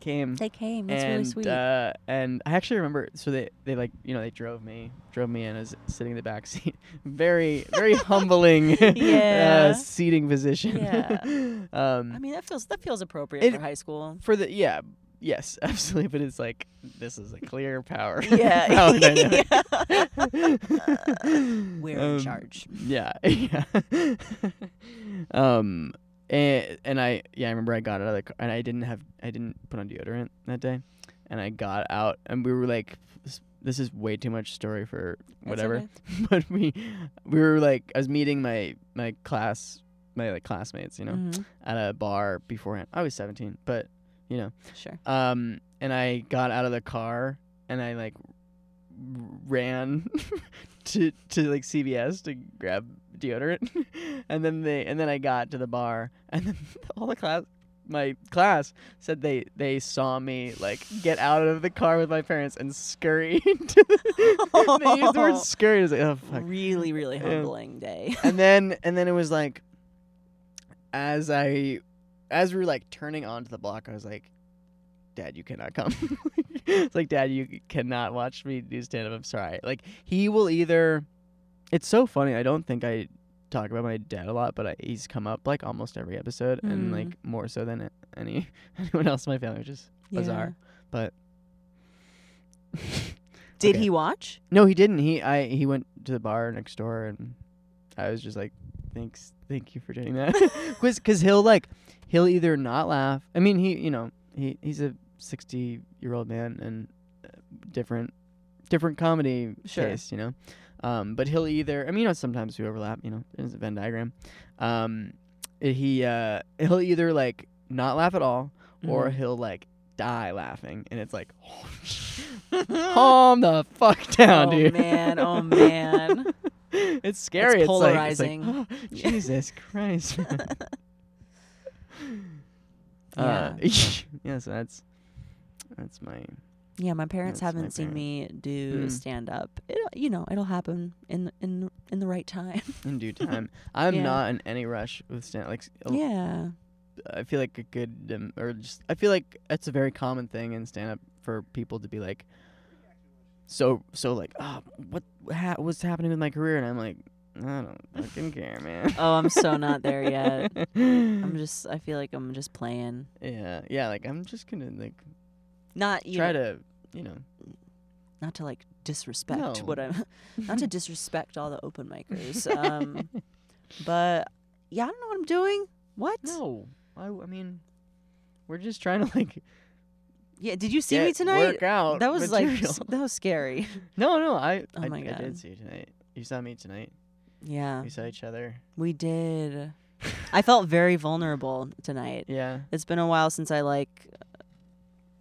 S2: came
S1: They came. That's
S2: and
S1: really sweet.
S2: uh, and I actually remember. So they they like you know they drove me drove me in. I was sitting in the back *laughs* seat. Very
S1: *laughs*
S2: very humbling *laughs*
S1: Yeah.
S2: uh, seating position.
S1: Yeah.
S2: *laughs* um,
S1: I mean, that feels that feels appropriate
S2: It-
S1: for high
S2: *laughs*
S1: school.
S2: for the yeah yes *laughs* absolutely. But it's like this is a clear power. *laughs*
S1: Yeah.
S2: power dynamic.
S1: *laughs*
S2: *laughs* Um,
S1: Yeah.
S2: We're
S1: We're in charge.
S2: Yeah *laughs* yeah. um. And, and I yeah I remember I got out of the car and I didn't have I didn't put on deodorant that day and I got out, and we were like, "This- "This is way too much story for whatever."
S1: okay.
S2: *laughs* but we we were like, I was meeting my my class my like classmates, you know,
S1: Mhm.
S2: at a bar beforehand. I was seventeen, but you know,
S1: Sure.
S2: um, and I got out of the car and I like r- ran *laughs* to to like CVS to grab deodorant, *laughs* and then they and then I got to the bar *laughs* and then all the class my class said they they saw me like get out of the car with my parents and scurry *laughs* to the, they used the word scurry I was like oh fuck
S1: Really, really
S2: Yeah.
S1: humbling day.
S2: and then and then it was like as i as we were like turning onto the block i was like dad you cannot come *laughs* it's like dad you cannot watch me do stand up i'm sorry like he will either it's so funny i don't think i talk about my dad a lot but I, he's come up like almost every episode and
S1: Mm.
S2: like more so than a- any *laughs* anyone else in my family which is *laughs* bizarre but *laughs*
S1: Yeah. Did
S2: Okay.
S1: he watch?
S2: no, he didn't. He I he went to the bar next door, and I was just like, "Thanks, thank you for doing that." *laughs* Because cause he'll like he'll either not laugh. I mean, he you know he he's a sixty year old man and uh, different different comedy
S1: Sure.
S2: taste, you know. Um, but he'll either I mean, you know, sometimes we overlap. You know, there's a Venn diagram. Um, he uh he'll either like not laugh at all, *laughs* or
S1: Mhm.
S2: he'll like die laughing, and
S1: *laughs*
S2: it's like. *laughs* calm the fuck down,
S1: Oh,
S2: dude.
S1: man. Oh, man.
S2: *laughs* it's scary. It's, like- it's like,
S1: polarizing.
S2: *gasps*
S1: *laughs*
S2: "Oh,
S1: Yeah.
S2: Jesus
S1: *laughs*
S2: Christ. man."
S1: Mm-hmm.
S2: *laughs*
S1: Yeah.
S2: Uh, *laughs* yeah. So that's that's my
S1: yeah, my parents
S2: That's my
S1: haven't seen me do
S2: Mm.
S1: stand up. It, you know, it'll happen in in in the right time. *laughs*
S2: in due time. I'm
S1: Yeah.
S2: not in any rush with stand. Like, s- oh,
S1: *laughs*
S2: a-
S1: yeah.
S2: I feel like a good um, or just I feel like it's a very common thing in stand up for people to be like "Ah, so so like oh, what ha- what's happening with my career and I'm like I don't
S1: *laughs*
S2: fucking care, man.
S1: Oh, I'm so not there
S2: *laughs*
S1: yet.
S2: I'm
S1: I'm just. I feel like I'm just playing.
S2: Yeah, yeah. Like I'm just gonna like
S1: Not you.
S2: try
S1: know,
S2: to, you know.
S1: not to like disrespect
S2: No.
S1: what
S2: *laughs*
S1: I'm. Not to disrespect all the open micers. Um, but yeah, I don't know what I'm doing. What?
S2: *laughs* no, I, I mean, we're just trying to like
S1: Yeah. Did you see
S2: get
S1: me tonight?
S2: Work out.
S1: That was like
S2: material.
S1: s- that was scary.
S2: *laughs* no, no. I
S1: Oh
S2: I,
S1: my
S2: I
S1: God. Um,
S2: did see you tonight. You saw me tonight.
S1: Yeah,
S2: We saw each other.
S1: we did. I felt very vulnerable tonight.
S2: Yeah.
S1: It's been a while since I like.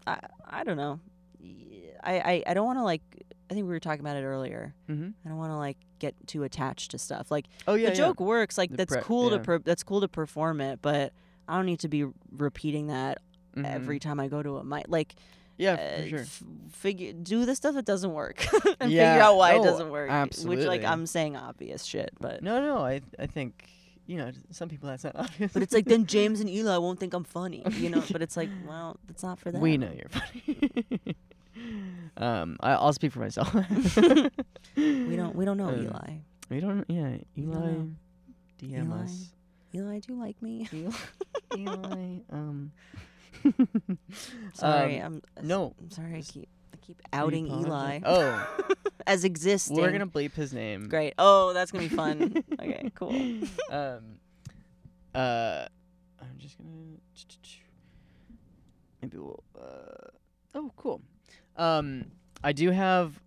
S1: I I don't know. Y- I I, I don't want to like. I think we were talking about it earlier.
S2: Mm-hmm.
S1: I don't want to like get too attached to stuff. Like
S2: Oh yeah.
S1: the joke works. Like
S2: The
S1: that's
S2: pre-
S1: cool
S2: yeah.
S1: to per- that's cool to perform it, but I don't need to be repeating that
S2: yeah. Mhm.
S1: every time I go to a mic. Like
S2: Yeah, for
S1: uh,
S2: sure.
S1: f- figure do the stuff that doesn't work *laughs* and figure
S2: Yeah,
S1: out why
S2: no,
S1: it doesn't work. Which like
S2: absolutely.
S1: I'm saying obvious shit, but
S2: No, no. I I think you know some people *laughs* that's not obvious.
S1: but it's like then
S2: *laughs*
S1: James and Eli won't think I'm funny, you know. But it's like well, that's not for them.
S2: We know you're funny. *laughs* um, I, I'll speak for myself.
S1: *laughs* We don't. We don't know
S2: Uh,
S1: Eli.
S2: We don't. Yeah,
S1: don't
S2: Eli.
S1: know.
S2: DM
S1: Eli. *laughs*
S2: us.
S1: Eli, do you like me? *laughs*
S2: Eli. Eli. Um.
S1: Sorry,
S2: um,
S1: I'm uh,
S2: no.
S1: I'm sorry. I
S2: just
S1: keep I keep outing
S2: Leave
S1: Eli
S2: apology-
S1: *laughs*
S2: Oh,
S1: as existing.
S2: we're gonna bleep his name.
S1: *laughs* great. Oh, that's gonna be *laughs* fun. okay, cool.
S2: um. Uh, I'm just gonna. Maybe we'll. Uh, oh, cool. Um, I do have.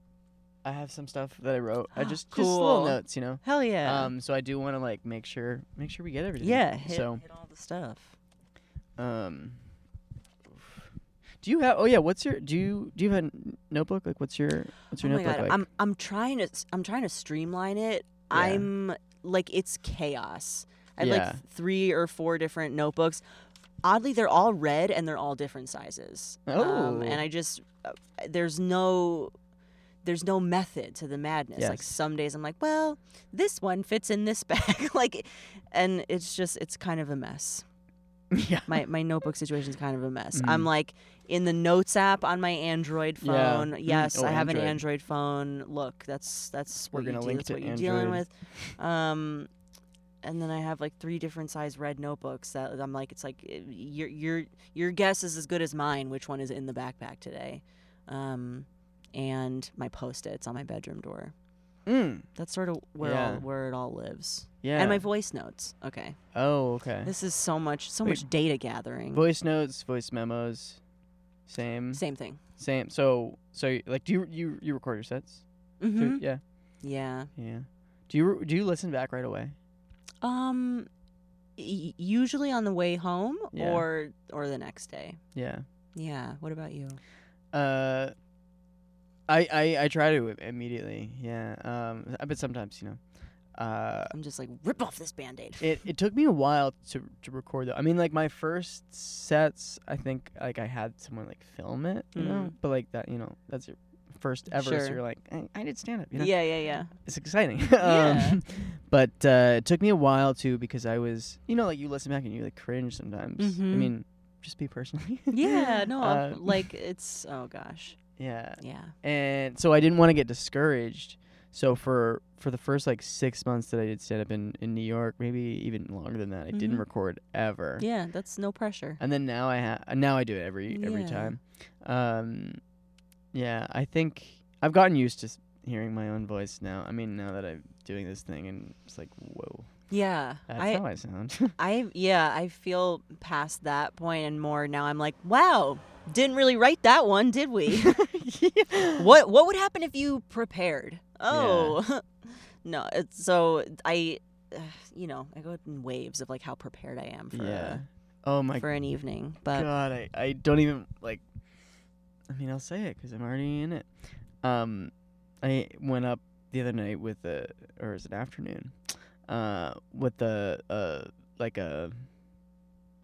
S2: I have some stuff that I wrote.
S1: *gasps*
S2: I just just little
S1: Cool.
S2: notes, you know.
S1: Hell yeah.
S2: Um, so I do want to like make sure make sure we get everything.
S1: yeah. Hit,
S2: So,
S1: hit all the stuff.
S2: um, do you have? Oh yeah. What's your? Do you do you have a n- notebook? Like, what's your what's
S1: Oh
S2: your
S1: my
S2: notebook
S1: god.
S2: like?
S1: I'm I'm trying to s- I'm trying to streamline it.
S2: Yeah.
S1: I'm like it's chaos. I have
S2: Yeah.
S1: like three or four different notebooks. Oddly, they're all red and they're all different sizes. Um, and
S2: Oh.
S1: I just uh, there's no there's no method to the madness. Like
S2: Yes.
S1: some days I'm like, well, this one fits in this *laughs* bag, like, and it's just it's kind of a mess.
S2: *laughs* yeah.
S1: My my notebook situation's kind of a mess. I'm like in the notes app on my Android
S2: Mm-hmm. Yeah.
S1: phone.
S2: Mm.
S1: Yes,
S2: Oh,
S1: I have an
S2: Android.
S1: Android phone. Look, that's that's
S2: We're
S1: what you
S2: gonna
S1: do.
S2: link
S1: that's
S2: to
S1: what you're dealing
S2: Android.
S1: with. Um, and then I have like three different size red notebooks that I'm like, it's like eh, your your your guess is as good as mine. Which one is in the backpack today? Um, and my post its on my bedroom door.
S2: Mm,
S1: That's sort of where
S2: Yeah.
S1: all, where it all lives.
S2: yeah.
S1: And my voice notes. Okay,
S2: oh okay.
S1: this is so much so
S2: Wait.
S1: much data gathering.
S2: voice notes, voice memos, same,
S1: Same thing.
S2: same. So so y- like, do you you you record your sets? Through-
S1: hmm
S2: yeah.
S1: Yeah.
S2: Yeah. Do you re- do you listen back right away?
S1: Um, y- usually on the way home
S2: Yeah.
S1: or or the next day.
S2: Yeah.
S1: Yeah. What about you?
S2: Uh, I I I try to i- immediately. Yeah. Um, but sometimes you know, uh,
S1: I'm just like rip off this band-aid.
S2: it it took me a while to to record though. I mean, like my first sets, I think like I had someone like film it, you know. But like that, you know, that's your first ever, so
S1: Mm. Sure.
S2: you're like, I, I did stand up, you know.
S1: Yeah, yeah,
S2: *laughs*
S1: yeah.
S2: It's exciting.
S1: Yeah.
S2: um, but uh, it took me a while too because I was, you know, like you listen back and you like cringe sometimes. I
S1: Mhm.
S2: mean, just be personally. *laughs*
S1: Yeah, no,
S2: Uh,
S1: like it's oh gosh,
S2: yeah.
S1: yeah.
S2: and so I didn't want to get discouraged. So for for the first like six months that I did stand up in in New York, maybe even longer than that, I didn't
S1: Mhm.
S2: record ever.
S1: Yeah, that's no pressure.
S2: And then now I ha- now I do it every every
S1: Yeah.
S2: time. Um, yeah, I think I've gotten used to s- hearing my own voice now. I mean, now that I'm doing this thing, and it's like, whoa,
S1: Yeah,
S2: that's
S1: I,
S2: how I
S1: *laughs*
S2: sound. *laughs*
S1: I, yeah, I feel past that point and more now. I'm like, wow, didn't really write that one, did we? *laughs* what What would happen if you prepared? Oh, *laughs* no. It's, so I, *sighs* uh, you know, I go in waves of like how prepared I am for
S2: yeah. Oh
S1: uh,
S2: my
S1: for an evening, but
S2: God, I, I don't even like. I mean, I'll say it because I'm already in it. Um, I went up the other night with a, or is it afternoon? Uh, with a uh like a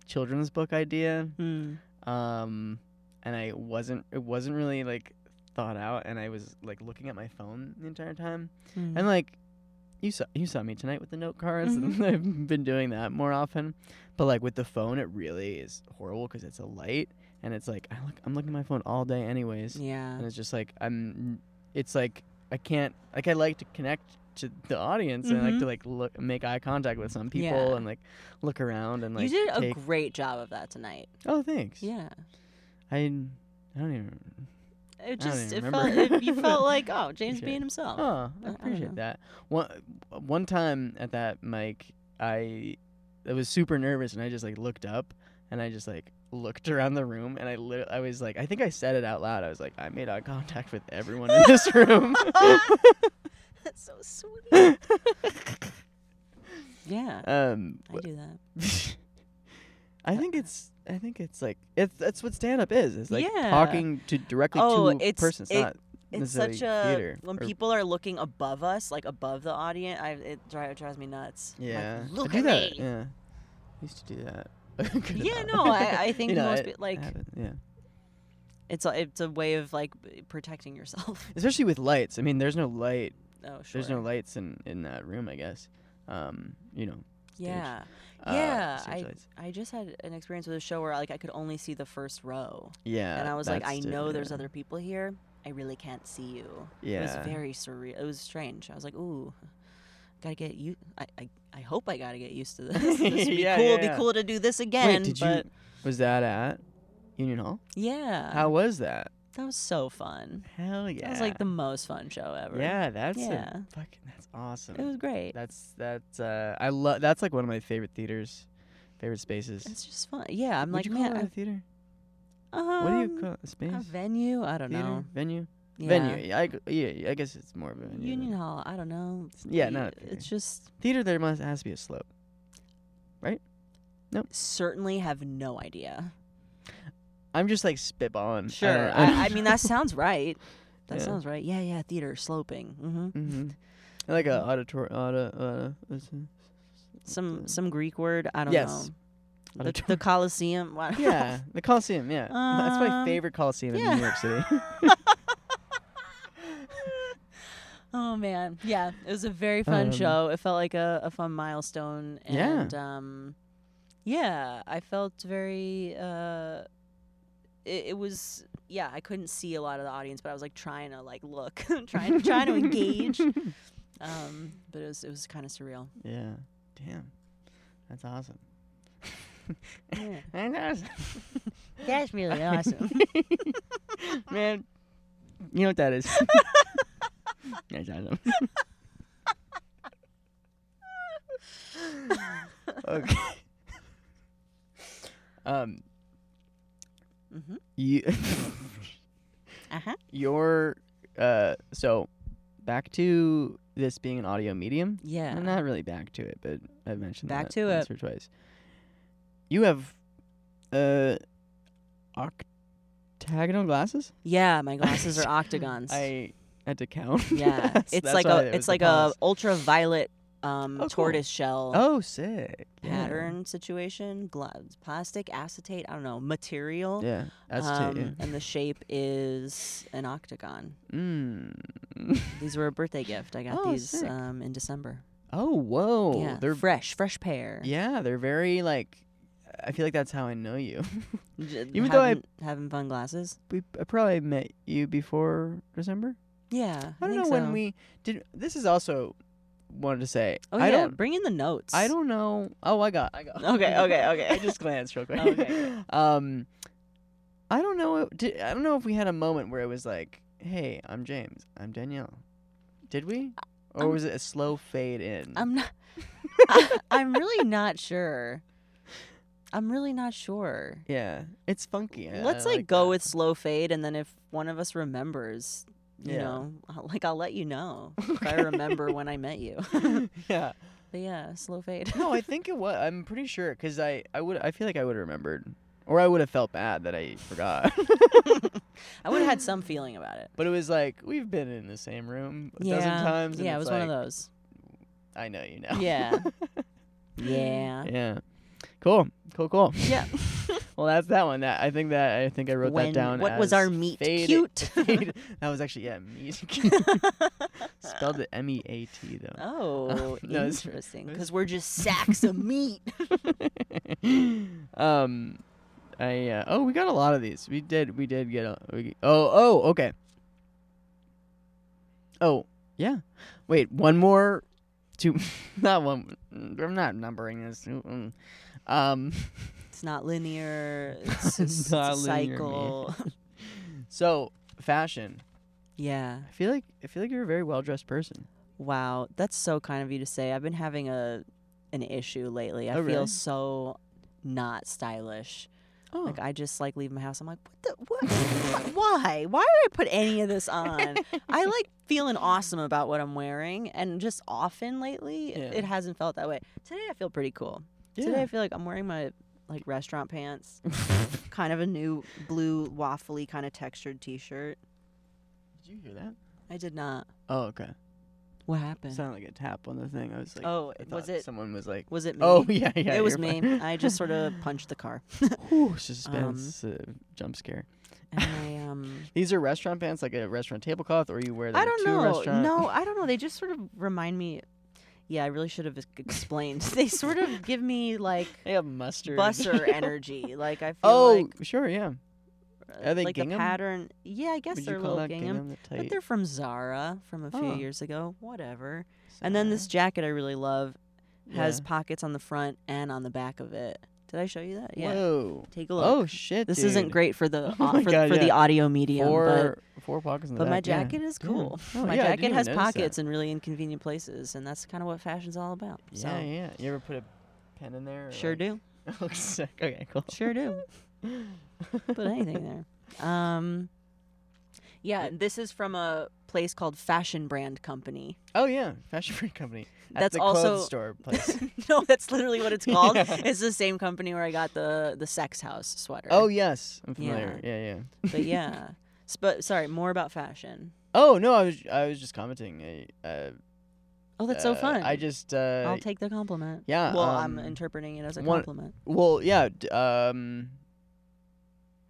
S2: children's book idea.
S1: hmm.
S2: Um, and I wasn't it wasn't really like thought out, and I was like looking at my phone the entire time,
S1: Hmm.
S2: and like. You saw you saw me tonight with the note cards,
S1: Mm-hmm.
S2: and *laughs* I've been doing that more often. But like with the phone, it really is horrible because it's a light, and it's like I look, I'm looking at my phone all day anyways,
S1: yeah,
S2: and it's just like I'm. It's like I can't like I like to connect to the audience and I like
S1: Mhm.
S2: to like look make eye contact with some people
S1: Yeah.
S2: and like look around and like
S1: you did a
S2: take-
S1: great job of that tonight.
S2: oh thanks
S1: Yeah.
S2: I I don't even
S1: It
S2: I don't
S1: just
S2: even
S1: it felt
S2: remember. *laughs*
S1: it, you felt like oh James
S2: Shit.
S1: being himself.
S2: oh
S1: Uh, I
S2: I
S1: don't know.
S2: appreciate that one one time at that mic I I was super nervous and I just like looked up and I just like looked around the room and I lit- I was like I think I said it out loud I was like I made eye contact with everyone in
S1: *laughs*
S2: this room
S1: *laughs*
S2: *laughs*
S1: That's so sweet. yeah,
S2: um *laughs*
S1: I do that.
S2: I
S1: Uh,
S2: think it's I think it's like it's that's what stand up is. It's like
S1: Yeah.
S2: talking to directly
S1: Oh,
S2: to a
S1: it's-
S2: person. It's
S1: it-
S2: not
S1: It's
S2: necessarily
S1: such a
S2: theater
S1: when
S2: or-
S1: people are looking above us, like above the audience, I, it, dri- it drives me nuts. I'm like,
S2: yeah.
S1: look
S2: I do
S1: at
S2: that.
S1: me.
S2: Yeah. I used to do that. *laughs* Good
S1: Yeah,
S2: enough.
S1: no, I, I think
S2: *laughs* You know,
S1: most
S2: it
S1: pe- like
S2: happened, yeah.
S1: it's a, it's a way of like b- protecting yourself. *laughs*
S2: Especially with lights. I mean, there's no light.
S1: oh, sure.
S2: There's no lights in in that room, I guess. Um, you know.
S1: yeah,
S2: uh,
S1: yeah.
S2: stage
S1: I
S2: lights.
S1: I just had an experience with a show where like I could only see the first row,
S2: Yeah.
S1: and I was like,
S2: that's
S1: I
S2: di-
S1: know there's
S2: yeah.
S1: other people here. I really can't see you.
S2: Yeah.
S1: It was very surreal. It was strange. I was like, ooh, gotta get you. I, I, I hope I gotta get used to *laughs* this. this would be
S2: *laughs* Yeah,
S1: cool.
S2: yeah,
S1: It'd be
S2: yeah.
S1: cool to do this
S2: Wait,
S1: again.
S2: did you?
S1: but
S2: Was that at Union Hall?
S1: yeah,
S2: How was that?
S1: that was so fun.
S2: Hell yeah.
S1: That was like the *laughs* most fun show ever.
S2: Yeah, that's a-
S1: Yeah.
S2: fucking that's awesome.
S1: it was great.
S2: That's that's uh I love that's like one of my favorite theaters, favorite spaces.
S1: It's just fun. Yeah, I'm
S2: Would
S1: like,
S2: you call
S1: man,
S2: it a
S1: I-
S2: theater?
S1: um,
S2: what do you call it? A space?
S1: a venue? I don't
S2: theater?
S1: know.
S2: Venue?
S1: Yeah.
S2: Venue. Yeah, I, g- yeah, I guess it's more of a venue. than-
S1: Union Hall. I don't know.
S2: It's- yeah,
S1: Y-
S2: not a
S1: It's just
S2: Theater there must has to be a slope.
S1: certainly have no idea.
S2: I'm just like spitballing.
S1: Sure. I, I mean,
S2: *laughs*
S1: that sounds right. That
S2: Mm, Yeah.
S1: sounds right. Yeah, yeah. Theater sloping. hmm
S2: hmm Like
S1: Mm.
S2: a auditor auto uh what's it?
S1: Some some Greek word. I don't
S2: Yes.
S1: know. The,
S2: Auditor-
S1: the Colosseum. *laughs* wha-
S2: *laughs* yeah, the
S1: *laughs*
S2: Coliseum, yeah. that's my
S1: Um,
S2: favorite Coliseum
S1: yeah.
S2: in New York City.
S1: oh man. Yeah. It was a very fun
S2: Um,
S1: show. It felt like a, a fun milestone.
S2: Yeah.
S1: And um yeah, I felt very uh it, it was yeah, I couldn't see a lot of the audience, but I was like trying to like look, *laughs* trying *laughs*
S2: *laughs*
S1: trying to engage. Um but it was it was kind of surreal.
S2: yeah. Damn. That's awesome. *laughs*
S1: Yeah.
S2: That's awesome. *laughs*
S1: That's *laughs* really awesome.
S2: Man, you know what that
S1: *laughs*
S2: is. That's awesome. okay. Um,
S1: mm-hmm.
S2: you, *laughs*
S1: Uh-huh.
S2: your, uh, so back to this being an audio medium.
S1: Yeah.
S2: I'm not really back to it, but I've mentioned
S1: Back
S2: that
S1: to
S2: once or twice. You have, uh, octagonal glasses.
S1: Yeah, my glasses
S2: *laughs*
S1: are octagons.
S2: I had to count. *laughs*
S1: yeah,
S2: That's-
S1: it's
S2: that's
S1: like
S2: why
S1: a
S2: there was
S1: it's like a
S2: pause.
S1: ultraviolet um,
S2: Oh, cool.
S1: tortoise shell
S2: oh sick Yeah.
S1: pattern situation. Gla- plastic, acetate, I don't know, material.
S2: Yeah, that's
S1: um,
S2: it.
S1: And the shape is an octagon.
S2: Mm. *laughs*
S1: These were a birthday gift. I got
S2: Oh,
S1: these
S2: sick.
S1: um, in December.
S2: oh whoa,
S1: yeah,
S2: they're
S1: fresh, fresh pair.
S2: yeah, they're very like. I feel like that's how I know you. *laughs*
S1: J-
S2: Even though I-
S1: having- having fun glasses.
S2: we I probably met you before December.
S1: Yeah,
S2: I don't
S1: think
S2: know
S1: so.
S2: when we did. This is also wanted to say.
S1: Oh
S2: I
S1: yeah,
S2: don't.
S1: bring in the notes.
S2: I don't know. Oh, I got. I got.
S1: Okay,
S2: *laughs* I got-
S1: okay, okay.
S2: I just glanced real quick.
S1: Okay, okay. *laughs*
S2: Um, I don't know. if- Did, I don't know if we had a moment where it was like, "Hey, I'm James. I'm Danielle." Did we? Or
S1: I'm-
S2: was it a slow fade in?
S1: I'm
S2: *laughs*
S1: not. I, am really not sure. I'm really not sure.
S2: yeah, it's funky. I-
S1: Let's
S2: I
S1: like, go
S2: that.
S1: with slow fade, and then if one of us remembers, you
S2: Yeah.
S1: know, I'll, like I'll let you know if I
S2: Okay.
S1: remember when I met
S2: *laughs*
S1: you. *laughs*
S2: yeah.
S1: but yeah, slow fade. *laughs*
S2: No, I think it was. I'm pretty sure because I, I would. I feel like I would have remembered, or I would have felt bad that
S1: *laughs*
S2: I forgot.
S1: I would have had some feeling about it.
S2: but it was like we've been in the same room a
S1: yeah.
S2: dozen times. And
S1: yeah, it was
S2: it's
S1: one
S2: like,
S1: of those.
S2: I know you now.
S1: Yeah. Yeah.
S2: "Mm, Yeah. Cool. Cool. Cool.
S1: Yeah.
S2: Well, that's that one. That I think that I think I wrote
S1: when
S2: that down.
S1: what was
S2: as
S1: our meet
S2: fade- *laughs*
S1: cute?
S2: fade- that was actually yeah, *laughs* meat. Spelled it M E A T though.
S1: *laughs* oh,
S2: *laughs* no, it's-
S1: interesting.
S2: it's-
S1: Because we're just sacks of meat. *laughs*
S2: um, I uh, oh we got a lot of these. We did we did get a, we, oh oh okay. Oh, yeah. Wait, one more. Two. *laughs* Not one. I'm not numbering this. Mm-mm. Um.
S1: It's not
S2: *laughs*
S1: linear. It's, it's
S2: Not
S1: a
S2: linear, man.
S1: cycle. *laughs*
S2: So fashion.
S1: yeah.
S2: I feel like I feel like you're a very well dressed person.
S1: Wow, that's so kind of you to say. I've been having a an issue lately. I
S2: Oh,
S1: feel
S2: really?
S1: so not stylish.
S2: Oh.
S1: Like I just like leave my house. I'm like, what the what? *laughs* Why? Why did I put any of this on?
S2: *laughs*
S1: I like feeling awesome about what I'm wearing, and just often lately,
S2: Yeah.
S1: it hasn't felt that way. Today I feel pretty cool. Today
S2: *laughs*
S1: I feel like I'm wearing my like restaurant pants, kind of a new blue waffly kind of textured T-shirt.
S2: Did you hear that?
S1: I did not.
S2: Oh, okay.
S1: What happened?
S2: Sounded like a tap on the thing. I was like,
S1: oh,
S2: I
S1: was
S2: thought
S1: it?
S2: Someone was like,
S1: Was it me?
S2: oh yeah, *laughs* yeah.
S1: it was
S2: you're
S1: me.
S2: fine."
S1: I just sort
S2: *laughs*
S1: of punched um, the car.
S2: Whew, suspense, uh, jump scare.
S1: And I um
S2: These are restaurant pants, like a restaurant tablecloth, or you wear them
S1: I don't
S2: to a
S1: know.
S2: restaurant.
S1: No, I don't know. They just sort of remind me Yeah, I really should have ex- explained. *laughs* they sort of give me
S2: *laughs*
S1: like
S2: they have mustard. *laughs*
S1: busser energy. Like I feel
S2: Oh,
S1: like
S2: sure, yeah.
S1: uh,
S2: are they
S1: like
S2: gingham?
S1: the pattern. Yeah, I guess
S2: Would
S1: they're
S2: you call
S1: little
S2: that
S1: gingham.
S2: The
S1: But
S2: tight
S1: they're from Zara from a few
S2: Oh.
S1: years ago. Whatever. And then this
S2: side?
S1: jacket I really love has
S2: Yeah.
S1: pockets on the front and on the back of it. Did I show you that? Yeah.
S2: Whoa.
S1: Take a look.
S2: Oh shit.
S1: This isn't
S2: dude.
S1: great for the
S2: *laughs* Oh
S1: au-
S2: my
S1: for,
S2: God,
S1: for the
S2: yeah.
S1: audio medium,
S2: Four four pockets in
S1: but,
S2: the
S1: but my
S2: back, yeah.
S1: jacket is
S2: Yeah.
S1: cool.
S2: Oh,
S1: my
S2: yeah, I didn't
S1: jacket
S2: even
S1: has
S2: notice that.
S1: pockets in really inconvenient places, and that's kind of what fashion's all about. So
S2: Yeah, yeah. You ever put a pen in there? or,
S1: sure
S2: like-
S1: do,
S2: *laughs* Oh, sick. Okay, cool.
S1: sure
S2: *laughs*
S1: do. Put anything there. Um, yeah, this is from a place called Fashion Brand Company.
S2: Oh yeah, fashion print company. At
S1: That's
S2: the
S1: also-
S2: clothes store
S1: *laughs*
S2: place.
S1: no, that's literally what it's called.
S2: *laughs* Yeah.
S1: It's the same company where I got the the Sex House sweater.
S2: oh yes, I'm
S1: Yeah.
S2: familiar. Yeah, yeah.
S1: but yeah. S- But sorry, more about fashion.
S2: Oh no, I was I was just commenting. I, uh,
S1: Oh, that's so
S2: uh,
S1: fun.
S2: I just uh,
S1: I'll take the compliment.
S2: yeah.
S1: Well,
S2: um,
S1: I'm interpreting it as a
S2: one-
S1: compliment.
S2: Well, yeah. D- um,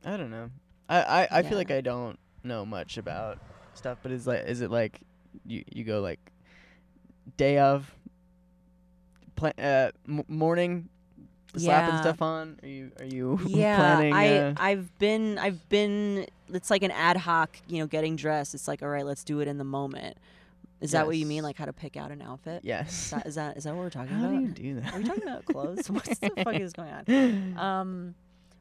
S2: I don't know. I I, I feel like I don't know much about stuff, but is like is it like you you go like day of pla- uh m- morning slapping
S1: Yeah.
S2: stuff on? Are you are you *laughs*
S1: yeah,
S2: planning?
S1: I
S2: uh,
S1: I've been I've been it's like an ad hoc, you know, getting dressed. It's like all right, let's do it in the moment. Is that what you mean?
S2: Yes.
S1: Like how to pick out an outfit? Is
S2: yes. *laughs*
S1: that is that, is that what we're talking
S2: How
S1: about?
S2: do you do
S1: *laughs*
S2: that?
S1: Are we talking about clothes? *laughs* what the fuck
S2: *laughs*
S1: is going on? Um,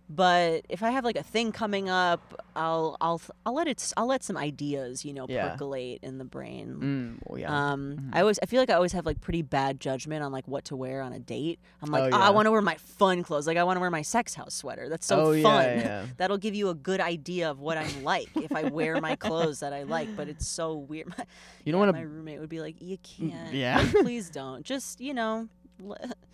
S1: but if I have like a thing coming up, I'll I'll I'll let it s- I'll let some ideas, you know,
S2: Yeah.
S1: percolate in the brain.
S2: Mm, well, yeah.
S1: Um,
S2: Mhm.
S1: I always I feel like I always have like pretty bad judgment on like what to wear on a date. I'm like,
S2: Oh,
S1: "Oh,
S2: yeah.
S1: I want to wear my fun clothes. Like I want to wear my sex house sweater. That's so
S2: oh
S1: fun.
S2: yeah, yeah.
S1: *laughs* That'll give you a good idea of what I'm like if I wear my clothes that I like. But it's so weird. *laughs* My,
S2: You don't
S1: yeah,
S2: want
S1: my
S2: to.
S1: roommate would be like, you can't.
S2: yeah. *laughs*
S1: Like, please don't. Just you know, let, *laughs*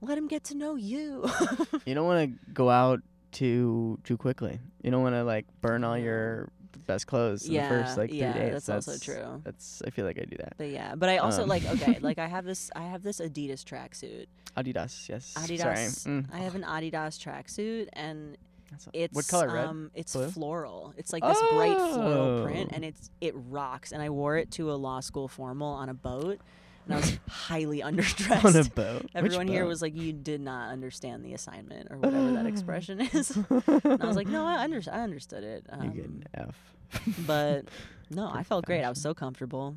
S1: let him get to know you. *laughs*
S2: You don't want to go out too too quickly. You don't want to like burn all your best clothes in
S1: yeah,
S2: the first like three
S1: yeah,
S2: days.
S1: that's, also true.
S2: That's I feel like I do that.
S1: But yeah, but I also
S2: Um.
S1: like okay, like
S2: *laughs*
S1: I have this I have this Adidas tracksuit
S2: Adidas, yes.
S1: Adidas.
S2: Sorry. Mm.
S1: I have an Adidas tracksuit, and
S2: That's a-
S1: it's
S2: what color? Red.
S1: Um, it's
S2: Blue?
S1: floral. It's like this bright floral print,
S2: Oh.
S1: and it's it rocks. And I wore it to a law school formal on a boat, and I
S2: *laughs*
S1: was highly underdressed.
S2: *laughs* on a boat. Which
S1: Everyone here
S2: boat? *laughs*
S1: was like, "You did not understand the assignment, or whatever that expression is." *laughs* And
S2: *laughs*
S1: I was like, "No, I, under- I understood it."
S2: you get
S1: Um,
S2: an F. *laughs*
S1: but no,
S2: For
S1: I felt great. I was
S2: fashion.
S1: so comfortable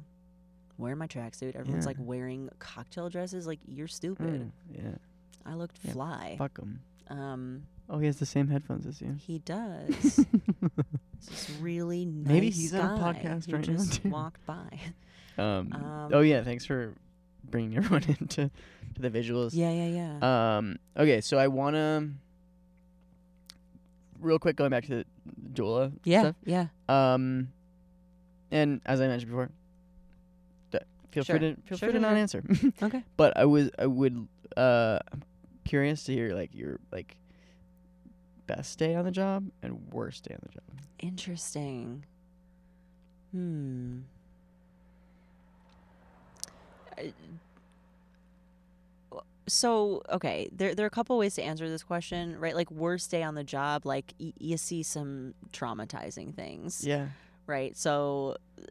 S1: wearing my tracksuit. Everyone's
S2: Yeah.
S1: like wearing cocktail dresses. Like you're stupid.
S2: Mm, yeah.
S1: I looked
S2: Yeah,
S1: fly.
S2: Fuck him.
S1: Um,
S2: Oh, he has the same headphones as you.
S1: He
S2: *laughs*
S1: does. He's this really nice
S2: Maybe he's
S1: guy
S2: on a podcast
S1: who
S2: right now,
S1: just
S2: too.
S1: walked
S2: *laughs*
S1: by.
S2: Um,
S1: Um,
S2: Oh yeah. Thanks for bringing everyone *laughs* into to the visuals.
S1: Yeah, yeah, yeah.
S2: Um. Okay. So I wanna real quick going back to the doula.
S1: yeah,
S2: Stuff.
S1: yeah.
S2: Um. And as I mentioned before, d- feel
S1: Sure.
S2: free to feel
S1: Sure,
S2: free to
S1: sure,
S2: not
S1: sure.
S2: answer. *laughs*
S1: Okay.
S2: but I was I would uh I'm curious to hear like your like best day on the job and worst day on the job.
S1: Interesting. Hmm. I- w- Uh, So okay, there there are a couple ways to answer this question, right? Like worst day on the job, like y- you see some traumatizing things,
S2: Yeah.
S1: right? So, uh,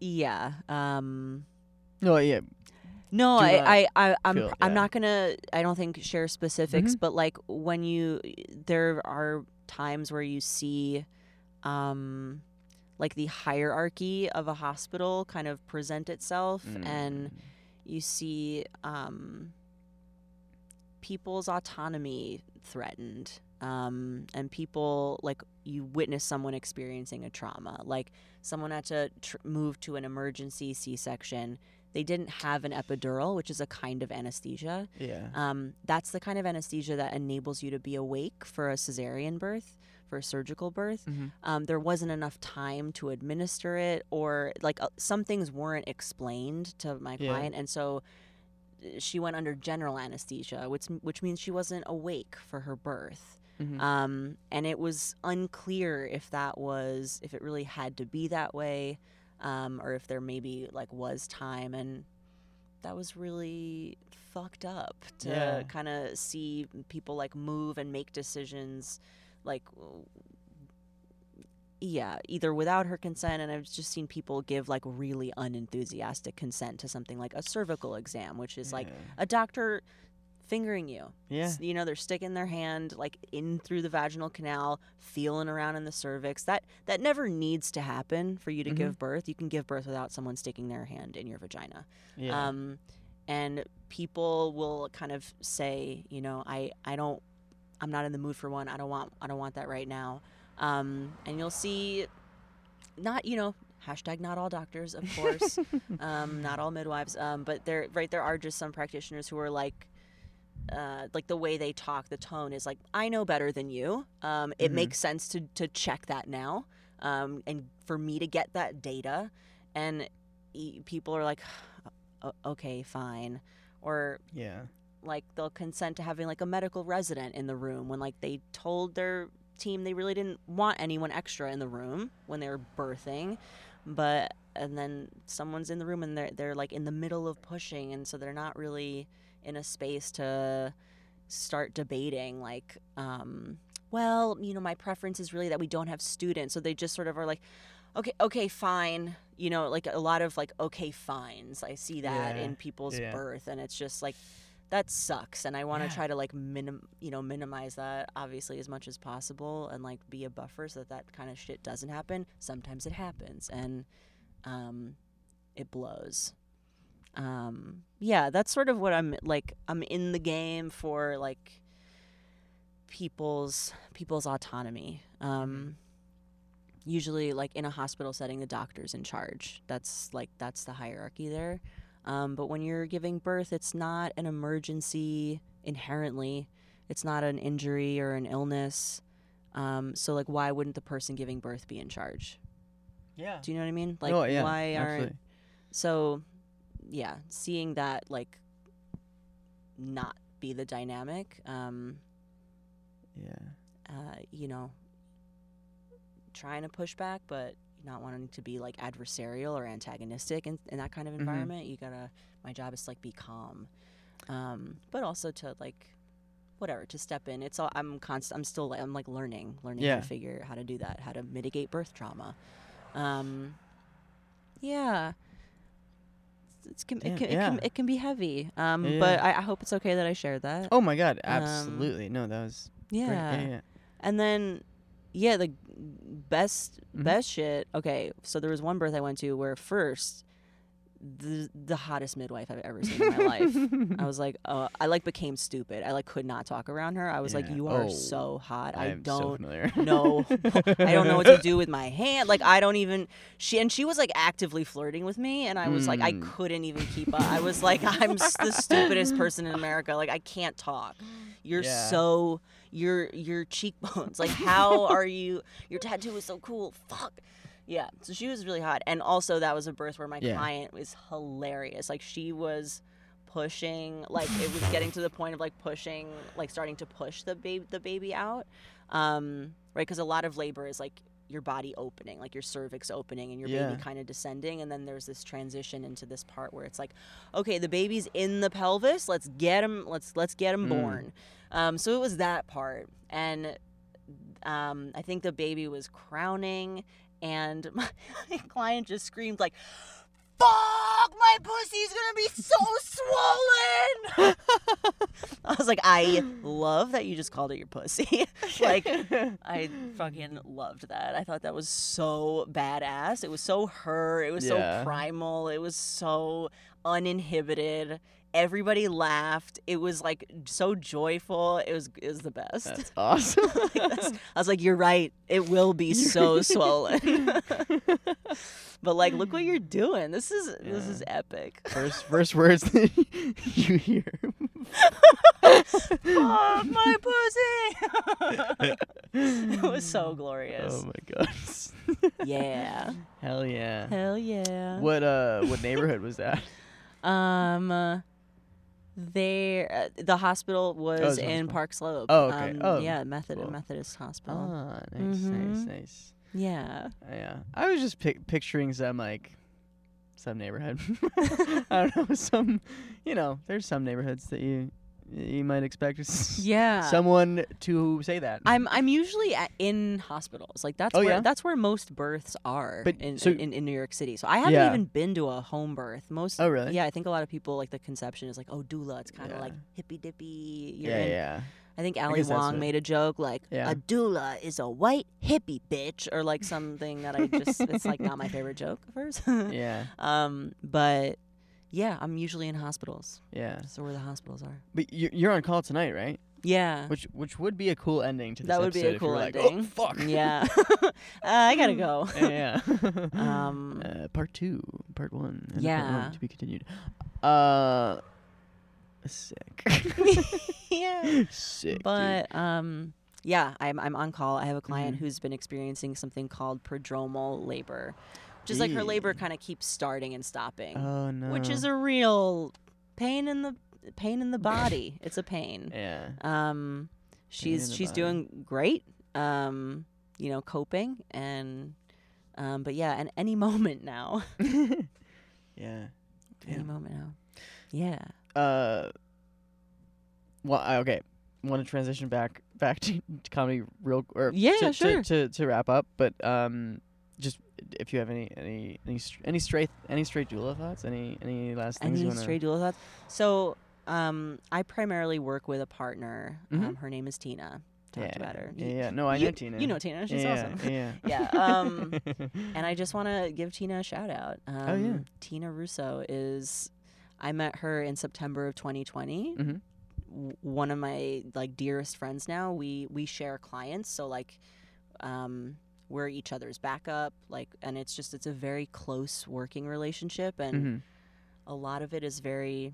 S1: yeah. Um,
S2: No. Yeah.
S1: No,
S2: do not
S1: I, I, I, I'm,
S2: feel-
S1: I'm
S2: yeah. Mm-hmm.
S1: not gonna. I don't think share specifics, but like when you, there are times where you see, um, like the hierarchy of a hospital kind of present itself
S2: Mm.
S1: and you see um, people's autonomy threatened um, and people like you witness someone experiencing a trauma like someone had to tr- move to an emergency c-section they didn't have an epidural which is a kind of anesthesia
S2: yeah.
S1: um, that's the kind of anesthesia that enables you to be awake for a cesarean birth for a surgical birth
S2: Mhm.
S1: um, there wasn't enough time to administer it or like uh, some things weren't explained to my
S2: Yeah.
S1: client and so uh, she went under general anesthesia which which means she wasn't awake for her birth
S2: Mhm.
S1: um, and it was unclear if that was if it really had to be that way um, or if there maybe like was time and that was really fucked up to
S2: Yeah.
S1: kind of see people like move and make decisions like w- yeah either without her consent and i've just seen people give like really unenthusiastic consent to something like a cervical exam which is like a doctor fingering you
S2: yeah.
S1: s- you know they're sticking their hand like in through the vaginal canal feeling around in the cervix that that never needs to happen for you to
S2: Mhm.
S1: give birth you can give birth without someone sticking their hand in your vagina
S2: Yeah.
S1: um and people will kind of say you know i i don't i'm not in the mood for one i don't want i don't want that right now um and you'll see not you know hashtag not all doctors of course um not all midwives um but there right there are just some practitioners who are like uh, like the way they talk, the tone is like, I know better than you. Um, it
S2: Mhm.
S1: makes sense to, to check that now um, and for me to get that data. And e- people are like, "O- okay, fine. Or
S2: yeah.
S1: like they'll consent to having like a medical resident in the room when like they told their team they really didn't want anyone extra in the room when they were birthing but and then someone's in the room and they're they're like in the middle of pushing and so they're not really in a space to start debating like um well you know my preference is really that we don't have students so they just sort of are like okay okay fine you know like a lot of like okay fines i see that
S2: Yeah.
S1: in people's
S2: Yeah.
S1: birth and it's just like that sucks and i want to
S2: Yeah.
S1: try to like minim you know minimize that obviously as much as possible and like be a buffer so that that kind of shit doesn't happen sometimes it happens and um it blows um yeah that's sort of what i'm like i'm in the game for like people's people's autonomy um usually like in a hospital setting the doctor's in charge that's like that's the hierarchy there um, but when you're giving birth it's not an emergency inherently it's not an injury or an illness um, so like why wouldn't the person giving birth be in charge
S2: Yeah.
S1: do you know what i mean like
S2: oh, yeah.
S1: why aren't
S2: Absolutely.
S1: so, yeah, seeing that like not be the dynamic, um,
S2: Yeah.
S1: uh, you know, trying to push back, but not wanting to be like adversarial or antagonistic in, in that kind of
S2: Mhm.
S1: environment, you gotta. My job is to, like be calm, um, but also to like whatever to step in. It's all I'm constant. I'm still like I'm like learning, learning how
S2: Yeah.
S1: to figure how to do that, how to mitigate birth trauma. Um, yeah. It's can,
S2: Damn,
S1: it, can, it,
S2: yeah.
S1: can, it can be heavy, um,
S2: Yeah.
S1: but I, I hope it's okay that I shared that.
S2: Oh my God.
S1: um,
S2: Absolutely. no, that was great.
S1: yeah.
S2: Yeah. yeah.
S1: And then, yeah, the best
S2: Mhm.
S1: best shit. Okay, so there was one birth I went to where first the the hottest midwife I've ever seen in my
S2: *laughs*
S1: life. I was like, uh, I like became stupid. I like could not talk around her. I was like,
S2: Yeah.
S1: you are
S2: Oh,
S1: so hot. I,
S2: am so
S1: don't
S2: familiar. *laughs*
S1: know. I don't know what to do with my hand. Like I don't even she and she was like actively flirting with me and I was like I
S2: Mm.
S1: couldn't even keep up. I was like I'm s- the stupidest person in America. Like I can't talk. You're
S2: Yeah.
S1: so your your cheekbones. Like how are you your tattoo is so cool. Fuck. Yeah. So she was really hot and also that was a birth where my
S2: Yeah.
S1: client was hilarious. Like she was pushing like it was getting to the point of like pushing like starting to push the baby the baby out um right because a lot of labor is like your body opening like your cervix opening and your
S2: Yeah.
S1: baby kind of descending and then there's this transition into this part where it's like okay the baby's in the pelvis let's get him let's let's get him
S2: Mm.
S1: born um so it was that part and um i think the baby was crowning and *laughs* my client just screamed like fuck my pussy's gonna be so swollen I was like, I love that you just called it your pussy. *laughs* like,
S2: *laughs*
S1: I fucking loved that. I thought that was so badass. It was so her. It was
S2: Yeah.
S1: so primal. It was so uninhibited. Everybody laughed. It was like so joyful. It was it was the best.
S2: That's awesome.
S1: *laughs* Like, that's- I was like, you're right. It will be so swollen.
S2: *laughs*
S1: *laughs* but like, look what you're doing. This is this
S2: Yeah.
S1: is epic.
S2: first first words that *laughs* you hear.
S1: oh,
S2: *laughs*
S1: my pussy. *laughs* it was so
S2: Oh
S1: glorious.
S2: my god.
S1: Yeah.
S2: Hell yeah.
S1: Hell yeah.
S2: What uh what neighborhood was *laughs* that?
S1: Um, uh, there uh, the hospital was
S2: Oh, it's in
S1: in
S2: Park-
S1: Park Slope.
S2: Oh, okay.
S1: Um,
S2: Oh,
S1: yeah, Method
S2: cool.
S1: Methodist Hospital.
S2: Ah, nice, nice,
S1: Mhm.
S2: nice. Oh,
S1: Yeah.
S2: Yeah, I was just pic- picturing some like some neighborhood. *laughs* I don't know some, you know, there's some neighborhoods that you you might expect s-
S1: Yeah.
S2: someone to say that.
S1: I'm I'm usually at, in hospitals. Like that's
S2: Oh,
S1: where
S2: yeah?
S1: that's where most births are
S2: But-
S1: in,
S2: so-
S1: in in New York City. So I haven't
S2: Yeah.
S1: even been to a home birth. Most
S2: oh really?
S1: Yeah, I think a lot of people like the conception is like, oh, doula. It's kind of
S2: Yeah.
S1: like hippy dippy. You're
S2: yeah,
S1: in.
S2: yeah.
S1: I think Ali
S2: guess that's
S1: Wong
S2: what-
S1: made a joke like,
S2: Yeah.
S1: a doula is a white hippie bitch, or like something that I just it's like not my favorite joke of hers.
S2: *laughs* Yeah,
S1: *laughs* um, but yeah, I'm usually in hospitals.
S2: yeah.
S1: So where the hospitals are.
S2: But you- you're on call tonight, right?
S1: Yeah.
S2: Which which would be a cool ending to this
S1: Uh. That would be a
S2: episode if you
S1: cool
S2: were like,
S1: ending.
S2: oh fuck.
S1: Yeah. *laughs* uh, I gotta go.
S2: *laughs* yeah. yeah.
S1: *laughs* Um,
S2: *laughs* uh, part two, part one. and part one
S1: Yeah.
S2: to be continued. Uh,
S1: *laughs*
S2: sick, *laughs*
S1: yeah.
S2: sick. dude.
S1: but um yeah i'm, I'm on call i have a client
S2: Mm-hmm.
S1: who's been experiencing something called prodromal labor which is like her labor kind of keeps starting and stopping
S2: oh no.
S1: which is a real pain in the pain in the body it's a pain
S2: *laughs* yeah.
S1: um
S2: in
S1: she's
S2: the
S1: she's
S2: body.
S1: doing great um you know coping and um but yeah and any *laughs* moment now
S2: Yeah.
S1: any
S2: Damn.
S1: moment now yeah
S2: Uh. Well, I, okay. Want to transition back back *laughs* to, to comedy real or
S1: Yeah,
S2: to,
S1: sure.
S2: to, to to wrap up, but um, just if you have any any any str- any straight any straight doula thoughts, any any last things you
S1: Any
S2: wanna,
S1: stray dual thoughts? So, um, I primarily work with a partner.
S2: Mhm.
S1: Um, her name is Tina. Talked
S2: yeah,
S1: about her.
S2: Yeah,
S1: You-
S2: yeah. No, I
S1: you,
S2: know Tina.
S1: You know Tina. She's
S2: yeah,
S1: awesome. *laughs*
S2: Yeah.
S1: Yeah. Um,
S2: *laughs*
S1: and I just want to give Tina a shout out. Um,
S2: Oh, yeah.
S1: Tina Russo is. I met her in September of 2020.
S2: Mhm.
S1: W- One of my like dearest friends now. We we share clients, so like, um, we're each other's backup. Like, and it's just it's a very close working relationship, and
S2: Mhm.
S1: a lot of it is very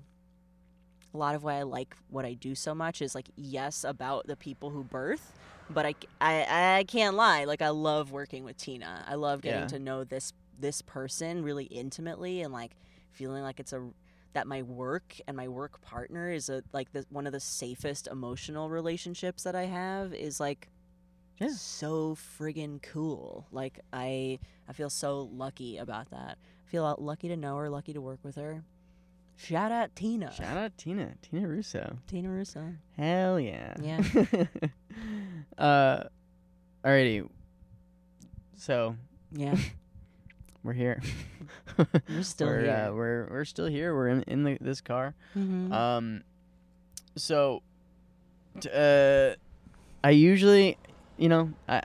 S1: a lot of why I like what I do so much is like yes about the people who birth but I, c- I- I can't lie like I love working with Tina I love getting
S2: Yeah.
S1: to know this this person really intimately and like feeling like it's a that my work and my work partner is a like the, one of the safest emotional relationships that I have is like
S2: Yeah.
S1: so friggin' cool like I I feel so lucky about that I feel out- lucky to know her lucky to work with her shout out Tina
S2: Shout out Tina. Tina Russo.
S1: Tina Russo
S2: Hell yeah.
S1: Yeah.
S2: *laughs* uh, alrighty. So *laughs*
S1: yeah
S2: we're here. *laughs*
S1: We're still
S2: We're,
S1: here.
S2: Uh, we're we're still here. We're in in the, this car.
S1: Mhm.
S2: Um, so, t- uh, I usually, you know, I,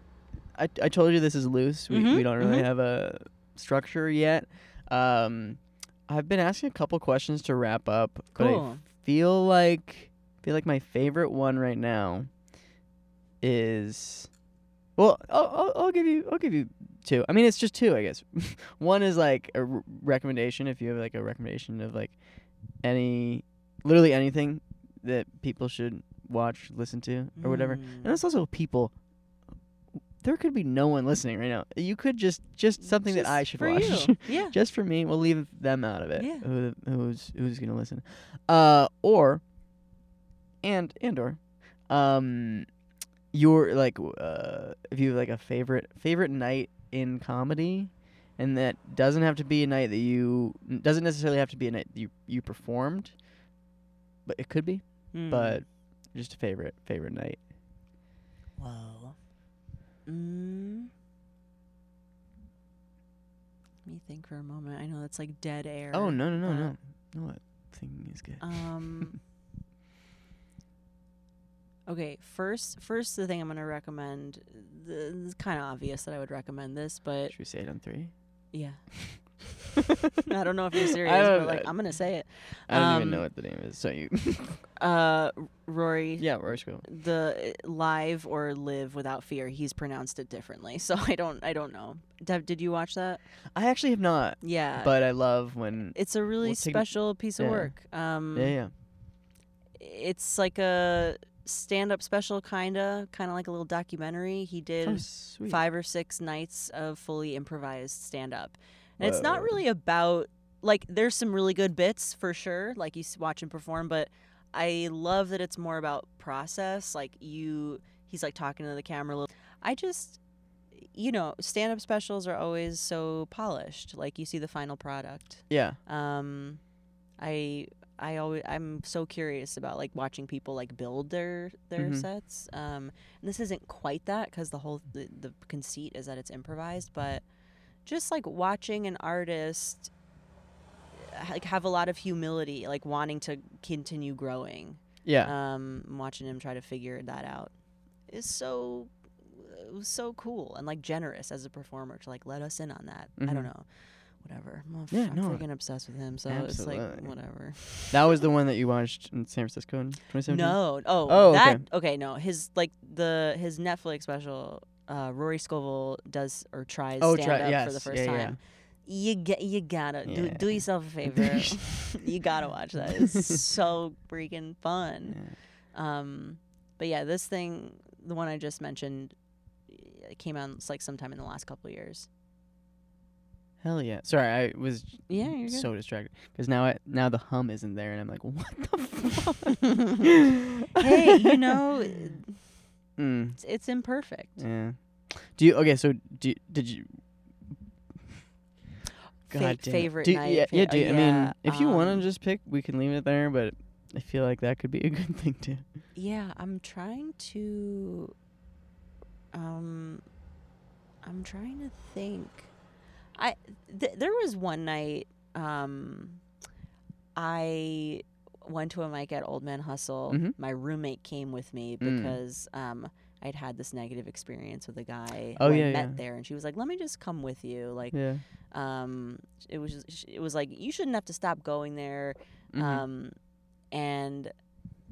S2: I, I told you this is loose. We
S1: Mhm,
S2: we don't really
S1: mhm.
S2: have a structure yet. Um, I've been asking a couple questions to wrap up, but I
S1: cool
S2: feel like feel like my favorite one right now is well I'll, I'll, I'll give you i'll give you two i mean it's just two i guess *laughs* one is like a r- recommendation if you have like a recommendation of like any literally anything that people should watch listen to or whatever
S1: Mm-hmm. Mm.
S2: and it's also people there could be no one listening right now you could just just something that
S1: Just
S2: i should
S1: for
S2: *laughs* watch
S1: you. yeah
S2: just for me. We'll leave them out of it.
S1: Yeah.
S2: Who, who's who's gonna listen? Uh, or and and or, um, your like w- uh, if you have like a favorite favorite night in comedy, and that doesn't have to be a night that you doesn't necessarily have to be a night you you performed, but it could be.
S1: Mm.
S2: But just a favorite favorite night.
S1: Whoa. Mm. Let me think for a moment. I know that's like dead air.
S2: Oh no no no
S1: uh,
S2: no no! What thinking is good.
S1: Um. Okay, first, first the thing I'm gonna recommend. th- It's kind of obvious that I would recommend this, but
S2: Should we say it on three?
S1: yeah, *laughs* I don't know if you're serious,
S2: *laughs* I don't
S1: but like
S2: know.
S1: I'm gonna say it.
S2: I don't even
S1: Um,
S2: know what the name is.
S1: *laughs*
S2: So you,
S1: Uh, Rory,
S2: yeah, Rory Squibb.
S1: the uh, live or live without fear. He's pronounced it differently, *laughs* so I don't, I don't know. Dev, did you watch that?
S2: I actually have not,
S1: Yeah,
S2: but I love when.
S1: it's a really
S2: we'll take a-
S1: special piece of
S2: yeah.
S1: work. Um,
S2: yeah, yeah.
S1: it's like a stand-up special, kinda, kind of like a little documentary. He did.
S2: Oh, sweet.
S1: five or six nights of fully improvised stand up. And it's not
S2: Whoa.
S1: really about like there's some really good bits for sure, like you s- watch him perform, but I love that it's more about process. Like you he's like talking to the camera a little. I just you know, stand up specials are always so polished. Like you see the final product.
S2: Yeah.
S1: Um I I always I'm so curious about like watching people like build their their
S2: Mhm.
S1: sets. Um, and this isn't quite that because the whole the, the conceit is that it's improvised, but just like watching an artist ha- like have a lot of humility, like wanting to continue growing.
S2: Yeah.
S1: Um, and watching him try to figure that out is so it was so cool and like generous as a performer to like let us in on that. I don't know. Whatever. I'm, a-
S2: Mm-hmm. Yeah,
S1: I'm
S2: no,
S1: freaking obsessed with him, so it's
S2: absolutely.
S1: like whatever.
S2: that was the one that you watched in San Francisco in 2017.
S1: No. Oh,
S2: Oh, okay.
S1: that okay. No, his like the his Netflix special. Uh, Rory Scovel does or tries
S2: Oh,
S1: stand
S2: try-
S1: up for the
S2: yes,
S1: first
S2: yeah, yeah. *laughs*
S1: time. You get you gotta do,
S2: Yeah.
S1: do yourself
S2: *laughs*
S1: a favor. you gotta watch that. It's so freaking fun.
S2: Yeah.
S1: Um, but yeah, this thing, the one I just mentioned, it came out it's like sometime in the last couple of years.
S2: Hell yeah! Sorry, I was
S1: Yeah, you're good.
S2: so distracted because now I now the hum isn't there, and I'm like, what the
S1: *laughs*
S2: fuck?
S1: hey, you know, it's,
S2: *laughs* Mm,
S1: it's imperfect.
S2: yeah. Do you okay? So do did you?
S1: Fa-
S2: God damn it.
S1: favorite
S2: do,
S1: night,
S2: Yeah, yeah,
S1: fa-
S2: do, I mean,
S1: yeah,
S2: if you want
S1: um,
S2: to just pick, we can leave it there. But I feel like that could be a good thing too.
S1: Yeah, I'm trying to. Um, I'm trying to think. I th- there was one night. Um, I went to a mic at Old Man Hustle.
S2: Mhm.
S1: My roommate came with me
S2: Mm.
S1: because um. I'd had this negative experience with a guy
S2: Oh,
S1: who I
S2: yeah,
S1: met
S2: yeah.
S1: there, and she was like, "Let me just come with you." Like,
S2: Yeah.
S1: um, it was just, it was like you shouldn't have to stop going there
S2: Mhm.
S1: um, and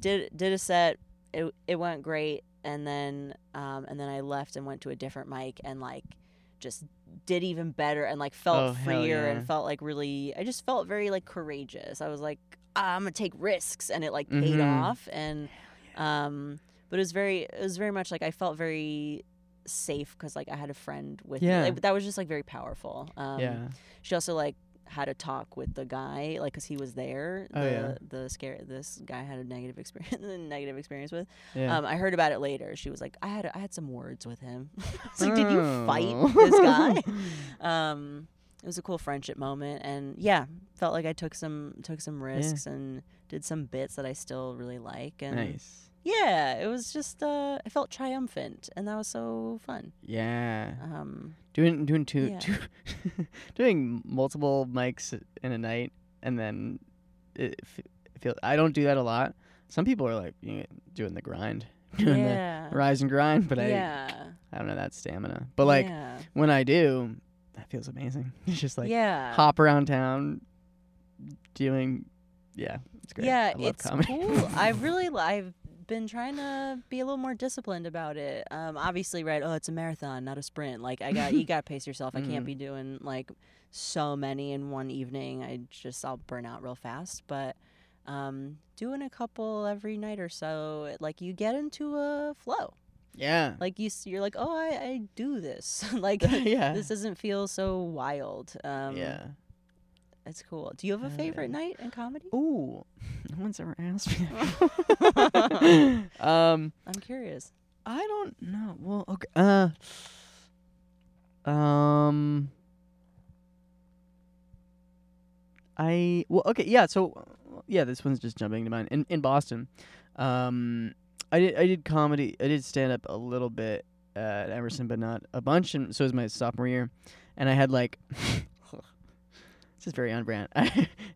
S1: did did a set. It it went great, and then um, and then I left and went to a different mic and like just did even better and like felt
S2: Oh, hell
S1: freer
S2: yeah.
S1: and felt like really I just felt very like courageous. I was like "Ah, I'm gonna take risks and it like paid
S2: Mhm.
S1: off and um, but it was very it was very much like I felt very safe because like I had a friend with me.
S2: Yeah.
S1: Like, that was just like very powerful. Um,
S2: yeah.
S1: she also like had a talk with the guy like because he was there
S2: Oh,
S1: the
S2: yeah.
S1: the scare this guy had a negative experience *laughs* a negative experience with
S2: Yeah.
S1: um i heard about it later she was like i had i had some words with him *laughs* I was like did you
S2: Oh.
S1: fight this
S2: *laughs*
S1: guy um it was a cool friendship moment and yeah felt like i took some took some risks and did some bits that i still really like and
S2: nice.
S1: yeah it was just uh i felt triumphant and that was so fun
S2: Yeah.
S1: um
S2: Doing doing two,
S1: Yeah.
S2: two *laughs* doing multiple mics in a night, and then it f- feel I don't do that a lot. Some people are like you know, doing the grind, *laughs* *laughs* doing
S1: yeah
S2: the rise and grind, but
S1: yeah
S2: I I don't know that stamina. But like
S1: yeah,
S2: when I do, that feels amazing. *laughs* It's just like
S1: yeah.
S2: hop around town, doing yeah, it's great.
S1: Yeah,
S2: I love
S1: it's
S2: comedy. *laughs*
S1: cool. I really li- I've been trying to be a little more disciplined about it. Um, obviously, right? Oh, it's a marathon, not a sprint. Like I got
S2: *laughs*
S1: you got to pace yourself. I can't
S2: Mhm.
S1: be doing like so many in one evening. I just I'll burn out real fast. But um, doing a couple every night or so, it, like you get into a flow.
S2: yeah, *laughs*
S1: Like you s- you're like, oh, I, I do this. *laughs* like
S2: yeah,
S1: this doesn't feel so wild. Um, *laughs*
S2: yeah.
S1: it's cool. Do you have a
S2: Hell
S1: favorite
S2: yeah.
S1: night in comedy?
S2: Ooh, *laughs* no one's ever asked me.
S1: *laughs*
S2: That. *laughs* um,
S1: I'm curious.
S2: I don't know. Well, okay. Uh, um, I well, okay, yeah. So, uh, yeah, this one's just jumping to mind. In in Boston, um, I did I did comedy. I did stand up a little bit uh, at Emerson, but not a bunch. And so was my sophomore year, and I had like. *laughs* This is very on *laughs* uh, brand.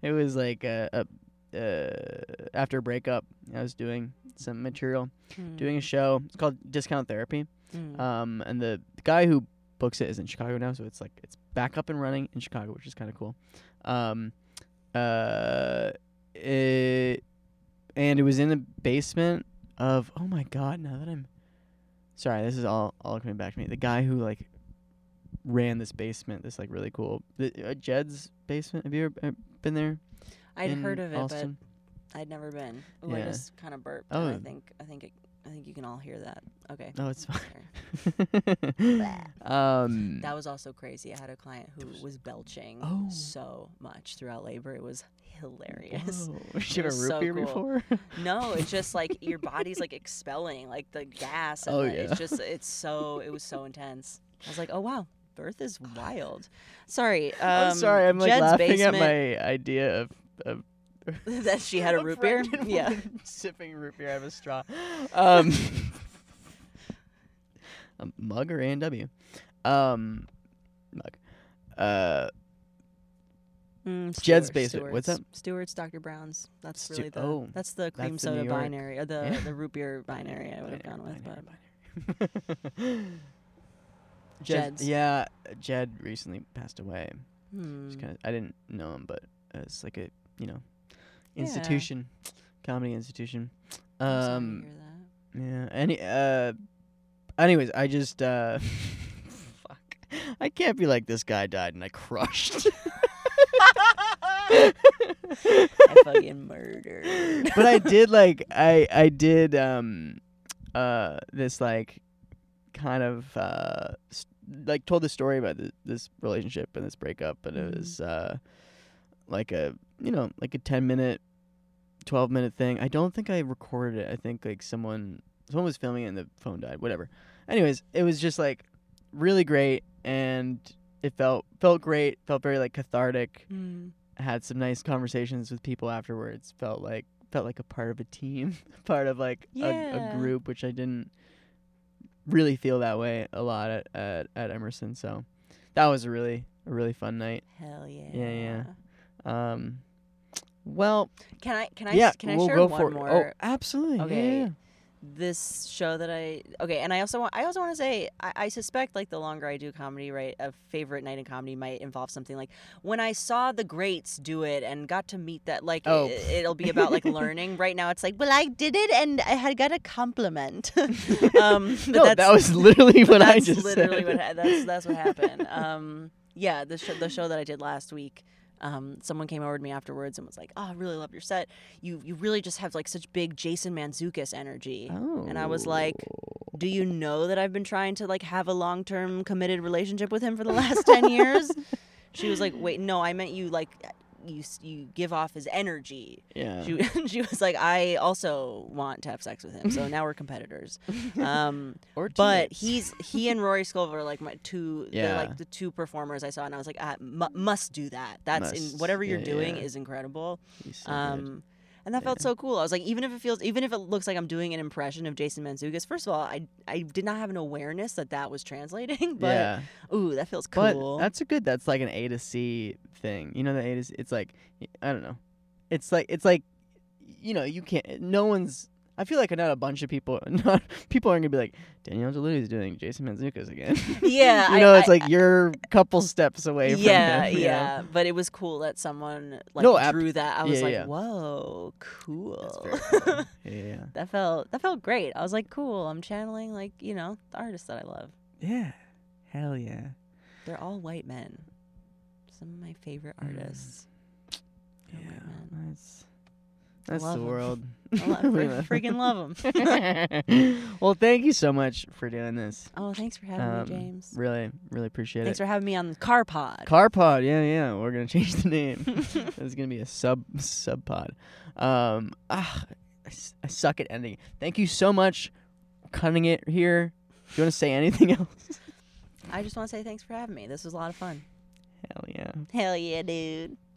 S2: it was like a, a uh, after a breakup, I was doing some material,
S1: Hmm.
S2: doing a show. It's called Discount Therapy.
S1: Mm.
S2: Um, and the, the guy who books it is in Chicago now, so it's like it's back up and running in Chicago, which is kind of cool. Um, uh, it, and it was in the basement of oh my god! Now that I'm sorry, this is all all coming back to me. The guy who like ran this basement, this like really cool the, uh, Jed's basement. Have you ever uh, been there?
S1: I'd
S2: in
S1: heard of it,
S2: Austin?
S1: but I'd never been. Ooh, I
S2: Yeah.
S1: just kind of burped. and I
S2: Oh.
S1: think I think it, I think you can all hear that. Okay.
S2: No, Oh, it's *laughs*
S1: Sorry.
S2: fine. *laughs* um,
S1: That was also crazy. I had a client who was belching
S2: Oh.
S1: so much throughout labor. It was hilarious.
S2: Whoa. Did you have a
S1: was
S2: root
S1: so
S2: beer
S1: cool.
S2: before?
S1: *laughs*
S2: *laughs*
S1: No, it's just like your body's like expelling like the gas. And
S2: Oh,
S1: the-
S2: yeah.
S1: It's just it's so it was so intense. I was like, oh wow, birth
S2: *sighs*
S1: is wild. Sorry. Um,
S2: I'm sorry, I'm like
S1: Jed's
S2: laughing
S1: basement,
S2: at my idea of, of
S1: *laughs* that she
S2: *laughs*
S1: had a root beer.
S2: pregnant
S1: Yeah.
S2: woman sipping root beer out of
S1: *laughs*
S2: a straw. Um, a mug or A and W, um, mug. Uh,
S1: Mm,
S2: Jed's
S1: Stewart's,
S2: basement. What's
S1: Stewart's. Stewart's, Dr. Brown's. That's
S2: Stu-
S1: really the
S2: oh,
S1: that's the cream
S2: that's in
S1: soda
S2: New York.
S1: binary or the
S2: Yeah.
S1: the root
S2: *laughs*
S1: beer binary. I would have gone with, but
S2: with, *laughs* Jed's.
S1: Jed's.
S2: Yeah, Jed recently passed away.
S1: hmm.
S2: Just kind of, I didn't know him, but uh, it's like a you know institution, comedy institution.
S1: I'm sorry to
S2: Um,
S1: hear that.
S2: yeah. Any. Uh. Anyways, I just. uh *laughs* Fuck. I can't be like this guy died and I crushed. *laughs* *laughs*
S1: I fucking *laughs* murdered.
S2: but *laughs* I did like I I did um uh this like kind of uh s like told the story about th- this relationship and this breakup and
S1: Mhm.
S2: it was uh like a you know like a 10 minute 12 minute thing. I don't think I recorded it. I think like someone someone was filming it and the phone died, whatever. Anyways, it was just like really great and it felt felt great, felt very like cathartic
S1: Mm.
S2: had some nice conversations with people afterwards. Felt like felt like a part of a team, *laughs* part of like a,
S1: Yeah.
S2: a group, which I didn't really feel that way a lot at, at, at Emerson. So that was a really a really fun night.
S1: Hell yeah.
S2: yeah. Um, well,
S1: Can I can I
S2: yeah,
S1: s- can I
S2: we'll
S1: share
S2: go
S1: one
S2: for
S1: more?
S2: it. Oh, absolutely.
S1: Okay.
S2: Yeah.
S1: This show that I okay, and I also want I also want to say I, I suspect like the longer I do comedy, right, a favorite night in comedy might involve something like when I saw the greats do it and got to meet that like
S2: Oh.
S1: it, it'll be about
S2: *laughs*
S1: like learning. Right now, it's like well I did it and I had got a
S2: *laughs*
S1: compliment. *laughs* um, but
S2: no, that
S1: that's- *laughs*
S2: was literally what I
S1: that's
S2: just
S1: literally
S2: said.
S1: what ha- that's that's what happened.
S2: *laughs*
S1: Um, yeah, the show, the show that I did last week. Um, someone came over to me afterwards and was like, "Oh, I really love your set. You you really just have like such big Jason Manzukis energy."
S2: oh.
S1: And I was like, Do you know that I've been trying to like have a long term committed relationship with him for the last ten
S2: *laughs*
S1: years? She was like, "Wait, no, I meant you like." uh, You, s- you give off his energy.
S2: yeah.
S1: She, *laughs* she was like, I also want to have sex with him. So
S2: *laughs*
S1: now we're competitors. Um,
S2: *laughs* or
S1: but
S2: teammates.
S1: he's he and Rory Scovel are like my two they're
S2: Yeah.
S1: like the two performers I saw and I was like I mu must do that that's in
S2: Must.
S1: whatever you're
S2: Yeah,
S1: doing
S2: yeah.
S1: is incredible
S2: He's so good.
S1: um and that felt so cool I was like even if it feels even if it looks like I'm doing an impression of Jason Manzukis first of all I I did not have an awareness that that was translating *laughs* but
S2: yeah.
S1: ooh that feels
S2: But
S1: cool
S2: that's a good. That's like an A to C thing. You know, the A to C. It's like I don't know. It's like it's like you know you can't. No one's. I feel like not a bunch of people. *laughs* Not people aren't gonna be like Danielle Deleuze is doing Jason Manzukas again.
S1: *laughs*
S2: *laughs*
S1: yeah
S2: you know,
S1: I,
S2: it's
S1: I-
S2: like you're a couple steps away from
S1: yeah
S2: them, you know?
S1: yeah but it was cool that someone like
S2: No, ab-
S1: drew that I was
S2: yeah,
S1: like
S2: yeah.
S1: whoa
S2: That's
S1: cool
S2: very cool. yeah, yeah, yeah.
S1: *laughs* That felt that felt great. I was like, cool. I'm channeling like you know the artists that I love.
S2: Yeah. Hell yeah.
S1: They're all white men. Some of my favorite
S2: Mm.
S1: artists.
S2: Yeah.
S1: They're white
S2: *laughs*
S1: men.
S2: That's
S1: love
S2: that's the
S1: 'em.
S2: world.
S1: I love,
S2: *laughs* We
S1: fr-
S2: love-
S1: freaking love them.
S2: *laughs* well, thank you so much for doing this.
S1: Oh, thanks for having
S2: Um,
S1: me, James.
S2: Really, really appreciate it.
S1: Thanks for having me on the Car Pod. *laughs*
S2: Carpod, yeah, yeah. We're gonna *laughs* change the name. it's gonna be a sub sub pod. Um, ah, I, s- I suck at ending. Thank you so much, for cutting it here. Do you want to say anything *laughs* else?
S1: I just want to say thanks for having me. This was a lot of fun.
S2: Hell yeah.
S1: Hell yeah, dude.